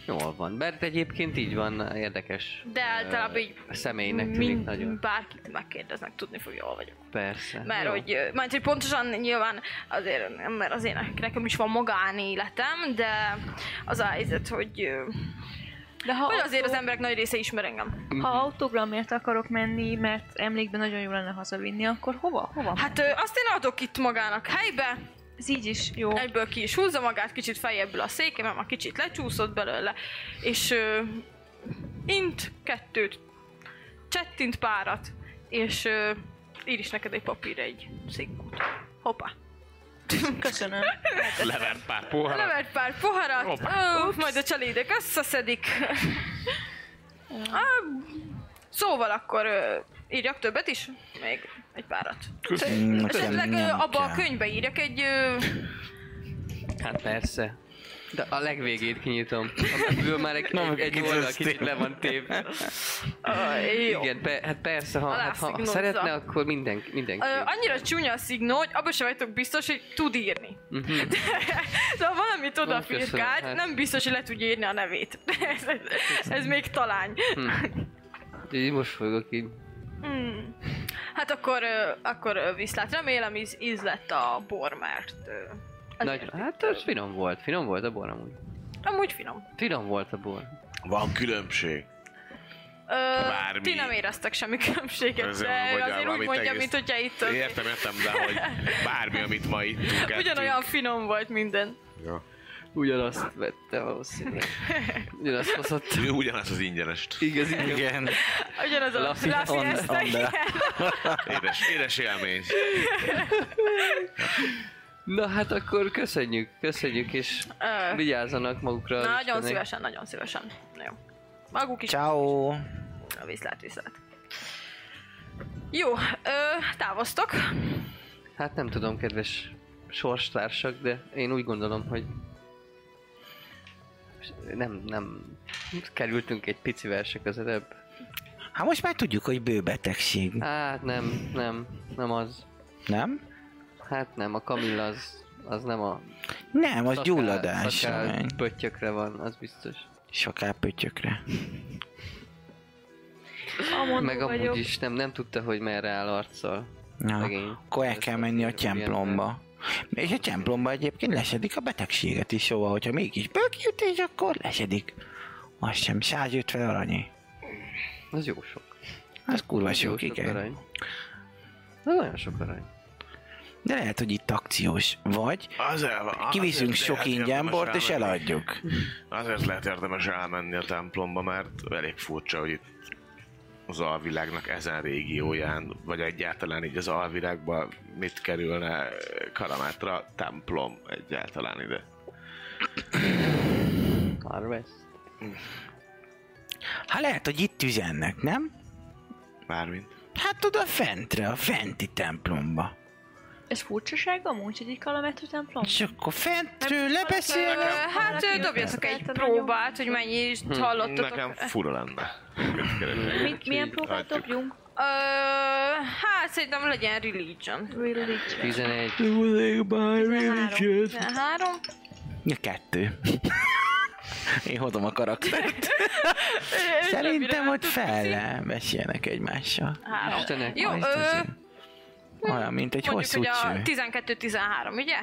Speaker 5: Jól van, mert egyébként így van érdekes.
Speaker 2: De általában így
Speaker 5: Személynek tűnik
Speaker 2: mind-
Speaker 5: nagyon.
Speaker 2: Bárkit megkérdeznek, tudni fogja, hol vagyok.
Speaker 5: Persze.
Speaker 2: Mert
Speaker 5: Jó.
Speaker 2: hogy, ö, mert hogy pontosan nyilván azért, nem, mert azért ne- nekem is van magánéletem, de az a helyzet, hogy, ö,
Speaker 6: De ha,
Speaker 2: hogy azért az
Speaker 6: autó-
Speaker 2: emberek nagy része ismer engem.
Speaker 6: ha autogramért akarok menni, mert emlékben nagyon jó lenne hazavinni, akkor hova? Hova?
Speaker 2: Hát ö, azt én adok itt magának helybe,
Speaker 6: ez így is jó.
Speaker 2: egyből ki is húzza magát, kicsit feljebbül a székem, mert már kicsit lecsúszott belőle, és ö, int kettőt, csettint párat, és ö, ír is neked egy papír egy szigmót. Hoppá.
Speaker 6: Köszönöm.
Speaker 4: Levert pár poharat.
Speaker 2: Levert pár poharat,
Speaker 4: Hoppá.
Speaker 2: ó, majd a csalédek összeszedik. Á, szóval akkor ö, írjak többet is, még egy párat. Esetleg ö, abba a könyvbe írjak egy... Ö,
Speaker 5: Hát persze. De a legvégét kinyitom. Amiből már egy, egy, egy oldal kicsit le van tépve.
Speaker 2: ö, jó.
Speaker 5: Igen, pe, hát persze, ha,
Speaker 2: Alá
Speaker 5: hát, ha, ha
Speaker 2: szignózza.
Speaker 5: szeretne, akkor minden, mindenki.
Speaker 2: Ö, annyira csúnya a szignó, hogy abban sem vagytok biztos, hogy tud írni.
Speaker 5: Mhm.
Speaker 2: Szóval valamit oda
Speaker 5: Ó, köszönöm,
Speaker 2: firkált,
Speaker 5: hát. Hm.
Speaker 2: nem biztos, hogy le tudja írni a nevét. ez, ez, ez még talány.
Speaker 5: Így mosolygok így.
Speaker 2: Mm. Hát akkor, ö, akkor ö, viszlát. Remélem íz, íz lett a bor, mert... ö, az
Speaker 5: Nagy, hát ez finom volt, finom volt a bor amúgy.
Speaker 2: Amúgy finom.
Speaker 5: Finom volt a bor.
Speaker 4: Van különbség.
Speaker 2: Ö,
Speaker 4: Bármi.
Speaker 2: ti nem éreztek semmi különbséget,
Speaker 4: Ezért
Speaker 2: de
Speaker 4: mondom,
Speaker 2: ő
Speaker 4: hogy
Speaker 2: azért úgy
Speaker 4: valamit
Speaker 2: mondja,
Speaker 4: egész-
Speaker 2: mint hogyha itt ö,
Speaker 4: Értem, értem, de hogy bármi, amit ma ittunk,
Speaker 2: ugyanolyan finom volt minden.
Speaker 5: Ugyanazt vette valószínűleg. Ugyanazt hozott.
Speaker 4: ettünk. Ő ugyanazt az ingyenest.
Speaker 5: Igaz, igaz.
Speaker 3: Igen.
Speaker 2: Ugyanaz a
Speaker 5: Lafi-
Speaker 2: Lafi
Speaker 5: on-
Speaker 2: ezt igen.
Speaker 4: Édes, édes élmény.
Speaker 5: Na hát akkor köszönjük, köszönjük és
Speaker 2: Ö,
Speaker 5: vigyázzanak magukra.
Speaker 2: Nagyon
Speaker 5: Istenek.
Speaker 2: szívesen, nagyon szívesen. Jó. Maguk is
Speaker 3: Ciao.
Speaker 2: viszlát, viszlát. Jó, ö, távoztok.
Speaker 5: Hát nem tudom, kedves sorstársak, de én úgy gondolom, hogy nem, nem kerültünk egy picivel se közelebb.
Speaker 3: Hát most már tudjuk, hogy bőbetegség,
Speaker 5: Hát nem, nem, nem az.
Speaker 3: nem?
Speaker 5: Hát nem, a Kamilla az, az nem a...
Speaker 3: Nem, az
Speaker 5: szaká-
Speaker 3: gyulladás.
Speaker 5: szaká
Speaker 3: Soká...
Speaker 5: Pöttyökre van, az biztos.
Speaker 3: Soká pöttyökre.
Speaker 6: Amondó
Speaker 5: Meg amúgy
Speaker 6: vagyok.
Speaker 5: is nem, nem tudta, hogy merre áll arccal.
Speaker 3: Na,
Speaker 5: Szegény.
Speaker 3: akkor el kell menni a
Speaker 5: Ilyen-
Speaker 3: templomba. És a templomba egyébként lesedik a betegséget is, szóval, hogyha mégis bőkjutés, akkor lesedik. Az sem, 150 aranyi.
Speaker 5: Az jó sok.
Speaker 3: Az kurva
Speaker 5: Az jó
Speaker 3: sok,
Speaker 5: sok
Speaker 3: igen.
Speaker 5: arany. Az nagyon sok arany.
Speaker 3: De lehet, hogy itt akciós vagy.
Speaker 4: Az el van. Ah, azért
Speaker 3: Kiviszünk
Speaker 4: lehet
Speaker 3: sok
Speaker 4: érdemes
Speaker 3: ingyenbort és
Speaker 4: elmenni.
Speaker 3: eladjuk.
Speaker 4: Azért lehet érdemes elmenni a templomba, mert elég furcsa, hogy itt az alvilágnak ezen régióján, vagy egyáltalán így az alvilágban mit kerülne Karamátra templom egyáltalán ide.
Speaker 5: Harvest.
Speaker 3: Hát lehet, hogy itt üzennek, nem?
Speaker 4: Mármint.
Speaker 3: Hát oda fentre, a fenti templomba.
Speaker 6: Ez furcsaság amúgy, hogy egy kalametű templom?
Speaker 3: És akkor fentről
Speaker 2: Ö,
Speaker 3: lebeszélnek.
Speaker 2: hát ö, dobjatok egy próbát, hogy mennyi is hallottatok.
Speaker 4: Hm, Nekem fura lenne. Mit keresek?
Speaker 6: Mit, milyen próbát
Speaker 4: Hagyjuk.
Speaker 6: dobjunk?
Speaker 2: Ö, hát szerintem legyen religion.
Speaker 6: Religion.
Speaker 5: 11.
Speaker 6: Tizenhárom.
Speaker 2: 13.
Speaker 3: Ja, kettő. Én hozom a karaktert. Szerintem ott fel mesélnek egymással.
Speaker 2: Három.
Speaker 5: Istenek,
Speaker 2: Jó,
Speaker 3: Azt
Speaker 2: Hát, ö,
Speaker 3: azért. Olyan, mint egy
Speaker 2: mondjuk,
Speaker 3: hosszú
Speaker 2: hogy a
Speaker 3: cső.
Speaker 2: 12-13, ugye?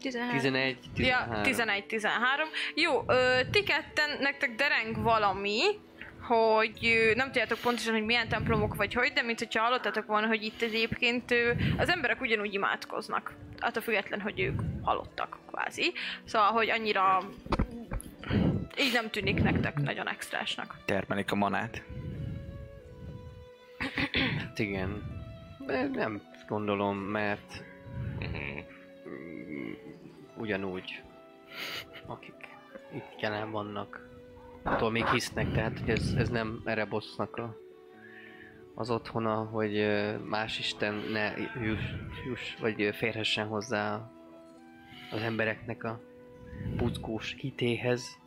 Speaker 6: 13.
Speaker 5: 11, 13.
Speaker 2: Ja, 11-13. Jó, ö, ti ketten, nektek dereng valami, hogy ö, nem tudjátok pontosan, hogy milyen templomok vagy hogy, de mint hogyha hallottatok volna, hogy itt egyébként ö, az emberek ugyanúgy imádkoznak. Attól független, hogy ők halottak, kvázi. Szóval, hogy annyira így nem tűnik nektek nagyon extrásnak.
Speaker 3: Termelik a manát.
Speaker 5: Hát igen. De nem gondolom, mert mm, ugyanúgy, akik itt jelen vannak, attól még hisznek, tehát hogy ez, ez nem erre bossznak a, az otthona, hogy ö, más Isten ne juss, juss vagy ö, férhessen hozzá az embereknek a buckós hitéhez.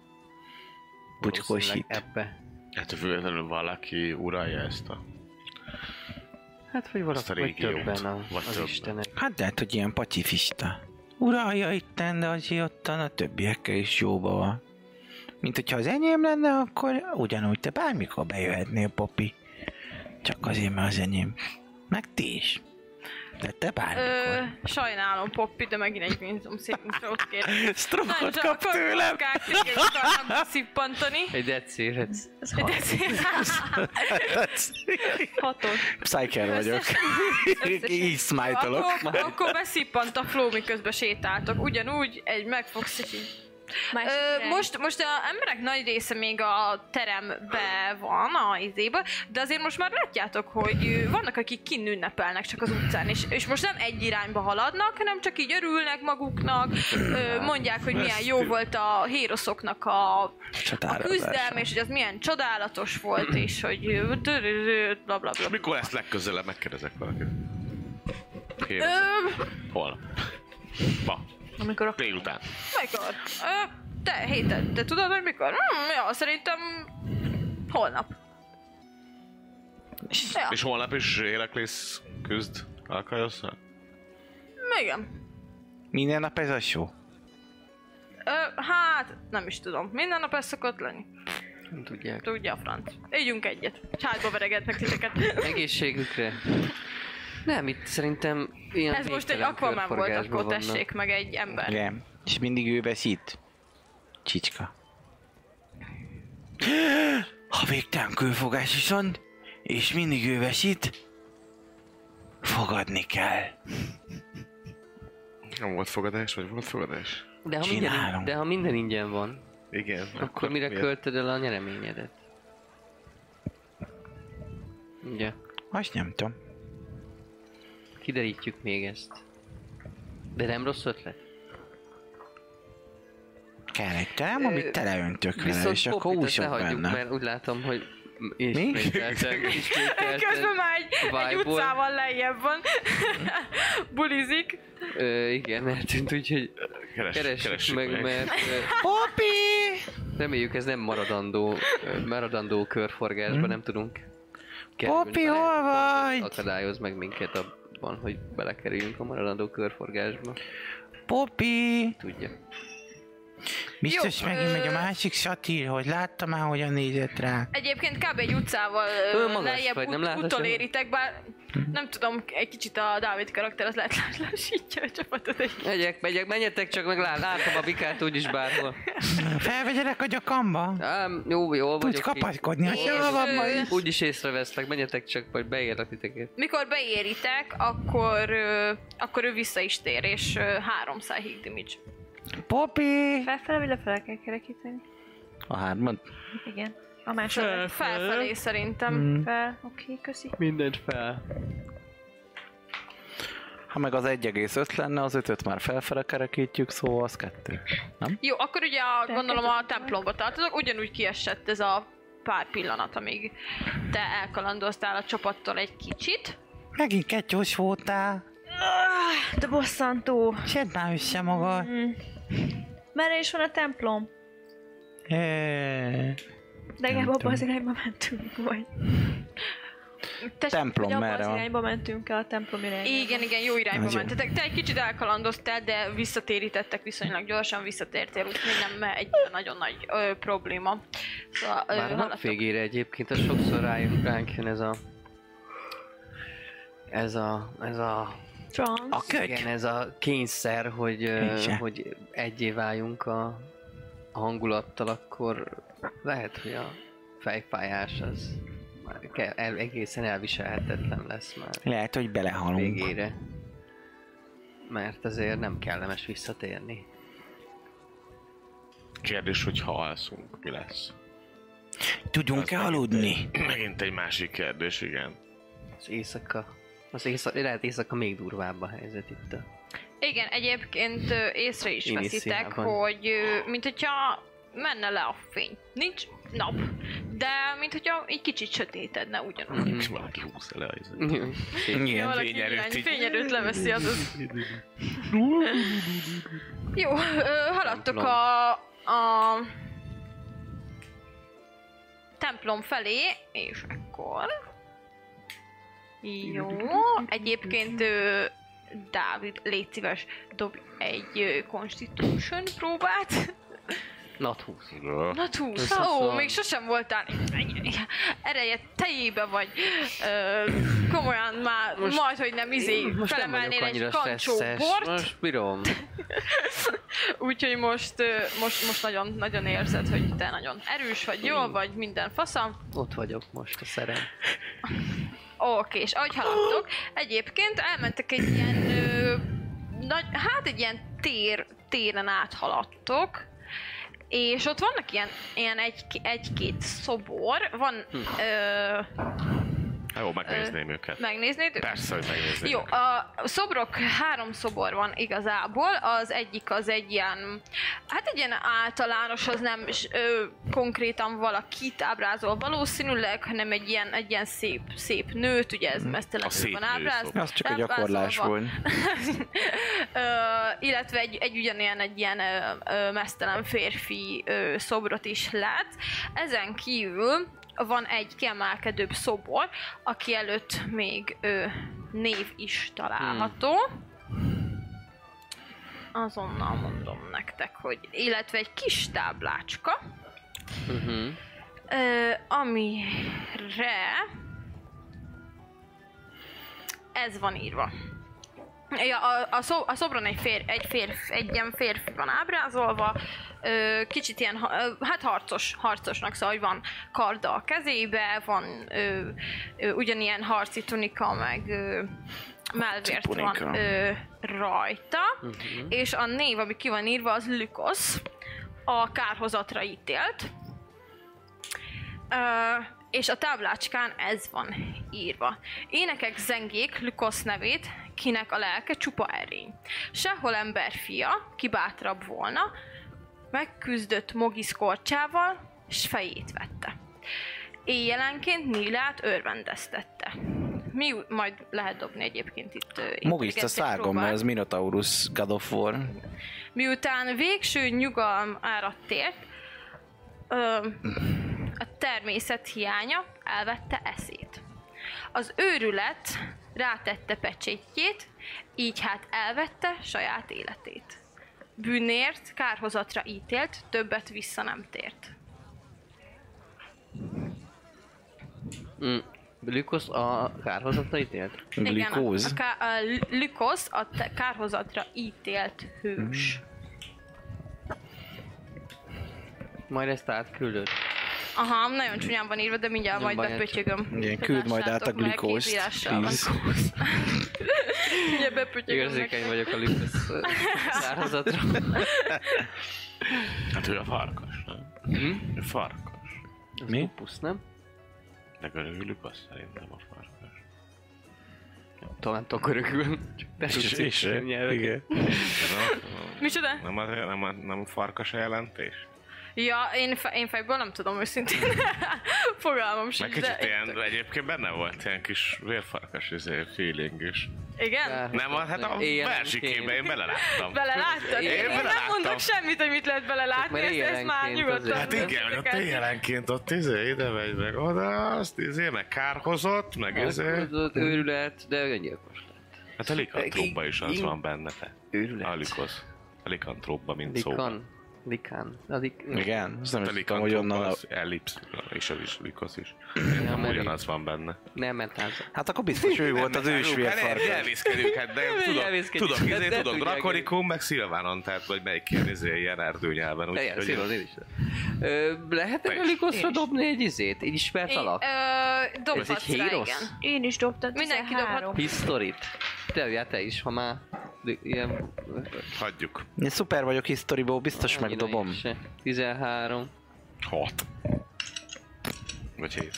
Speaker 3: Buckós hit.
Speaker 5: Valószínűleg Ebbe.
Speaker 4: Hát függetlenül valaki uralja ezt a...
Speaker 5: Hát, vagy valaki,
Speaker 4: Azt a
Speaker 5: vagy
Speaker 4: régiót,
Speaker 5: többen a,
Speaker 4: vagy
Speaker 5: az
Speaker 4: többen.
Speaker 5: Istenek.
Speaker 3: Hát de hát, hogy ilyen pacifista. Uralja itten, de az ottan a többiekkel is jóba van. Mint hogyha az enyém lenne, akkor ugyanúgy te bármikor bejöhetnél, Popi. Csak azért, mert az enyém. Meg ti is. De te
Speaker 2: Ö,
Speaker 3: bármikor.
Speaker 2: sajnálom, Poppy, de megint egy minzom szétmunkrót kérek.
Speaker 3: Strokot
Speaker 2: csak
Speaker 3: kap
Speaker 2: akkor
Speaker 3: tőlem!
Speaker 2: Kukák, téged akarnak szippantani.
Speaker 5: Egy decél, hát egy
Speaker 3: Hát,
Speaker 6: Hatos.
Speaker 3: Psyker vagyok. Így smite-olok.
Speaker 2: Akkor, akkor beszippant a flow, miközben sétáltok. Ugyanúgy egy megfogsz, és így.
Speaker 6: Másik
Speaker 2: Ö,
Speaker 6: irány.
Speaker 2: most, most a emberek nagy része még a terembe van, a izébe, de azért most már látjátok, hogy ö, vannak, akik kinn ünnepelnek csak az utcán, és, és most nem egy irányba haladnak, hanem csak így örülnek maguknak, ö, mondják, hogy milyen jó volt a héroszoknak a a
Speaker 3: Csatára.
Speaker 2: küzdelm, és hogy az milyen csodálatos volt, és hogy ö, dörörő, bla bla bla.
Speaker 4: Mikor lesz legközelebb megkérdezek valakit? Kérdezek.
Speaker 2: Ö,
Speaker 4: Hol? Ma.
Speaker 6: Amikor a
Speaker 4: Délután.
Speaker 2: Mikor? Ö, te, héten, te tudod, hogy mikor? Hmm, ja, szerintem holnap. Ja,
Speaker 4: És holnap is Héraklész küzd Alkajosszal?
Speaker 2: igen.
Speaker 3: Minden nap ez a show.
Speaker 2: Ö, hát, nem is tudom. Minden nap ez szokott lenni.
Speaker 5: Nem tudják.
Speaker 2: Tudja a franc. Égyünk egyet. Csátba veregetnek titeket.
Speaker 5: Egészségükre. Nem, itt szerintem ilyen
Speaker 2: Ez most egy
Speaker 5: végtelen
Speaker 2: akvamán volt,
Speaker 5: körforgásba
Speaker 2: akkor
Speaker 5: vannak.
Speaker 2: tessék meg egy ember.
Speaker 7: Igen. És mindig ő veszít. Csicska.
Speaker 3: Ha végtelen külfogás viszont, és mindig ő veszít, fogadni kell.
Speaker 4: Nem volt fogadás, vagy volt fogadás?
Speaker 5: De ha, minden,
Speaker 3: Csinálom.
Speaker 5: de ha minden ingyen van,
Speaker 4: Igen.
Speaker 5: akkor mire
Speaker 4: miért?
Speaker 5: költöd el a nyereményedet? Ugye,
Speaker 7: Azt nem tudom.
Speaker 5: kiderítjük még ezt. De nem rossz ötlet?
Speaker 7: Kell egy terem, amit
Speaker 5: Ö,
Speaker 7: teleöntök vele,
Speaker 5: Viszont
Speaker 7: és akkor
Speaker 5: Popit azt ne
Speaker 7: úszok
Speaker 5: hagyjuk,
Speaker 7: benne.
Speaker 5: mert úgy látom, hogy ismételten,
Speaker 2: Közben
Speaker 5: ismételten,
Speaker 2: már egy, egy
Speaker 5: Vibe-ból.
Speaker 2: utcával lejjebb van.
Speaker 7: Mhm.
Speaker 2: Bulizik.
Speaker 5: ö, igen, eltűnt, úgyhogy
Speaker 4: Keres,
Speaker 5: keressük meg, mert ö,
Speaker 7: Popi!
Speaker 5: reméljük ez nem maradandó, ö, maradandó körforgásba, nem tudunk kerülni.
Speaker 7: Popi,
Speaker 5: Lehet,
Speaker 7: Hmm? hol
Speaker 5: pont ez
Speaker 7: vagy?
Speaker 5: Akadályoz meg minket abban, hogy belekerüljünk a maradandó körforgásba.
Speaker 7: Popi!
Speaker 5: Tudja.
Speaker 7: Biztos
Speaker 2: Jó,
Speaker 7: megint
Speaker 2: ö-
Speaker 7: megy a másik satír, hogy látta már, hogyan nézett rá.
Speaker 2: Egyébként kb. egy utcával
Speaker 5: Ö,
Speaker 2: ö,
Speaker 5: magas
Speaker 2: lejjebb
Speaker 5: vagy,
Speaker 2: vagy,
Speaker 5: nem Mhm.
Speaker 2: nem
Speaker 5: látod
Speaker 2: utoléritek, bár nem tudom, egy kicsit a Dávid karakter az lehet lassítja a csapatot egy
Speaker 5: Megyek, megyek, menjetek csak meg, lát, látom a bikát úgyis bárhol.
Speaker 7: Felvegyelek a gyakamba?
Speaker 5: Ám, jó, jó vagyok.
Speaker 7: Tudsz
Speaker 5: így.
Speaker 7: kapaszkodni, hogy
Speaker 2: És,
Speaker 7: jól van
Speaker 2: ö,
Speaker 7: ma is.
Speaker 5: Úgyis észreveszlek, menjetek csak, vagy beérlek titeket.
Speaker 2: Mikor beéritek, akkor, ö, akkor ő vissza is tér, és ö, 300 hit damage.
Speaker 7: Popi!
Speaker 6: Felfele vagy lefele kell kerekíteni?
Speaker 7: A hármat?
Speaker 6: Igen. A második.
Speaker 2: Felfelé szerintem.
Speaker 6: Fel. Oké, okay, köszi.
Speaker 5: Mindent fel.
Speaker 7: Ha meg az 1,5 lenne, az 5 már felfele kerekítjük, szóval az kettő.
Speaker 2: Jó, akkor ugye a,
Speaker 6: De
Speaker 2: gondolom a
Speaker 6: kezdjük.
Speaker 2: templomba tartozok, ugyanúgy kiesett ez a pár pillanat, amíg te elkalandoztál a csapattól egy kicsit.
Speaker 7: Megint kettős voltál,
Speaker 6: De bosszantó.
Speaker 7: sedd már össze magad.
Speaker 6: Mm. Merre is van a templom?
Speaker 7: Jé.
Speaker 6: De legalább abba
Speaker 7: tudom.
Speaker 6: az irányba mentünk, vagy.
Speaker 2: Te
Speaker 7: Templom
Speaker 6: Vagy abba
Speaker 7: merre
Speaker 6: az
Speaker 7: van?
Speaker 6: irányba mentünk el a templom irányba.
Speaker 2: Igen, igen, jó irányba
Speaker 7: Az jó.
Speaker 2: mentetek. Te egy kicsit elkalandoztál, de visszatérítettek viszonylag gyorsan, visszatértél, úgyhogy nem egy nagyon nagy ö, probléma. Szóval, ö,
Speaker 5: Már a nap
Speaker 2: haladtok.
Speaker 5: végére egyébként, az sokszor rájön, ránk jön ez a... Ez a... Ez a...
Speaker 6: Trans.
Speaker 7: A köty!
Speaker 5: Igen, ez a kényszer, hogy,
Speaker 7: Én
Speaker 5: ö,
Speaker 7: se.
Speaker 5: hogy egyé váljunk a, a hangulattal, akkor lehet, hogy a fejfájás az már ke- el, egészen elviselhetetlen lesz már
Speaker 7: Lehet, hogy belehalunk.
Speaker 5: végére. Mert azért nem kellemes visszatérni.
Speaker 4: Kérdés, hogy ha alszunk, mi lesz?
Speaker 7: Tudunk-e
Speaker 4: Az
Speaker 7: aludni?
Speaker 4: Megint egy másik kérdés, igen.
Speaker 5: Az éjszaka... Az éjszaka, lehet éjszaka még durvább a helyzet itt a
Speaker 2: Igen, egyébként ö, észre is
Speaker 5: Én is
Speaker 2: veszitek,
Speaker 5: színházban.
Speaker 2: hogy ö, mint hogyha menne le a fény. Nincs nap, de mint hogyha egy kicsit sötétedne
Speaker 5: Mhm.
Speaker 2: ugyanúgy.
Speaker 4: És valaki húz le az
Speaker 2: Ja,
Speaker 7: Igen.
Speaker 2: valaki
Speaker 4: fényerőt
Speaker 2: irány-
Speaker 4: így.
Speaker 2: fényerőt leveszi, az az. Jó, ö, haladtok
Speaker 5: Templom.
Speaker 2: a, a templom felé, és akkor... Jó, egyébként ö, Dávid, légy szíves, dobj egy ö, Constitution próbát.
Speaker 5: Nat 20.
Speaker 2: Na túsz,
Speaker 5: Ez
Speaker 2: ó,
Speaker 5: az a-
Speaker 2: még sosem voltál. Ereje tejébe vagy. Ö, komolyan már,
Speaker 5: Most-
Speaker 2: majd, hogy nem izé, felemelnél egy kancsó bort.
Speaker 5: Most bírom.
Speaker 2: Úgyhogy most, ö, most, most nagyon, nagyon érzed, hogy te nagyon erős vagy, jól vagy, minden faszam.
Speaker 5: Ott vagyok most a szerem.
Speaker 2: Oké, és ahogy haladtok, egyébként elmentek egy ilyen, ö, nagy, hát egy ilyen tér, téren áthaladtok, és ott vannak ilyen, ilyen egy, egy-két szobor, van,
Speaker 5: Hm.
Speaker 2: ö,
Speaker 4: Hát jó, megnézném őket.
Speaker 2: megnéznéd?
Speaker 4: Persze, hogy megnézném.
Speaker 2: Jó, a szobrok, három szobor van igazából, az egyik az egy ilyen, hát egy ilyen általános, az nem s- ö, konkrétan valakit ábrázol valószínűleg, hanem egy ilyen, egy ilyen szép, szép nőt, ugye ez
Speaker 4: Mhm. A
Speaker 2: mesztelenül
Speaker 4: szép
Speaker 2: van
Speaker 4: nő
Speaker 2: ábráz,
Speaker 4: szobor.
Speaker 7: Az csak a gyakorlás
Speaker 2: ábrázolva.
Speaker 7: volt.
Speaker 2: Ö, illetve egy, egy ugyanilyen egy ilyen ö, ö, mesztelen férfi ö, szobrot is lát. Ezen kívül van egy kiemelkedőbb szobor, aki előtt még ö, név is található. Azonnal mondom nektek, hogy illetve egy kis táblácska.
Speaker 5: Uh-huh.
Speaker 2: Ö, amire... Ez van írva. Ja, a, a, szó, a szobron egy, fér, egy, fér, egy ilyen férfi van ábrázolva, ö, kicsit ilyen, ha- ö, hát harcos, harcosnak, szóval hogy van karda a kezébe, van ö, ö, ugyanilyen harci tunika, meg ö, melvért van ö, rajta, uh-huh. és a név, ami ki van írva, az Lükosz, a kárhozatra ítélt. Ö, és a táblácskán ez van írva. Énekek zengék Lukosz nevét, kinek a lelke csupa erény. Sehol ember fia, ki bátrabb volna, megküzdött Mogis korcsával, s fejét vette. Éjjelenként Nílát örvendeztette. Mi majd lehet dobni egyébként itt ö,
Speaker 3: Mogiszt a
Speaker 2: intelligencia
Speaker 3: szágom,
Speaker 2: próbált.
Speaker 3: mert az Minotaurus God of War.
Speaker 2: Miután végső nyugalmára tért, ö, a természet hiánya elvette eszét. Az őrület rátette pecsétjét, így hát elvette saját életét. Bűnért, kárhozatra ítélt, többet vissza nem tért.
Speaker 5: Mm. Lükosz a kárhozatra ítélt?
Speaker 2: Glükóz?
Speaker 3: Glükóz.
Speaker 2: Igen, a, a, ká- a Lükosz a te- kárhozatra ítélt hős.
Speaker 5: Majd ezt átküldöd.
Speaker 2: Aha, nagyon csúnyán van írva, de mindjárt
Speaker 5: Nem
Speaker 2: majd
Speaker 5: baj,
Speaker 2: bepötyögöm.
Speaker 3: Igen,
Speaker 2: Hogy
Speaker 3: küld majd
Speaker 2: lássátok,
Speaker 3: át a
Speaker 2: mert
Speaker 3: glükózt,
Speaker 2: kézírással van.
Speaker 3: please.
Speaker 2: Mindjárt bepötyögöm
Speaker 5: Érzékeny
Speaker 2: nektek.
Speaker 5: vagyok a Lükosz ö, kárhozatra.
Speaker 4: Hát ő a farkas, nem?
Speaker 5: Hm?
Speaker 4: Ő farkas.
Speaker 5: Az
Speaker 3: Mi?
Speaker 5: Pusz, nem?
Speaker 4: De görögülük azt szerintem a farkas.
Speaker 5: Talán tudok örökül. De
Speaker 4: és-
Speaker 5: eh? Igen.
Speaker 4: Ez a-
Speaker 2: Micsoda?
Speaker 4: Nem, a, nem, a, nem farkas a jelentés?
Speaker 2: Ja, én, fe, én fejből nem tudom őszintén. Fogalmam
Speaker 4: Meg
Speaker 2: sincs, de...
Speaker 4: kicsit ilyen, egyébként benne volt ilyen kis vérfarkas izé, feeling is.
Speaker 2: Igen?
Speaker 4: Nem, a- hát a
Speaker 5: Éjjelenként.
Speaker 4: versikében én beleláttam.
Speaker 2: Beleláttad?
Speaker 5: Én
Speaker 2: Én, én nem
Speaker 4: beleláttam.
Speaker 2: mondok semmit, hogy mit lehet belelátni,
Speaker 5: Csak már
Speaker 2: ezt, ezt már
Speaker 5: éjjelenként
Speaker 2: nyugodtan.
Speaker 5: azért.
Speaker 4: Hát
Speaker 5: Nem
Speaker 4: igen, meg a
Speaker 2: tudjátok el.
Speaker 4: télenként ott izé, ide megy meg oda, azt izé, meg kárhozott, meg
Speaker 5: Hát-
Speaker 4: izé.
Speaker 5: Őrület, de öngyilkos lett.
Speaker 4: Hát a likantróba is az
Speaker 5: Igen.
Speaker 4: van benne, te. A
Speaker 5: Őrület.
Speaker 4: likosz. A likantróba, mint szó.
Speaker 5: Likan. Likán. Az ik...
Speaker 3: Igen, azt nem
Speaker 4: A
Speaker 3: is tudtam, hogy
Speaker 4: likantróba
Speaker 3: onnan... a-
Speaker 4: az ellipsz, és az is likosz is.
Speaker 5: Nem,
Speaker 4: Nem
Speaker 5: mert-
Speaker 4: ugyanaz van benne.
Speaker 5: Nem ment háza.
Speaker 3: Hát akkor biztos ő volt az ős
Speaker 4: El-
Speaker 3: vérfarkas.
Speaker 4: Elviszkedünk, hát de
Speaker 5: Nem,
Speaker 4: tudok,
Speaker 5: elviszkedünk.
Speaker 4: tudok,
Speaker 5: De-
Speaker 4: izé,
Speaker 5: de
Speaker 4: tudok,
Speaker 5: tudják.
Speaker 4: Drakonikum, meg Szilvánon, tehát vagy melyik ilyen izé, ilyen erdőnyelven.
Speaker 5: De ilyen,
Speaker 4: úgyhogy-
Speaker 5: szívod, én is. Ö, lehet
Speaker 4: Te
Speaker 5: -e
Speaker 4: is.
Speaker 5: Lükoszra dobni egy izét? Egy ismert
Speaker 2: Én,
Speaker 5: alak?
Speaker 2: ö,
Speaker 5: Ez egy
Speaker 2: dobhatsz rá,
Speaker 5: hérosz?
Speaker 2: igen.
Speaker 6: Én is dobtam
Speaker 2: Mindenki
Speaker 6: 13.
Speaker 2: dobhat.
Speaker 5: Historit. Te, ja, te is, ha már de ilyen...
Speaker 4: Hagyjuk.
Speaker 3: Én szuper vagyok hisztoriból, biztos
Speaker 5: annyira
Speaker 3: megdobom.
Speaker 5: én se. 13.
Speaker 4: Hat. Vagy hét.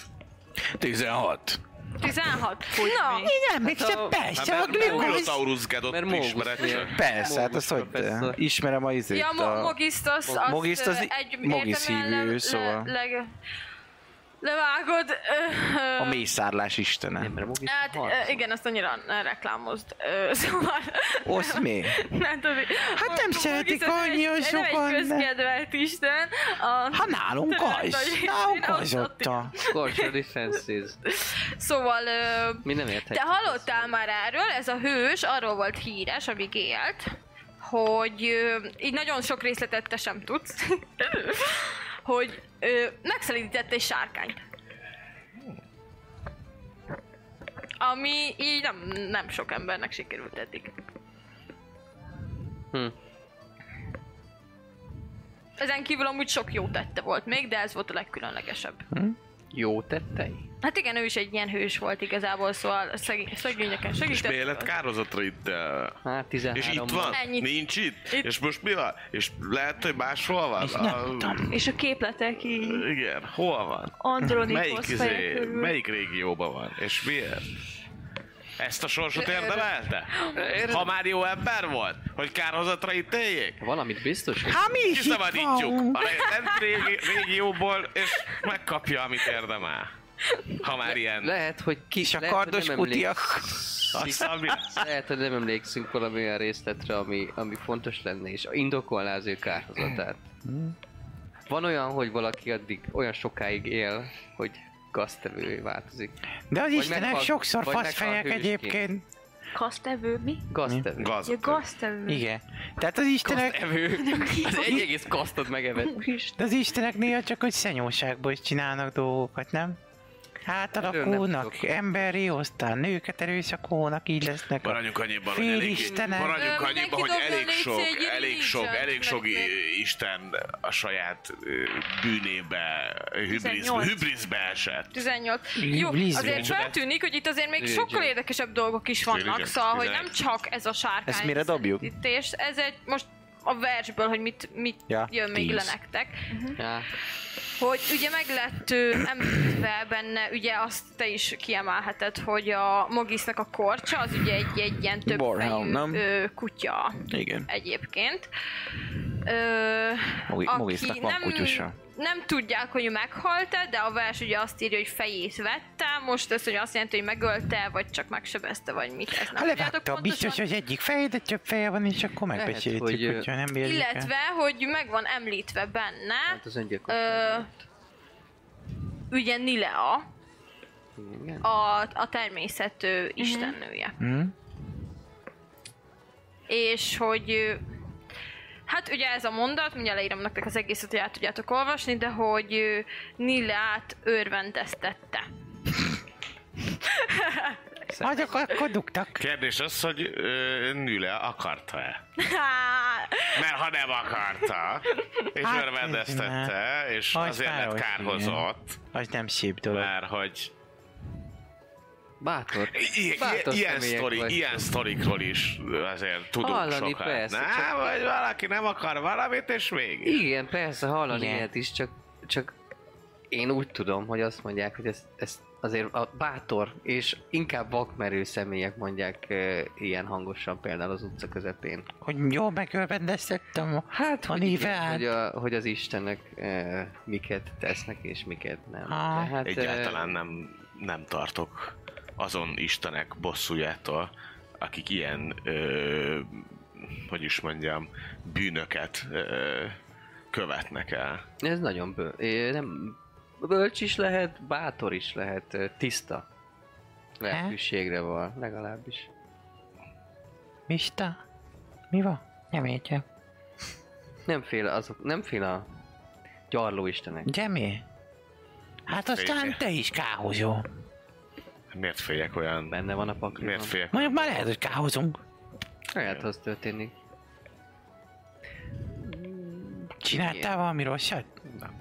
Speaker 3: 16.
Speaker 2: 16. Na,
Speaker 3: Nem, még
Speaker 5: a-
Speaker 3: se persze,
Speaker 4: Hát
Speaker 3: a
Speaker 4: mert
Speaker 3: glükóz.
Speaker 4: Minotaurus Gedot
Speaker 5: Mert Mógus
Speaker 4: ismered
Speaker 5: fél.
Speaker 4: csak.
Speaker 3: Persze, hát
Speaker 5: Mógus
Speaker 3: ezt hogy
Speaker 5: professzor.
Speaker 3: ismerem a izét.
Speaker 2: Ja, mo-
Speaker 3: a-
Speaker 2: Mogiszt az...
Speaker 3: Mogiszt az i-
Speaker 2: egy
Speaker 3: Mogisz
Speaker 2: értelemben
Speaker 3: hívő,
Speaker 2: le-
Speaker 3: szóval.
Speaker 2: leg- Levágod. ö, ö,
Speaker 3: a mészárlás istene.
Speaker 5: Mert Mogis
Speaker 2: Hát ö, igen, azt annyira ne reklámozd. Ö, szóval...
Speaker 3: Osz mi?
Speaker 2: Nem tudom, hogy-
Speaker 3: Hát nem szeretik
Speaker 2: Hiszem, nem
Speaker 3: annyira
Speaker 2: egy- nem
Speaker 3: sokan,
Speaker 2: egy
Speaker 3: ne.
Speaker 2: közkedvelt Isten. A...
Speaker 3: Ha Hát nálunk
Speaker 2: Tudod,
Speaker 3: az,
Speaker 2: hogy-
Speaker 3: nálunk
Speaker 2: Én
Speaker 3: az
Speaker 2: ott-
Speaker 3: ott a...
Speaker 5: Culture defenses.
Speaker 2: Szóval... Ö...
Speaker 5: Mi nem érthetjük.
Speaker 2: Te hallottál már erről, ez a hős arról volt híres, amíg élt, hogy ö, így nagyon sok részletet te sem tudsz, hogy ö, megszelidített egy sárkányt. Ami így nem, nem sok embernek sikerült eddig.
Speaker 5: Hm.
Speaker 2: Ezen kívül amúgy sok jó tette volt még, de ez volt a legkülönlegesebb.
Speaker 5: Jó tettei?
Speaker 2: Hát igen, ő is egy ilyen hős volt igazából, szóval szegény, szegényeken
Speaker 4: És
Speaker 2: segített.
Speaker 4: miért lett kározatra itt? de-
Speaker 5: Hát 13
Speaker 4: És itt van?
Speaker 2: Ennyit.
Speaker 4: Nincs itt? És most mi van? És lehet, hogy máshol van? A-
Speaker 6: És a képletek így
Speaker 4: Igen, hol van? Melyik,
Speaker 6: Andronikos feje
Speaker 4: izé,
Speaker 6: körül.
Speaker 4: melyik régióban van? És miért? Ezt a sorsot érdemelte? Ha már jó ember volt, hogy kárhozatra ítéljék?
Speaker 5: Valamit biztos, hogy...
Speaker 3: Hát mi is itt
Speaker 4: Kiszabadítjuk
Speaker 3: van?
Speaker 4: a rend régi, régióból, és megkapja, amit érdemel. Ha már ilyen...
Speaker 5: Lehet, hogy ki...
Speaker 3: És a
Speaker 5: lehet, hogy
Speaker 3: kardos
Speaker 5: nem emlékszik.
Speaker 3: kutiak.
Speaker 4: Aztán mi lesz?
Speaker 5: Lehet, hogy nem emlékszünk valamilyen részletre, ami, ami fontos lenne, és indokolná az ő kárhozatát. Van olyan, hogy valaki addig olyan sokáig él, hogy gaztevővé változik.
Speaker 3: De az
Speaker 5: Vagy
Speaker 3: istenek
Speaker 5: meghal-
Speaker 3: sokszor
Speaker 5: vagy meghal
Speaker 3: faszfejek
Speaker 5: hősként.
Speaker 3: egyébként.
Speaker 6: Kasztevő, mi?
Speaker 5: Gaztevő.
Speaker 4: Gaz.
Speaker 6: Ja, gaztevő.
Speaker 7: Igen. Tehát az istenek,
Speaker 5: Gaztevő. Az egy egész kasztot megevett.
Speaker 6: Úristen.
Speaker 7: de az istenek néha csak hogy szenyóságból is csinálnak dolgokat, nem?
Speaker 5: Hát nem
Speaker 7: Átalakulnak
Speaker 5: tudok.
Speaker 7: emberi, aztán nőket erőszakolnak, így lesznek a
Speaker 4: Maradjunk annyiban, hogy elég,
Speaker 7: félistenek.
Speaker 4: maradjunk
Speaker 2: Ö,
Speaker 4: annyiban,
Speaker 2: mindenki
Speaker 4: hogy
Speaker 2: dobjon
Speaker 4: elég
Speaker 2: légy
Speaker 4: sok,
Speaker 2: szégy, így
Speaker 4: elég
Speaker 2: nincs
Speaker 4: sok,
Speaker 2: olyan,
Speaker 4: elég sok
Speaker 2: meg-
Speaker 4: i- Isten a saját ö, bűnébe, hübriszbe,
Speaker 6: 18.
Speaker 4: hübriszbe esett.
Speaker 2: 18. Jó,
Speaker 7: Blizz
Speaker 2: azért
Speaker 7: vagy.
Speaker 2: feltűnik, hogy itt azért még sokkal érdekesebb dolgok is vannak,
Speaker 4: Tényleg?
Speaker 2: szóval, hogy
Speaker 4: Tényleg?
Speaker 2: nem csak ez a sárkány
Speaker 7: Ezt mire dobjuk?
Speaker 2: szelítés, ez egy most a versből, hogy mit, mit
Speaker 7: Ja,
Speaker 2: jön még le
Speaker 7: tíz.
Speaker 2: nektek.
Speaker 5: Ja.
Speaker 2: Hogy ugye meg lett ö, említve benne, ugye azt te is kiemelheted, hogy a Mogisznak a korcsa, az ugye egy, egy ilyen több
Speaker 3: Borhound, nem?
Speaker 2: ö, kutya
Speaker 3: Igen.
Speaker 2: egyébként. Ö,
Speaker 7: Mogi-
Speaker 2: aki
Speaker 7: Mogisznak van kutyusa.
Speaker 2: Nem tudják, hogy ő meghalt-e, de a vers ugye azt írja, hogy fejét vette, most ez, hogy azt jelenti, hogy megölte, vagy csak megsebezte, vagy mit, ezt nem
Speaker 7: Ha
Speaker 2: tudjátok
Speaker 7: levágta,
Speaker 2: hát pontosan.
Speaker 7: Hát biztos, hogy egyik feje, de több feje van, és akkor megbeszéltük,
Speaker 5: hogy, ö,
Speaker 7: hogyha nem bírjuk el.
Speaker 2: Illetve, hogy meg van említve benne,
Speaker 5: Hát az öngyilkos.
Speaker 2: ö, ugye Nilea,
Speaker 5: Igen.
Speaker 2: a, a természet ö, istennője. És hogy ö, hát ugye ez a mondat, mindjárt leírom nektek az egészet, hogy át tudjátok olvasni, de hogy ö, Nilát örvendeztette.
Speaker 7: Agyok, akkor dugtak.
Speaker 4: Kérdés az, hogy ö, Nüle akarta-e?
Speaker 2: Há,
Speaker 4: Mert ha nem akarta, és
Speaker 7: Hát,
Speaker 4: örvendeztette, és
Speaker 7: Hogy
Speaker 4: azért lett
Speaker 7: fáradt,
Speaker 4: kárhozott,
Speaker 7: Az nem szép dolog.
Speaker 4: mert hogy...
Speaker 5: Bátor.
Speaker 4: I- i-
Speaker 5: Bátor
Speaker 4: ilyen,
Speaker 5: személyek
Speaker 4: sztori,
Speaker 5: vagytok.
Speaker 4: ilyen sztorikról is azért tudunk
Speaker 5: Hallani
Speaker 4: sokat.
Speaker 5: persze,
Speaker 4: Nem,
Speaker 5: csak-
Speaker 4: vagy valaki nem akar valamit, és végig.
Speaker 5: Igen, persze, hallani
Speaker 7: Igen.
Speaker 5: ilyet is, csak, csak én úgy tudom, hogy azt mondják, hogy ezt, ezt azért a bátor és inkább vakmerő személyek mondják e, ilyen hangosan például az utca közepén.
Speaker 7: Hogy jól megörvendeztettem hát, a
Speaker 5: Hogy
Speaker 7: néve
Speaker 5: igen, hogy,
Speaker 7: át.
Speaker 5: a, hogy az Istenek e, miket tesznek és miket nem.
Speaker 7: Ah.
Speaker 5: Tehát,
Speaker 4: Egyáltalán nem, nem tartok azon istenek bosszújától, akik ilyen, ö, hogy is mondjam, bűnöket ö, követnek el.
Speaker 5: E, ez nagyon bő, e, nem, bölcs is lehet, bátor is lehet, e, tiszta. Lelkűségre van, legalábbis.
Speaker 7: Mista? Mi van? Nem értem.
Speaker 5: Nem fél azok, nem fél a gyarló istenek.
Speaker 7: Jemmy? Hát aztán
Speaker 4: Féke.
Speaker 7: te is káhozol.
Speaker 4: Miért féljek olyan?
Speaker 5: Benne van a pakliban.
Speaker 4: Miért féljek?
Speaker 7: Mondjuk már lehet, hogy káhozunk.
Speaker 5: Lehet, az történik.
Speaker 7: Csináltál
Speaker 5: Igen.
Speaker 7: valami rosszat?
Speaker 5: Nem.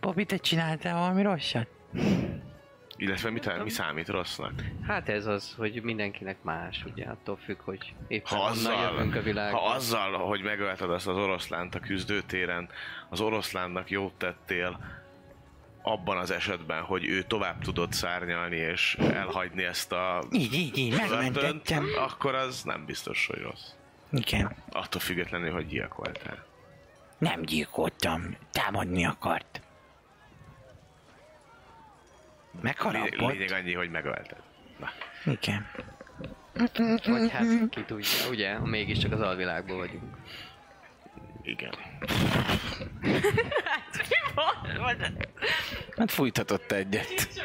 Speaker 7: Bobby, te csináltál valami rosszat?
Speaker 4: Illetve mit, mi számít rossznak?
Speaker 5: Hát ez az, hogy mindenkinek más, ugye attól függ, hogy éppen
Speaker 4: Ha
Speaker 5: honnan
Speaker 4: azzal,
Speaker 5: jövünk a világba.
Speaker 4: ha azzal, hogy megölted azt az oroszlánt a küzdőtéren, az oroszlánnak jót tettél, abban az esetben, hogy ő tovább tudott szárnyalni és elhagyni ezt a
Speaker 7: Így, így, így, megmentettem.
Speaker 4: Börtönt, akkor az nem biztos, hogy rossz.
Speaker 7: Igen.
Speaker 4: Attól függetlenül, hogy gyilkoltál.
Speaker 7: Nem gyilkoltam, támadni akart.
Speaker 4: Lé-
Speaker 7: Megharapott?
Speaker 4: Lényeg annyi, hogy megölted.
Speaker 7: Igen.
Speaker 5: Vagy hát ki tudja, ugye? Mégiscsak az alvilágból vagyunk.
Speaker 4: Igen.
Speaker 7: Hát fújtatott egyet.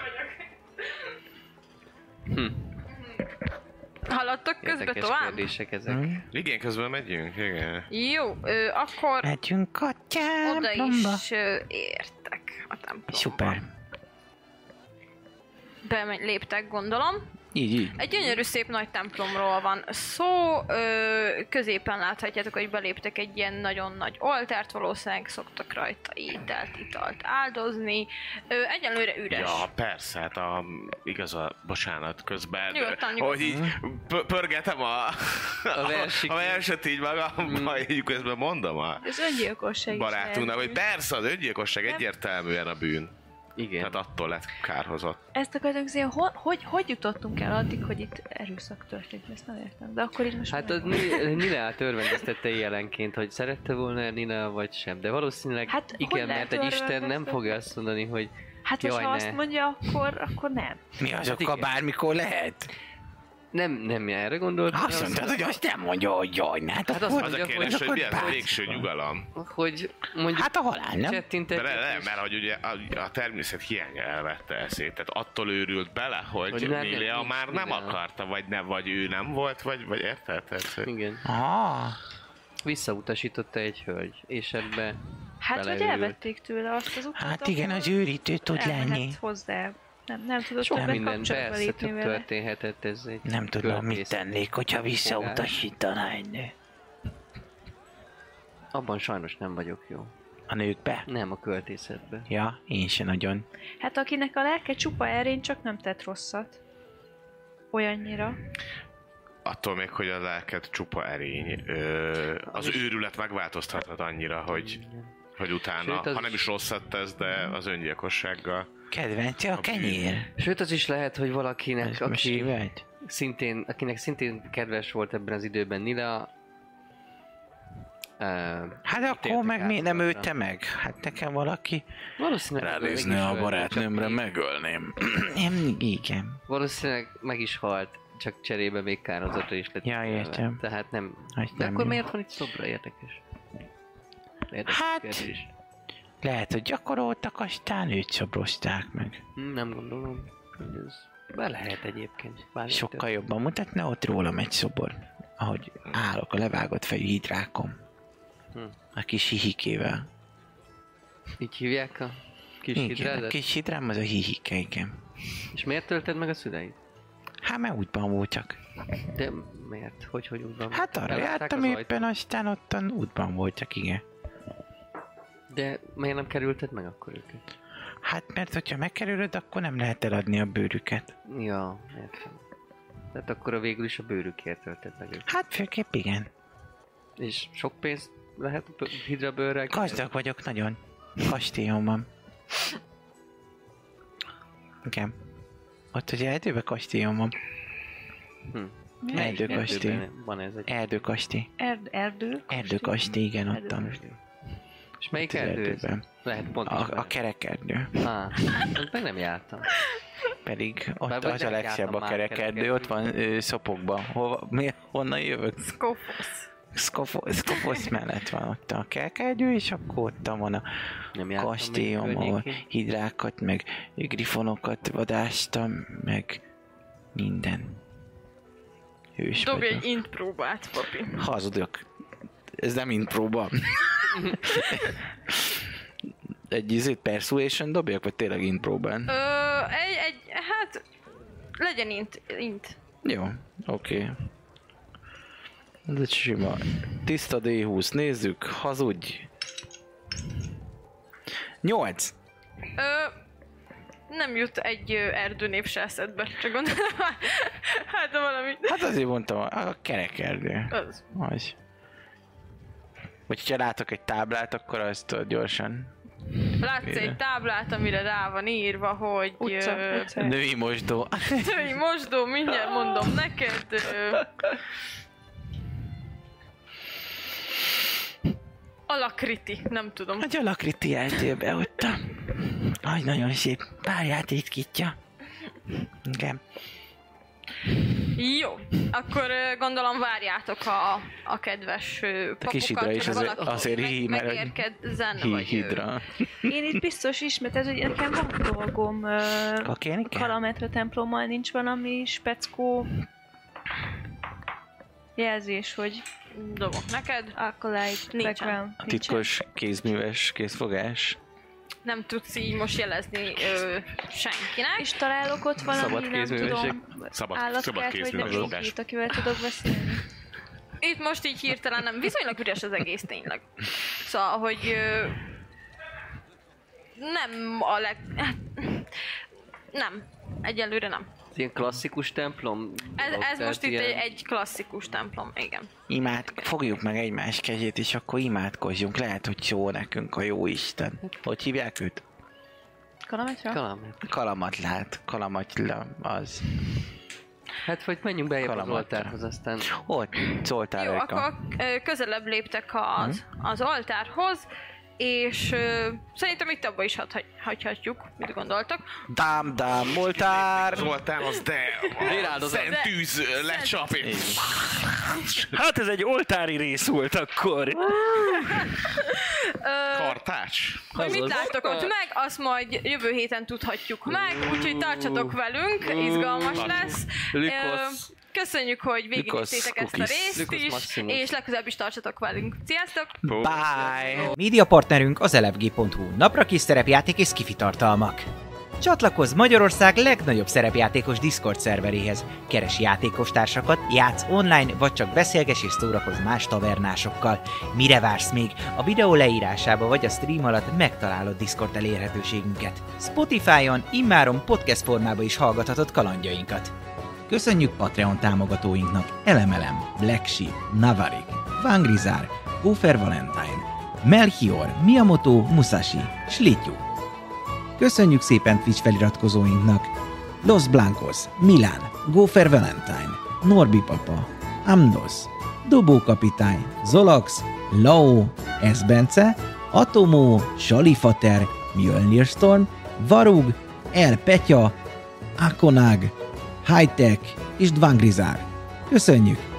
Speaker 2: Haladtok közbe
Speaker 5: Érdekes
Speaker 2: tovább?
Speaker 5: kérdések ezek. Hmm.
Speaker 4: Igen, közben megyünk, igen.
Speaker 2: Jó, ö, akkor
Speaker 7: Megyünk
Speaker 2: oda
Speaker 7: katyámba.
Speaker 2: is ö, értek a templomba.
Speaker 7: Szuper.
Speaker 2: Bemegy, léptek, gondolom.
Speaker 7: Így, így.
Speaker 2: Egy gyönyörű szép nagy templomról van szó, ö, középen láthatjátok, hogy beléptek egy ilyen nagyon nagy oltárt, valószínűleg szoktak rajta ételt, italt áldozni. Ö, egyenlőre üres.
Speaker 4: Ja, persze, hát a, igaz a, bocsánat, közben,
Speaker 2: Nyugodtan,
Speaker 4: hogy így p- pörgetem a, a, Mm.
Speaker 5: versikét.
Speaker 4: a verset így magamban, így közben mondom a
Speaker 6: Ez öngyilkosság is
Speaker 4: barátunknak,
Speaker 6: lehet.
Speaker 4: hogy persze, az öngyilkosság egyértelműen a bűn.
Speaker 5: Igen.
Speaker 4: Tehát attól lett kárhozott.
Speaker 6: Ezt akartok hogy, ho- hogy, hogy jutottunk el addig, hogy itt erőszak történt? Ezt nem értem. De akkor így most
Speaker 5: Hát
Speaker 6: meg-
Speaker 5: az Ni- Nina törvendeztette jelenként, hogy szerette volna Nina vagy sem, de valószínűleg
Speaker 6: Hát, hogy
Speaker 5: igen,
Speaker 6: lehet
Speaker 5: mert egy Isten nem
Speaker 6: törvendeztetni?
Speaker 5: fogja azt mondani, hogy
Speaker 6: hát most
Speaker 5: jaj,
Speaker 6: ha
Speaker 5: ne.
Speaker 6: azt mondja, akkor, akkor nem.
Speaker 7: Mi azokkal
Speaker 5: igen.
Speaker 7: bármikor lehet?
Speaker 5: Nem, nem erre gondoltam.
Speaker 3: Azt mondtad, hogy azt nem mondja, hogy jaj, hát,
Speaker 5: Hát
Speaker 3: hát,
Speaker 5: azt
Speaker 3: akkor,
Speaker 5: mondja,
Speaker 4: Az a
Speaker 5: hogy
Speaker 4: kérdés, hogy mi ez a
Speaker 3: akkor
Speaker 4: végső nyugalom?
Speaker 5: hogy mondjuk
Speaker 3: hát a halál, nem?
Speaker 5: csettintek.
Speaker 4: De ne, nem, mert hogy ugye a, a természet hiánya elvette eszét, tehát attól őrült bele, hogy,
Speaker 5: Hogy
Speaker 4: hogy
Speaker 5: már nem-
Speaker 4: Milia
Speaker 5: nincs
Speaker 4: már nem
Speaker 5: minden.
Speaker 4: akarta, vagy nem, vagy ő nem volt, vagy, vagy érted? Tehát, hogy-
Speaker 5: Igen.
Speaker 3: Ah,
Speaker 5: Visszautasította egy hölgy, és ebbe
Speaker 6: Hát, vagy
Speaker 5: beleőrült.
Speaker 6: elvették tőle azt az utat,
Speaker 3: hát
Speaker 6: akkor
Speaker 3: igen, az őrítő tud
Speaker 6: elmehetsz
Speaker 3: lenni.
Speaker 6: hozzá. Nem, nem tudod
Speaker 5: Sok
Speaker 6: többet
Speaker 5: minden
Speaker 6: kapcsolatba
Speaker 5: persze
Speaker 6: lépni
Speaker 5: tök
Speaker 6: vele.
Speaker 5: történhetett, ez egy
Speaker 3: Nem tudom, mit
Speaker 5: költész.
Speaker 3: tennék, hogyha visszautasítaná egy nő.
Speaker 5: Abban sajnos nem vagyok jó.
Speaker 3: A nőkbe?
Speaker 5: Nem a költészetben.
Speaker 3: Ja, én se nagyon.
Speaker 6: Hát akinek a lelke csupa erény, csak nem tett rosszat. Olyannyira.
Speaker 4: attól még, hogy a lelked csupa erény, ö, az őrület megváltoztathat annyira, hogy, hogy utána,
Speaker 5: Sőt, az
Speaker 4: ha nem
Speaker 5: is-
Speaker 4: is rosszat tesz, de az öngyilkossággal.
Speaker 3: Kedvenc a kenyér.
Speaker 5: Sőt, az is lehet, hogy
Speaker 3: Ez
Speaker 5: valakinek,
Speaker 3: most
Speaker 5: aki
Speaker 3: vagy?
Speaker 5: szintén, akinek szintén kedves volt ebben az időben Nila, uh,
Speaker 3: Hát akkor
Speaker 5: Ítéltek
Speaker 3: meg mi nem
Speaker 5: áldozatra.
Speaker 3: ölte meg? Hát nekem valaki...
Speaker 5: valószínűleg... meg is ölt, csak még-
Speaker 3: megölném. Nem, igen.
Speaker 5: Valószínűleg meg is halt, csak cserébe még kározatra is lett.
Speaker 3: Ja,
Speaker 5: ítélve.
Speaker 3: értem.
Speaker 5: Tehát nem...
Speaker 3: Azt
Speaker 5: De
Speaker 3: nem
Speaker 5: akkor
Speaker 3: jó.
Speaker 5: miért van itt szobra? Érdekes. Érdekes
Speaker 3: Hát-
Speaker 5: kérdés.
Speaker 3: Lehet, hogy gyakoroltak, aztán őt szobrozták meg.
Speaker 5: Hm, Nem gondolom, hogy ez... Be lehet egyébként. Bármi
Speaker 3: Sokkal
Speaker 5: történt.
Speaker 3: jobban mutatna ott rólam egy szobor, ahogy állok a levágott fejű hidrákom.
Speaker 5: Hm.
Speaker 3: A kis hihikével.
Speaker 5: Így hívják a kis
Speaker 3: igen, a
Speaker 5: hidrádat?
Speaker 3: kis hidrám az a hihike, igen.
Speaker 5: És miért tölted meg a szüleid?
Speaker 3: Hát mert úgy voltak.
Speaker 5: De miért? Hogy, hogy úgy van?
Speaker 3: Hát arra
Speaker 5: Belátták
Speaker 3: jártam
Speaker 5: az
Speaker 3: éppen,
Speaker 5: ajtót?
Speaker 3: aztán ottan útban voltak, igen.
Speaker 5: De miért nem kerülted meg akkor őket?
Speaker 3: Hát mert hogyha megkerülöd, akkor nem lehet eladni a bőrüket.
Speaker 5: Ja, értem. Tehát akkor a végül is a bőrükért tölted meg őket.
Speaker 3: Hát főképp igen.
Speaker 5: És sok pénzt lehet a bő- hidra bőrrel?
Speaker 3: Gazdag vagyok nagyon. Kastélyom van. Igen. Ott ugye erdőbe kastélyom van.
Speaker 5: Hm.
Speaker 3: Erdőkastély.
Speaker 5: Erdőben Van ez egy...
Speaker 3: Erdőkastély.
Speaker 6: Erd, erdő.
Speaker 3: Erdőkastély, igen, ott van.
Speaker 5: És melyik
Speaker 3: Az
Speaker 5: erdő ez?
Speaker 3: erdőben.
Speaker 5: Lehet pont
Speaker 3: A, a kerekerdő.
Speaker 5: Á, ott meg nem jártam.
Speaker 3: Pedig
Speaker 5: Bár
Speaker 3: ott
Speaker 5: vagy
Speaker 3: az a
Speaker 5: nem
Speaker 3: legszebb
Speaker 5: jártam
Speaker 3: a
Speaker 5: már
Speaker 3: kerekerdő, ott van ö, szopokban. Hova, mi, honnan jövök?
Speaker 2: Kofosz.
Speaker 3: Szkofo- Szkofosz mellett van ott a kerekerdő, és akkor ott van a
Speaker 5: Nem jártam. még
Speaker 3: kastélyom, ahol
Speaker 5: környékén.
Speaker 3: hidrákat, meg grifonokat vadáztam, meg minden. Hős
Speaker 2: Dobj
Speaker 3: vagyok.
Speaker 2: egy int próbát, papi.
Speaker 3: Hazudok. Ez nem int próba. egy izét persuasion dobjak, vagy tényleg int próbán?
Speaker 2: Ö, egy, egy, hát... Legyen int, int.
Speaker 3: Jó, oké. Ez egy sima. Tiszta D20, nézzük, hazudj. 8.
Speaker 2: Ö, nem jut egy ö, erdőnév se eszedbe, csak gondolom. Hát ha valami...
Speaker 3: Hát azért mondtam, a kerekerdő.
Speaker 2: Az.
Speaker 3: Vagy. Vagy ha látok egy táblát, akkor azt tudod gyorsan.
Speaker 2: Látsz egy táblát, amire rá van írva, hogy...
Speaker 6: Utca,
Speaker 2: ö,
Speaker 6: utca.
Speaker 3: Női mosdó.
Speaker 2: Női mosdó, mindjárt mondom neked. ö, Alakriti, nem tudom.
Speaker 3: A gyalakriti eltőbe ott a... Aj, nagyon szép. Párját ritkítja. Igen.
Speaker 2: Jó, akkor ö, gondolom várjátok a, a kedves ö, papukat,
Speaker 3: kis hidra is
Speaker 2: hogy
Speaker 3: azért-
Speaker 2: valaki
Speaker 3: azért hí, mert hogy
Speaker 2: megérkezzen,
Speaker 3: Hi,
Speaker 2: vagy ö,
Speaker 3: hidra.
Speaker 6: Én itt biztos ismét, hogy nekem van dolgom. ö,
Speaker 3: Kakélni kell?
Speaker 6: Kalametra templommal nincs valami speckó jelzés, hogy
Speaker 2: Dobok neked.
Speaker 6: acolyte
Speaker 2: Nincsen.
Speaker 6: background.
Speaker 3: A
Speaker 6: nincsen.
Speaker 3: titkos kézműves kézfogás.
Speaker 2: Nem tudsz így most jelezni ö, senkinek.
Speaker 6: És találok ott valami,
Speaker 5: Szabad
Speaker 6: nem
Speaker 5: kézművesség.
Speaker 6: tudom,
Speaker 4: Szabad, szabad
Speaker 6: állatkert, vagy nem
Speaker 4: kézműves
Speaker 6: tudom,
Speaker 4: fogás.
Speaker 6: itt, akivel tudok beszélni.
Speaker 2: Itt most így hirtelen nem, viszonylag üres az egész tényleg. Szóval, hogy ö, nem a leg... hát, Nem, egyelőre nem.
Speaker 5: Ez ilyen klasszikus templom?
Speaker 2: Ez,
Speaker 5: dolog,
Speaker 2: ez
Speaker 5: tehát
Speaker 2: most itt
Speaker 5: ilyen-
Speaker 2: egy, egy klasszikus templom, igen.
Speaker 3: Imád, fogjuk meg egymás kezét, és akkor imádkozzunk. Lehet, hogy szól nekünk a jó Isten. Hogy hívják őt?
Speaker 6: Kalametra?
Speaker 5: Kalam.
Speaker 3: Kalamatlát. Kalamatla az.
Speaker 5: Hát, hogy menjünk be az
Speaker 3: Kalamatta.
Speaker 5: oltárhoz, aztán...
Speaker 3: Ott szóltál
Speaker 2: Jó,
Speaker 3: Erika.
Speaker 2: akkor ö, közelebb léptek az, az oltárhoz, és ö, szerintem itt abba is hagy, hagyhatjuk, mit gondoltak.
Speaker 7: Dám, dám, moltár!
Speaker 8: Zoltán az de... A
Speaker 5: Véráldozat.
Speaker 8: szent tűz ö, lecsap, és...
Speaker 7: Hát ez egy oltári rész volt akkor.
Speaker 8: Kartács.
Speaker 2: Hogy mit
Speaker 5: Azaz.
Speaker 2: láttok ott meg, azt majd jövő héten tudhatjuk meg, úgyhogy tartsatok velünk, izgalmas lesz.
Speaker 5: Lükosz.
Speaker 2: Ö, Köszönjük, hogy végignéztétek ezt a
Speaker 7: Cookies.
Speaker 2: részt
Speaker 5: Lükosz
Speaker 2: is,
Speaker 5: Maximus.
Speaker 2: és legközelebb is tartsatok velünk. Sziasztok!
Speaker 7: Bye!
Speaker 1: Média partnerünk az elefg.hu, napra kis szerepjáték és skifi tartalmak. Csatlakozz Magyarország legnagyobb szerepjátékos Discord szerveréhez. Keres játékostársakat, játsz online, vagy csak beszélges és szórakozz más tavernásokkal. Mire vársz még? A videó leírásába vagy a stream alatt megtalálod Discord elérhetőségünket. Spotify-on immáron podcast formában is hallgathatod kalandjainkat. Köszönjük Patreon támogatóinknak Elemelem, Black Sheep, Navarik, Vangrizár, Gófer Valentine, Melchior, Miyamoto, Musashi, Slityu. Köszönjük szépen Twitch feliratkozóinknak Los Blancos, Milán, Gófer Valentine, Norbi Papa, Amnos, Dobó Kapitány, Zolax, Lao, Esbence, Atomó, Salifater, Mjölnir Storm, Varug, El Petya, Akonag, Hightech és Dvangrizár. Köszönjük!